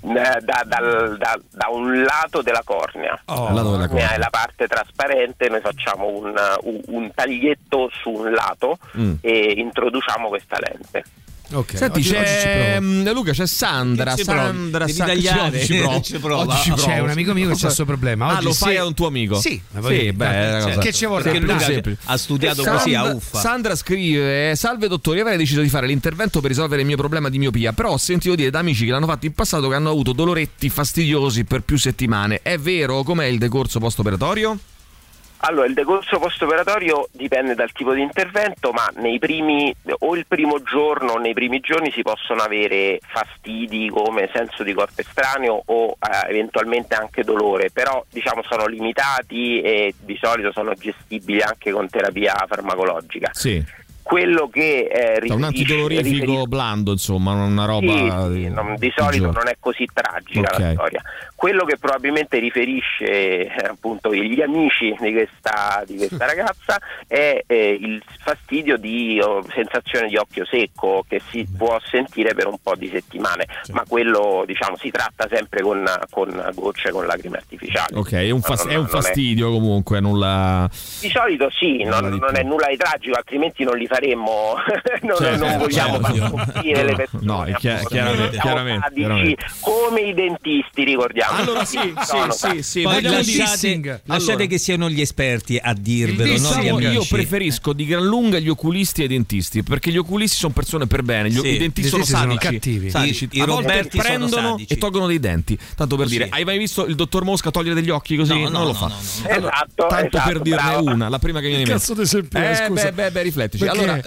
Speaker 6: Eh, Da, dal- da- da un lato della cornea,
Speaker 2: Oh. Al lato della cornea.
Speaker 6: è la parte trasparente, noi facciamo un, un- un taglietto su un lato
Speaker 1: Mm.
Speaker 6: e introduciamo questa lente.
Speaker 2: Ok,
Speaker 1: Senti,
Speaker 2: oggi- oggi ci
Speaker 1: c'è
Speaker 2: provo.
Speaker 1: mm, Luca, c'è Sandra.
Speaker 2: Che ci provi?
Speaker 1: Sandra,
Speaker 2: Devi
Speaker 1: Sa-
Speaker 2: tagliare.
Speaker 1: oggi ci provo.
Speaker 2: Ci prova.
Speaker 1: Oggi ci provo.
Speaker 2: C'è un amico mio che c'ha questo problema.
Speaker 1: Ah,
Speaker 2: Oggi
Speaker 1: lo
Speaker 2: sì.
Speaker 1: fai a un tuo amico?
Speaker 2: Sì, ma voglio
Speaker 1: sì
Speaker 2: dire,
Speaker 1: beh, è una
Speaker 2: cioè,
Speaker 1: cosa.
Speaker 2: che ci vorrà?
Speaker 1: Perché
Speaker 2: Luca
Speaker 1: semplice.
Speaker 2: ha studiato così a uffa.
Speaker 1: Sandra scrive: Salve dottore, avrei deciso di fare l'intervento per risolvere il mio problema di miopia. Però ho sentito dire da amici che l'hanno fatto in passato che hanno avuto doloretti fastidiosi per più settimane. È vero? Com'è il decorso post-operatorio?
Speaker 6: Allora, il decorso post-operatorio dipende dal tipo di intervento, ma nei primi, o il primo giorno o nei primi giorni si possono avere fastidi come senso di corpo estraneo o eh, eventualmente anche dolore, però diciamo sono limitati e di solito sono gestibili anche con terapia farmacologica.
Speaker 1: Sì.
Speaker 6: Quello che eh,
Speaker 1: Da Cioè, un
Speaker 6: riferisce-
Speaker 1: antidolorifico blando, insomma, una roba.
Speaker 6: sì, sì, non- di solito non è così tragica
Speaker 1: Ok.
Speaker 6: la storia. Quello che probabilmente riferisce eh, appunto gli amici di questa, di questa ragazza è eh, il fastidio di oh, sensazione di occhio secco che si può sentire per un po' di settimane, ma quello diciamo si tratta sempre con, con gocce, con lacrime artificiali.
Speaker 1: Ok, è un, fas-
Speaker 6: Non-
Speaker 1: è un
Speaker 6: non
Speaker 1: fastidio comunque, nulla.
Speaker 6: Di solito sì, non,
Speaker 1: Nulla di
Speaker 6: non è
Speaker 1: più.
Speaker 6: nulla di tragico, altrimenti non li faremmo, non,
Speaker 1: Certo,
Speaker 6: non vogliamo far
Speaker 1: certo.
Speaker 6: soffrire le persone.
Speaker 1: No, è chiar-
Speaker 6: appunto.
Speaker 1: chiaramente,
Speaker 6: Siamo
Speaker 1: chiaramente,
Speaker 6: sadici,
Speaker 1: chiaramente.
Speaker 6: Come i dentisti, ricordiamo.
Speaker 1: Allora, sì,
Speaker 6: Sono
Speaker 1: sì,
Speaker 6: sadici.
Speaker 1: sì,
Speaker 3: Poi
Speaker 1: voglio
Speaker 3: lasciate,
Speaker 1: dissing.
Speaker 3: lasciate
Speaker 1: Allora.
Speaker 3: che siano gli esperti a dirvelo, non gli
Speaker 1: Diciamo,
Speaker 3: amici.
Speaker 1: io preferisco di gran lunga gli oculisti ai dentisti perché gli oculisti sono persone per bene, gli
Speaker 3: Sì.
Speaker 1: i dentisti sono
Speaker 3: I dentisti sono
Speaker 1: sadici,
Speaker 3: cattivi.
Speaker 1: Sadici.
Speaker 3: I- i
Speaker 1: a volte
Speaker 3: Roberti sono
Speaker 1: prendono
Speaker 3: sadici.
Speaker 1: e tolgono dei denti. Tanto per dire, hai mai visto il dottor Mosca togliere degli occhi così?
Speaker 3: No, no,
Speaker 1: non lo
Speaker 3: no,
Speaker 1: fa.
Speaker 3: no, no.
Speaker 1: Allora,
Speaker 6: Esatto,
Speaker 1: tanto
Speaker 6: esatto,
Speaker 1: per dirne
Speaker 6: brava.
Speaker 1: una, la prima che viene in mente.
Speaker 6: Cazzo di esempio,
Speaker 1: eh,
Speaker 6: scusa.
Speaker 1: Beh, beh, beh, riflettici.
Speaker 3: Perché?
Speaker 1: Allora,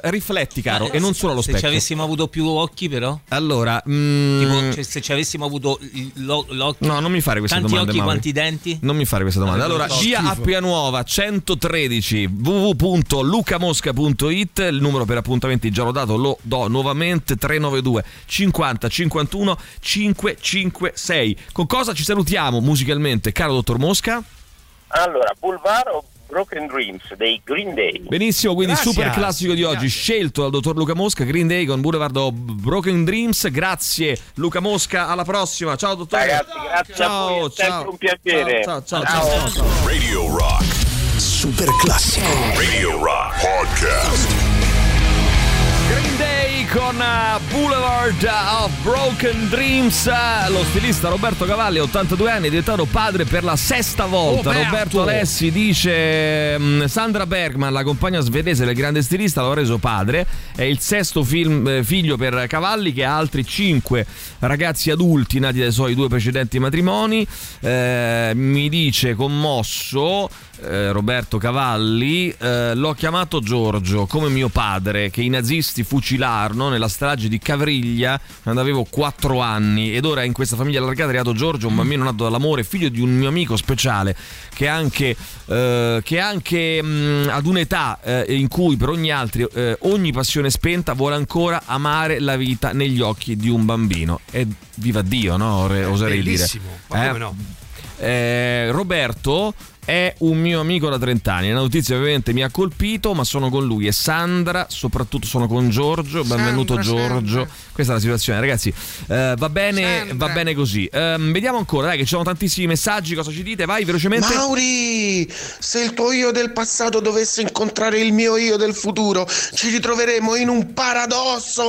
Speaker 1: eh, rifletti, caro,
Speaker 3: Ma
Speaker 1: e non solo allo
Speaker 3: se
Speaker 1: specchio. Mm.
Speaker 3: ci avessimo avuto più occhi, però.
Speaker 1: Allora,
Speaker 3: Tipo, cioè, se ci avessimo avuto il- lo- l'occhio.
Speaker 1: No, non mi fare queste
Speaker 3: Tanti
Speaker 1: domande,
Speaker 3: occhi,
Speaker 1: Mauri.
Speaker 3: quanti denti?
Speaker 1: Non mi fare questa domanda.
Speaker 3: Ah,
Speaker 1: Allora,
Speaker 3: non so,
Speaker 1: via
Speaker 3: schifo.
Speaker 1: Appianuova 113 www.lucamosca.it. Il numero per appuntamenti già l'ho dato, lo do nuovamente 392 50 51 556. Con cosa ci salutiamo musicalmente, caro dottor Mosca?
Speaker 6: Allora, Boulevard of Broken Dreams dei Green Day.
Speaker 1: Benissimo, quindi
Speaker 6: Grazie.
Speaker 1: super classico di oggi, scelto dal dottor Luca Mosca, Green Day con Boulevard of Broken Dreams. Grazie Luca Mosca, alla prossima. Ciao dottore.
Speaker 6: Ragazzi, grazie
Speaker 1: ciao,
Speaker 6: a voi, è sempre
Speaker 1: ciao.
Speaker 6: un piacere.
Speaker 1: Ciao, ciao, ciao.
Speaker 6: Ciao.
Speaker 1: ciao.
Speaker 9: Radio Rock. Super classico. Radio Rock Podcast.
Speaker 1: Green Day con eh, Boulevard of Broken Dreams. Eh, Lo stilista Roberto Cavalli, 82 anni, è diventato padre per la sesta volta.
Speaker 2: Roberto!
Speaker 1: Roberto, Alessi dice: mm, Sandra Bergman, la compagna svedese del grande stilista, l'ha reso padre. È il sesto film- eh, figlio per Cavalli, che ha altri cinque ragazzi adulti nati dai suoi due precedenti matrimoni. Eh, mi dice commosso. Eh, Roberto Cavalli, eh, l'ho chiamato Giorgio come mio padre che i nazisti fucilarono nella strage di Cavriglia quando avevo 4 anni ed ora in questa famiglia allargata è arrivato Giorgio, un bambino nato dall'amore, figlio di un mio amico speciale che anche, eh, che anche mh, ad un'età eh, in cui per ogni altro eh, ogni passione spenta vuole ancora amare la vita negli occhi di un bambino. E viva Dio, no? Ore- oserei
Speaker 2: Bellissimo,
Speaker 1: dire.
Speaker 2: ma come
Speaker 1: Eh?
Speaker 2: no?
Speaker 1: Eh, Roberto è un mio amico da 30 anni. La notizia ovviamente mi ha colpito, ma sono con lui e Sandra, soprattutto sono con Giorgio. Benvenuto
Speaker 2: Sandra,
Speaker 1: Giorgio. Questa è la situazione, ragazzi. Eh, va, bene,
Speaker 2: Sandra.
Speaker 1: va bene così. Ehm, vediamo ancora, dai, che ci sono tantissimi messaggi. Cosa ci dite? Vai velocemente.
Speaker 7: Mauri, se il tuo io del passato dovesse incontrare il mio io del futuro, ci ritroveremo in un paradosso.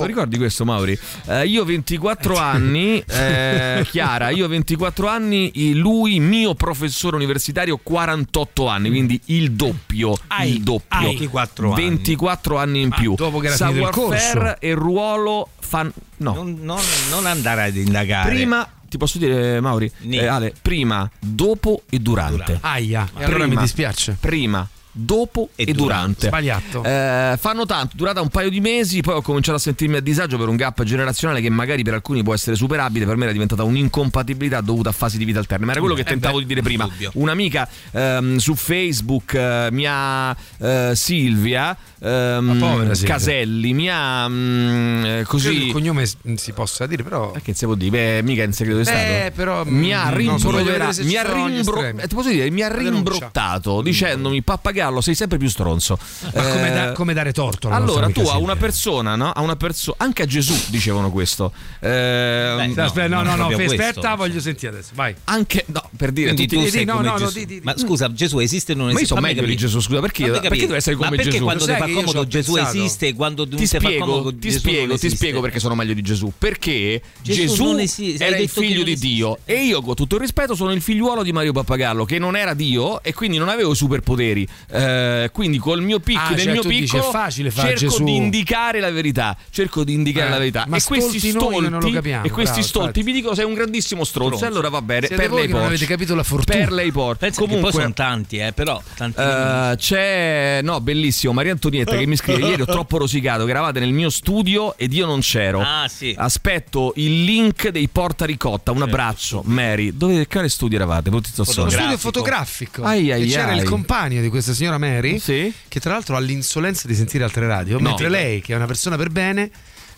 Speaker 1: Lo ricordi questo, Mauri? Eh, io 24 anni, eh, Chiara, io 24 anni, e lui, mio professore universitario, 48 anni, quindi il doppio. il doppio.
Speaker 3: hai 24 anni.
Speaker 1: 24 anni in
Speaker 3: Ah,
Speaker 1: più.
Speaker 3: dopo che era
Speaker 1: Savoir
Speaker 3: finito il corso.
Speaker 1: faire e ruolo fan... No.
Speaker 3: Non, non- non andare ad indagare.
Speaker 1: Prima ti posso dire, Mauri, eh, Ale, prima, dopo e durante. Ah,
Speaker 2: Aia, e allora mi dispiace.
Speaker 1: Prima. Dopo e, durante.
Speaker 2: Sbagliato.
Speaker 1: Eh, fanno tanto, durata un paio di mesi, poi ho cominciato a sentirmi a disagio per un gap generazionale che magari per alcuni può essere superabile, per me era diventata un'incompatibilità dovuta a fasi di vita alterne, ma era quello che
Speaker 2: Eh
Speaker 1: tentavo
Speaker 2: beh,
Speaker 1: di dire prima.
Speaker 2: dubbio.
Speaker 1: Un'amica ehm, su Facebook eh, mi ha eh, Silvia, ehm,
Speaker 2: La povera Silvia.
Speaker 1: Caselli, mi ha mm, eh, così
Speaker 2: Credo il cognome s- mm, si possa dire, però.
Speaker 1: Eh, che si può dire? Beh, mica in segreto di Stato.
Speaker 2: Beh, però,
Speaker 1: mi ha
Speaker 2: mm, no, voglio vedere
Speaker 1: rimbrottato.
Speaker 2: se
Speaker 1: Mi
Speaker 2: ci
Speaker 1: ha,
Speaker 2: sono gli
Speaker 1: rimbro-
Speaker 2: estremi.
Speaker 1: eh, ti posso dire, mi ha
Speaker 2: La denuncia.
Speaker 1: rimbrottato dicendomi: Pappagallo, sei sempre più stronzo.
Speaker 2: Ma come,
Speaker 1: Eh,
Speaker 2: da- come dare torto? alla nostra
Speaker 1: allora, tu
Speaker 2: amica
Speaker 1: a una
Speaker 2: Silvia?
Speaker 1: persona, no? A una perso- anche a Gesù dicevano questo. Eh,
Speaker 2: Aspetta, no, no, no, fe-
Speaker 1: questo.
Speaker 2: aspetta, voglio sentire adesso. Vai.
Speaker 1: Anche no, per dire
Speaker 2: Quindi
Speaker 1: tutti
Speaker 2: tu
Speaker 1: i-
Speaker 2: sei
Speaker 1: no,
Speaker 2: come
Speaker 1: no, no,
Speaker 2: Gesù.
Speaker 1: di- di-
Speaker 3: Ma scusa, Gesù esiste o non
Speaker 1: Ma io
Speaker 3: esiste?
Speaker 1: so
Speaker 3: Fammi
Speaker 1: meglio di
Speaker 3: capire.
Speaker 1: Gesù, scusa, perché-
Speaker 3: Fammi
Speaker 1: perché
Speaker 3: capire.
Speaker 1: deve essere come
Speaker 3: Ma perché
Speaker 1: Gesù?
Speaker 3: quando
Speaker 1: Sai
Speaker 3: ti fa
Speaker 1: che io ci
Speaker 3: comodo
Speaker 1: ho
Speaker 3: Gesù
Speaker 1: pensato.
Speaker 3: esiste e quando non
Speaker 1: ti
Speaker 3: ti fa
Speaker 1: spiego,
Speaker 3: comodo
Speaker 1: ti
Speaker 3: Gesù non
Speaker 1: spiego, ti
Speaker 3: esiste.
Speaker 1: spiego perché sono meglio di Gesù. Perché
Speaker 3: Gesù
Speaker 1: Gesù,
Speaker 3: non esiste, hai
Speaker 1: era il
Speaker 3: detto che
Speaker 1: figlio
Speaker 3: non
Speaker 1: di Dio e io, con tutto il rispetto, sono il figliuolo di Mario Pappagallo che non era Dio e quindi non avevo superpoteri. Eh, quindi col mio
Speaker 2: Ah,
Speaker 1: picchio, del
Speaker 2: cioè,
Speaker 1: mio
Speaker 2: tu dici,
Speaker 1: piccolo,
Speaker 2: è facile far
Speaker 1: cerco
Speaker 2: Gesù.
Speaker 1: di indicare la verità. Cerco di indicare
Speaker 2: Eh,
Speaker 1: la verità.
Speaker 2: ma
Speaker 1: e questi
Speaker 2: stolti noi non lo
Speaker 1: stolti-
Speaker 2: capiamo,
Speaker 1: e questi
Speaker 2: bravo,
Speaker 1: stolti mi dicono sei un grandissimo stronzo.
Speaker 3: Stronzo.
Speaker 1: Allora va bene,
Speaker 3: Siete
Speaker 1: per
Speaker 3: voi
Speaker 1: lei
Speaker 3: che non
Speaker 1: Porsche.
Speaker 3: avete capito la fortuna.
Speaker 1: Per lei Porsche.
Speaker 3: Pensa che
Speaker 1: Comunque
Speaker 3: poi sono tanti, eh, però tanti.
Speaker 1: eh, c'è no, bellissimo Maria Antonietta che mi scrive: Ieri ho troppo rosicato. Che eravate nel mio studio ed io non c'ero.
Speaker 3: Ah, sì.
Speaker 1: Aspetto il link dei Porta Ricotta. Un abbraccio, Mary. Dove che studio eravate? Molti
Speaker 2: Uno studio fotografico.
Speaker 1: Ai, ai,
Speaker 2: e c'era
Speaker 1: ai.
Speaker 2: il compagno di questa signora Mary, che tra l'altro ha l'insolenza di sentire altre radio,
Speaker 1: No.
Speaker 2: mentre lei, che è una persona per bene,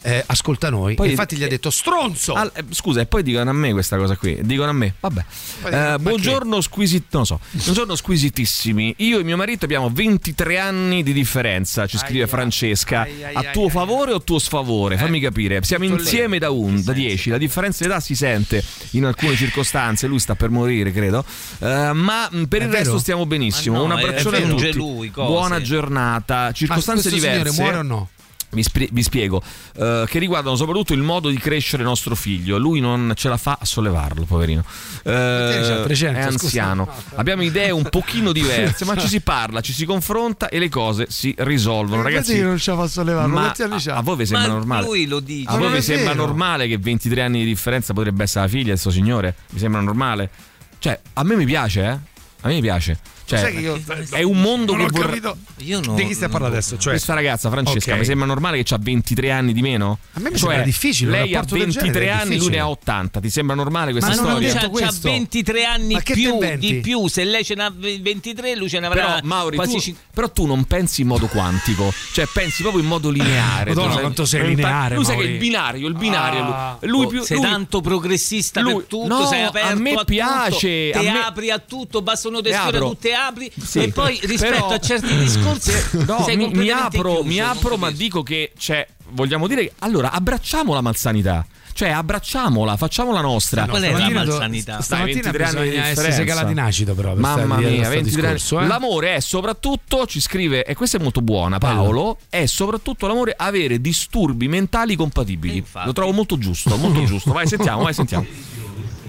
Speaker 2: eh, ascolta noi.
Speaker 1: Poi-
Speaker 2: E infatti gli ha detto stronzo. Ah,
Speaker 1: Al- eh, scusa, e poi dicono a me questa cosa qui. Dicono a me, vabbè. Eh, buongiorno, squisit- non lo so. buongiorno squisitissimi. Io e mio marito abbiamo 23 anni di differenza, ci scrive Francesca. a tuo favore o tuo sfavore?
Speaker 2: Eh,
Speaker 1: Fammi capire. Siamo insieme da, un, da 10. La differenza di età si sente in alcune circostanze. Lui sta per morire, credo. Eh, ma mh, per
Speaker 2: È
Speaker 1: il
Speaker 2: vero?
Speaker 1: resto stiamo benissimo.
Speaker 2: Ma no,
Speaker 1: Un
Speaker 2: è- è
Speaker 1: abbraccione a
Speaker 2: vero.
Speaker 1: tutti.
Speaker 2: Lui, cose.
Speaker 1: Buona giornata. Circostanze
Speaker 2: questo signore
Speaker 1: diverse.
Speaker 2: muore o no?
Speaker 1: Vi, spie- vi spiego, eh, che riguardano soprattutto il modo di crescere nostro figlio. Lui non ce la fa a sollevarlo, poverino. Eh,
Speaker 2: c'ha 300,
Speaker 1: è
Speaker 2: scusa. Ah,
Speaker 1: anziano. Abbiamo idee un pochino diverse, ma ci si parla, ci si confronta e le cose si risolvono.
Speaker 2: Ragazzi,
Speaker 1: Ragazzi,
Speaker 2: io Eh, non ce la posso levare.
Speaker 1: ma a, a voi vi sembra
Speaker 2: Ma
Speaker 1: normale?
Speaker 2: lui lo dice.
Speaker 1: A
Speaker 2: Ma
Speaker 1: voi
Speaker 2: non
Speaker 1: vi
Speaker 2: è
Speaker 1: sembra
Speaker 2: vero.
Speaker 1: normale che 23 anni di differenza potrebbe essere la figlia di sto signore? Vi sembra normale? Cioè, a me mi piace, eh? A me mi piace. Cioè,
Speaker 2: Sai che io-
Speaker 1: è un mondo
Speaker 2: non
Speaker 1: che
Speaker 2: ho
Speaker 1: vorrei-
Speaker 2: capito
Speaker 3: Io no-
Speaker 2: Di chi stai
Speaker 3: non
Speaker 2: parlando
Speaker 3: lo-
Speaker 2: adesso? Cioè,
Speaker 1: questa ragazza Francesca
Speaker 2: Ok.
Speaker 1: mi sembra normale che ha 23 anni di meno?
Speaker 2: A me mi
Speaker 1: Cioè,
Speaker 2: sembra difficile, un
Speaker 1: Lei ha
Speaker 2: rapporto del
Speaker 1: 23
Speaker 2: genere è
Speaker 1: anni, lui
Speaker 2: difficile.
Speaker 1: ne ha 80. Ti sembra normale questa
Speaker 3: Ma non
Speaker 1: storia?
Speaker 3: c'ha, c'ha 23 anni
Speaker 1: Ma che te
Speaker 3: più
Speaker 1: inventi?
Speaker 3: di più. Se lei ce n'ha 23, lui ce n'avrà
Speaker 1: Però, Mauri,
Speaker 3: quasi
Speaker 1: tu,
Speaker 3: 50.
Speaker 1: però tu non pensi in modo quantico, cioè pensi proprio in modo lineare.
Speaker 2: Madonna,
Speaker 1: Tu sai-
Speaker 2: quanto sei
Speaker 1: lui pa-
Speaker 2: lineare,
Speaker 1: Lui sai che
Speaker 2: Mauri.
Speaker 1: il binario, il binario.
Speaker 2: Ah.
Speaker 1: lui, lui
Speaker 3: Oh,
Speaker 1: più,
Speaker 3: sei
Speaker 1: lui-
Speaker 3: tanto progressista
Speaker 1: lui-
Speaker 3: per tutto,
Speaker 1: no,
Speaker 3: sei aperto
Speaker 1: a me
Speaker 3: tutto,
Speaker 1: piace,
Speaker 3: ti
Speaker 1: a me-
Speaker 3: apri a tutto, bastano
Speaker 1: Te
Speaker 3: due sfere,
Speaker 1: apro.
Speaker 3: tu te apri
Speaker 1: Sì.
Speaker 3: e poi rispetto
Speaker 1: Però-
Speaker 3: a certi discorsi
Speaker 1: No,
Speaker 3: sei
Speaker 1: mi, mi
Speaker 3: completamente
Speaker 1: apro,
Speaker 3: chiuso,
Speaker 1: mi
Speaker 3: non
Speaker 1: apro ma dico che c'è. Vogliamo dire. che- Allora, abbracciamo la malsanità. Cioè, abbracciamola, facciamola nostra.
Speaker 3: Ma qual è la
Speaker 2: Stamattina do-
Speaker 3: malsanità?
Speaker 2: st-
Speaker 1: Dai,
Speaker 2: Stamattina
Speaker 1: 23 anni di
Speaker 2: bisogna essere
Speaker 1: differenza.
Speaker 2: segalati in acido, però. per
Speaker 1: Mamma
Speaker 2: stare dietro
Speaker 1: mia,
Speaker 2: a sto
Speaker 1: 23 anni.
Speaker 2: discorso, eh.
Speaker 1: L'amore è soprattutto, ci scrive, e questa è molto buona, Paolo. È soprattutto l'amore avere disturbi mentali compatibili. Lo trovo molto giusto, molto giusto. Vai, sentiamo, vai, sentiamo.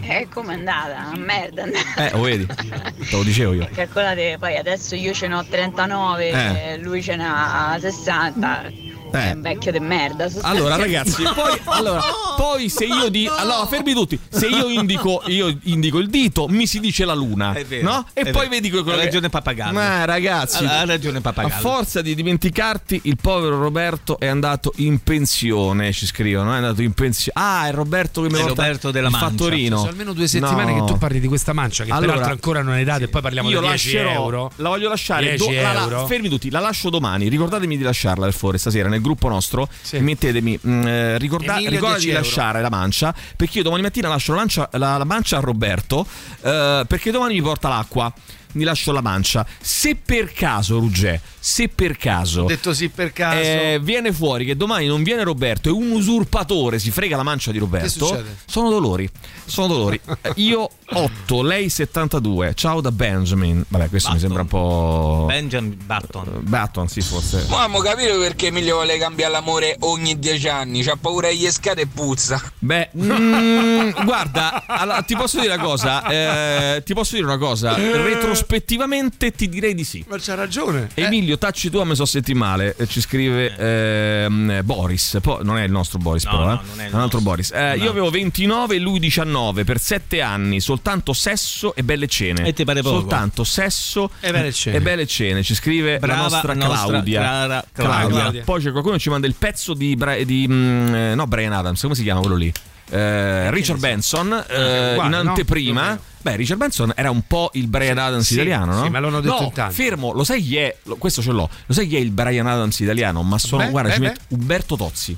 Speaker 8: E com'è Eh, andata? Merda.
Speaker 1: Eh, lo vedi? Te lo dicevo io.
Speaker 8: Calcolate, poi adesso io ce n'ho 39,
Speaker 1: Eh.
Speaker 8: e lui ce n'ha 60. È un vecchio de merda.
Speaker 1: Allora,
Speaker 8: sostanzialmente.
Speaker 1: ragazzi, poi, allora, poi se io di. Allora, fermi tutti. Se io indico, io indico il dito, mi si dice la luna.
Speaker 3: È vero,
Speaker 1: no? E
Speaker 3: è
Speaker 1: poi
Speaker 3: vero.
Speaker 1: vedi quello
Speaker 3: Ha
Speaker 1: che-
Speaker 3: ragione Papagallo.
Speaker 1: Ma ragazzi,
Speaker 3: Ha- ha ragione Papagallo.
Speaker 1: A forza di dimenticarti, il povero Roberto è andato in pensione. Ci scrivono: è andato in pensione. Ah, è Roberto che mi
Speaker 3: È
Speaker 1: ha
Speaker 3: Roberto della
Speaker 1: il
Speaker 3: Mancia.
Speaker 1: fattorino.
Speaker 2: Cioè, Sono almeno due settimane che tu parli di questa mancia, che
Speaker 1: Allora,
Speaker 2: peraltro ancora non hai dato, e poi parliamo
Speaker 1: io
Speaker 2: di 10
Speaker 1: lascerò,
Speaker 2: euro.
Speaker 1: La voglio lasciare.
Speaker 2: 10
Speaker 1: la- la-
Speaker 2: euro.
Speaker 1: fermi tutti, la lascio domani. Ricordatemi di lasciarla per favore stasera nel gruppo nostro. Mettetemi, mm, eh, ricorda-
Speaker 2: Emilio,
Speaker 1: ricorda
Speaker 2: 10
Speaker 1: di
Speaker 2: euro.
Speaker 1: lasciare la mancia perché io domani mattina lascio la, lancia- la- la mancia a Roberto eh, perché domani mi porta l'acqua. Mi lascio la mancia. Se per caso, Ruggè, se per caso.
Speaker 2: Ho detto sì per caso.
Speaker 1: eh, viene fuori che domani non viene Roberto e un usurpatore si frega la mancia di Roberto.
Speaker 2: succede?
Speaker 1: Sono dolori. Sono dolori. Eh, Io 8, lei 72. Ciao da Benjamin. Vabbè, questo mi sembra un po'.
Speaker 3: Benjamin Button.
Speaker 1: Button, sì, forse.
Speaker 25: Mamma, capire perché Emilio vuole cambiare l'amore ogni 10 anni. C'ha paura agli scade e puzza.
Speaker 1: Beh, mm, guarda, allora, ti posso dire una cosa. eh, ti posso dire una cosa. Retroscena Retrospettivamente ti direi di sì.
Speaker 2: Ma c'ha ragione.
Speaker 3: Eh.
Speaker 1: Emilio, tacci tu, a me so senti male. Eh, Ci scrive ehm, Boris. Po- non è il nostro Boris, però. eh.
Speaker 3: non è il
Speaker 1: un altro Boris. Eh, Io avevo 29 e lui 19 per 7 anni. Soltanto sesso e belle cene.
Speaker 3: E ti pare poco.
Speaker 1: Soltanto sesso
Speaker 3: E belle cene.
Speaker 1: e belle cene. Ci scrive
Speaker 3: Brava
Speaker 1: la nostra
Speaker 3: nostra
Speaker 1: Claudia.
Speaker 3: cara Claudia. Claudia.
Speaker 1: Poi c'è qualcuno che ci manda il pezzo di. Bra- di, mm, eh, no, Brian Adams, come si chiama quello lì? Eh, Richard Benson eh,
Speaker 2: Ah, uguale,
Speaker 1: in
Speaker 2: no?
Speaker 1: anteprima. Beh, Richard Benson era un po' il Brian Adams
Speaker 2: sì,
Speaker 1: italiano, no?
Speaker 2: sì, ma l'hanno detto
Speaker 1: no,
Speaker 2: in tanti.
Speaker 1: Fermo, lo sai chi è? lo- questo ce l'ho. Lo sai chi è il Brian Adams italiano? Ma sono,
Speaker 2: Beh,
Speaker 1: guarda,
Speaker 2: beh,
Speaker 1: ci
Speaker 2: beh.
Speaker 1: metto Umberto Tozzi.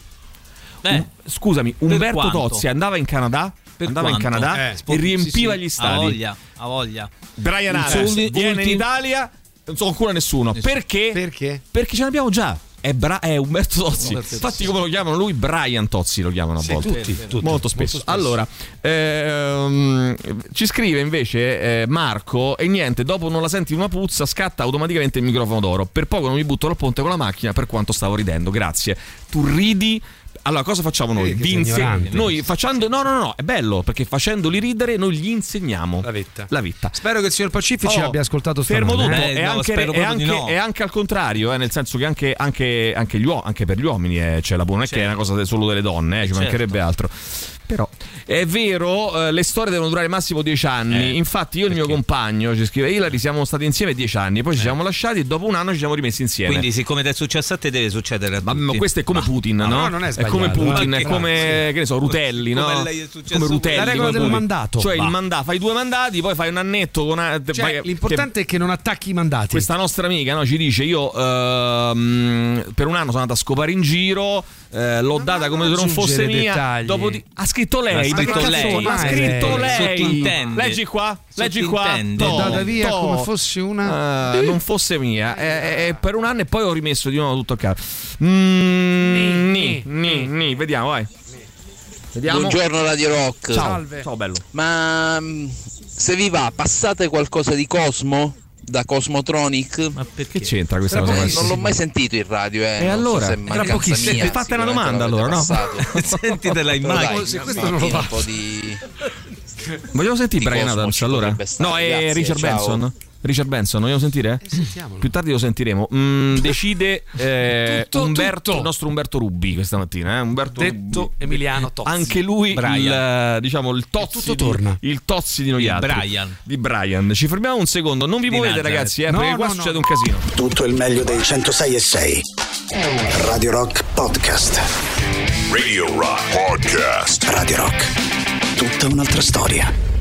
Speaker 1: Un- scusami, Umberto
Speaker 3: quanto?
Speaker 1: Tozzi andava in Canada, andava in
Speaker 3: quanto?
Speaker 1: Canada
Speaker 3: Eh,
Speaker 1: e
Speaker 3: spo-
Speaker 1: riempiva
Speaker 3: sì, sì,
Speaker 1: gli
Speaker 3: A
Speaker 1: stadi.
Speaker 3: voglia, a voglia.
Speaker 1: Brian
Speaker 3: Un
Speaker 1: Adams
Speaker 3: suo ulti-
Speaker 1: viene in
Speaker 3: ulti-
Speaker 1: Italia, non so ancora nessuno. Perché?
Speaker 2: Perché?
Speaker 1: Perché ce l'abbiamo già. È, Bra- è Umberto Tozzi.
Speaker 2: Umberto Tozzi.
Speaker 1: Infatti, come lo chiamano lui, Brian Tozzi lo chiamano a
Speaker 2: Sì,
Speaker 1: volte.
Speaker 2: tutti, Vero, tutti.
Speaker 1: Molto, spesso.
Speaker 2: Molto spesso.
Speaker 1: Allora, ehm, ci scrive invece eh, Marco. E niente, dopo non la senti una puzza, scatta automaticamente il microfono d'oro. Per poco non mi butto al ponte con la macchina per quanto stavo ridendo. Grazie. Tu ridi. Allora, cosa facciamo noi?
Speaker 2: Vedi che
Speaker 1: Vi
Speaker 2: sei
Speaker 1: inseg-
Speaker 2: ignorante.
Speaker 1: Noi facendo. No, no, no, è bello perché facendoli ridere noi gli insegniamo la vetta. La vetta.
Speaker 2: Eh, Spero che il signor Pacifici
Speaker 1: Oh,
Speaker 2: abbia ascoltato eh.
Speaker 1: Fermo tutto,
Speaker 2: stamattina.
Speaker 1: è,
Speaker 3: Eh,
Speaker 1: anche, è anche- è anche al contrario, eh, nel senso che anche, anche- anche gli uo- anche per gli uomini eh, c'è la buona, non è che è una cosa de- solo delle donne, eh, ci
Speaker 3: Certo.
Speaker 1: mancherebbe altro. Però è vero, eh, le storie devono durare massimo dieci
Speaker 3: Eh,
Speaker 1: anni. Infatti, io e il mio compagno ci scrive: Ilari, siamo stati insieme dieci anni, poi ci siamo lasciati e dopo un anno ci siamo rimessi insieme.
Speaker 3: Eh. Quindi, siccome ti è successo a te, deve succedere a tutti.
Speaker 1: Ma questo è come Putin, no?
Speaker 3: no, non è sbagliato,
Speaker 1: come Putin,
Speaker 3: eh.
Speaker 1: è come, che ne so, Rutelli, no?
Speaker 3: Come lei è successo
Speaker 1: Come Rutelli.
Speaker 3: La regola
Speaker 1: come
Speaker 3: del
Speaker 1: Putin.
Speaker 2: mandato.
Speaker 1: Cioè,
Speaker 2: Va.
Speaker 1: il mandato, fai due mandati, poi fai un annetto. con una-
Speaker 2: Cioè,
Speaker 1: vai-
Speaker 2: l'importante è che non attacchi i mandati.
Speaker 1: questa nostra amica no, ci dice: Io ehm, per un anno sono andata a scopare in giro, eh, l'ho data come se non fosse
Speaker 2: aggiungere
Speaker 1: mia.
Speaker 2: dettagli.
Speaker 1: dopodi- ha scritto lei,
Speaker 2: Ma che
Speaker 1: ma che
Speaker 2: cazzo
Speaker 1: cazzo-
Speaker 2: vuol
Speaker 1: ha
Speaker 2: dire?
Speaker 1: scritto lei.
Speaker 2: Sottintende.
Speaker 1: Leggi qua, leggi qua.
Speaker 2: Sottintende.
Speaker 1: Toh,
Speaker 2: L'ho data via
Speaker 1: toh.
Speaker 2: come fosse una-
Speaker 1: Eh, non fosse mia. Eh, eh, per un anno e poi ho rimesso di nuovo tutto a capo. Mm, ni, ni, ni. Vediamo, vai. Vediamo.
Speaker 11: Buongiorno Radio Rock.
Speaker 1: Ciao. Ciao, Oh, bello.
Speaker 11: Ma mh, se vi va, passate qualcosa di Cosmo? Da Cosmotronic? Ma
Speaker 1: perché c'entra questa
Speaker 11: non,
Speaker 1: cosa?
Speaker 11: non l'ho mai sentito in radio, eh. non
Speaker 1: E
Speaker 11: so
Speaker 1: allora?
Speaker 11: se è
Speaker 1: Era
Speaker 11: mancanza
Speaker 1: pochissimo.
Speaker 11: mia,
Speaker 1: Fate una
Speaker 11: sicuramente
Speaker 1: domanda,
Speaker 11: l'avete
Speaker 1: allora, no?
Speaker 11: passato.
Speaker 1: Sentitela in
Speaker 11: Però
Speaker 1: macchina.
Speaker 11: dai,
Speaker 1: Se questo
Speaker 11: una
Speaker 1: non lo
Speaker 11: mattina
Speaker 1: fa.
Speaker 11: un po' di
Speaker 1: Vogliamo sentire
Speaker 11: Di
Speaker 1: Brian
Speaker 11: Cosmo
Speaker 1: Adams
Speaker 11: ci
Speaker 1: allora?
Speaker 11: potrebbe stare,
Speaker 1: No, è
Speaker 11: grazie,
Speaker 1: Richard
Speaker 11: ciao.
Speaker 1: Benson. Richard Benson, vogliamo sentire?
Speaker 2: Eh,
Speaker 1: Più tardi lo sentiremo. Mm, decide eh,
Speaker 2: Tutto,
Speaker 1: Umberto,
Speaker 2: tutto.
Speaker 1: il nostro Umberto Rubbi questa mattina. eh, Umberto
Speaker 2: Detto
Speaker 1: Rubbi.
Speaker 2: Emiliano Tozzi.
Speaker 1: Anche lui, il,
Speaker 2: Brian.
Speaker 1: eh, diciamo, il Tozzi.
Speaker 2: tutto
Speaker 1: di-
Speaker 2: torna.
Speaker 1: Il Tozzi di noi
Speaker 3: Di
Speaker 1: altri.
Speaker 3: Brian.
Speaker 1: Di Brian. Ci fermiamo un secondo. Non vi
Speaker 3: Di
Speaker 1: muovete,
Speaker 3: Nazareth.
Speaker 1: ragazzi, eh,
Speaker 3: No,
Speaker 1: perché qua
Speaker 3: no, no.
Speaker 1: succede un casino.
Speaker 12: Tutto il meglio dei 106 e 6. Radio Rock Podcast.
Speaker 9: Radio Rock Podcast.
Speaker 12: Radio Rock. Tutta un'altra storia.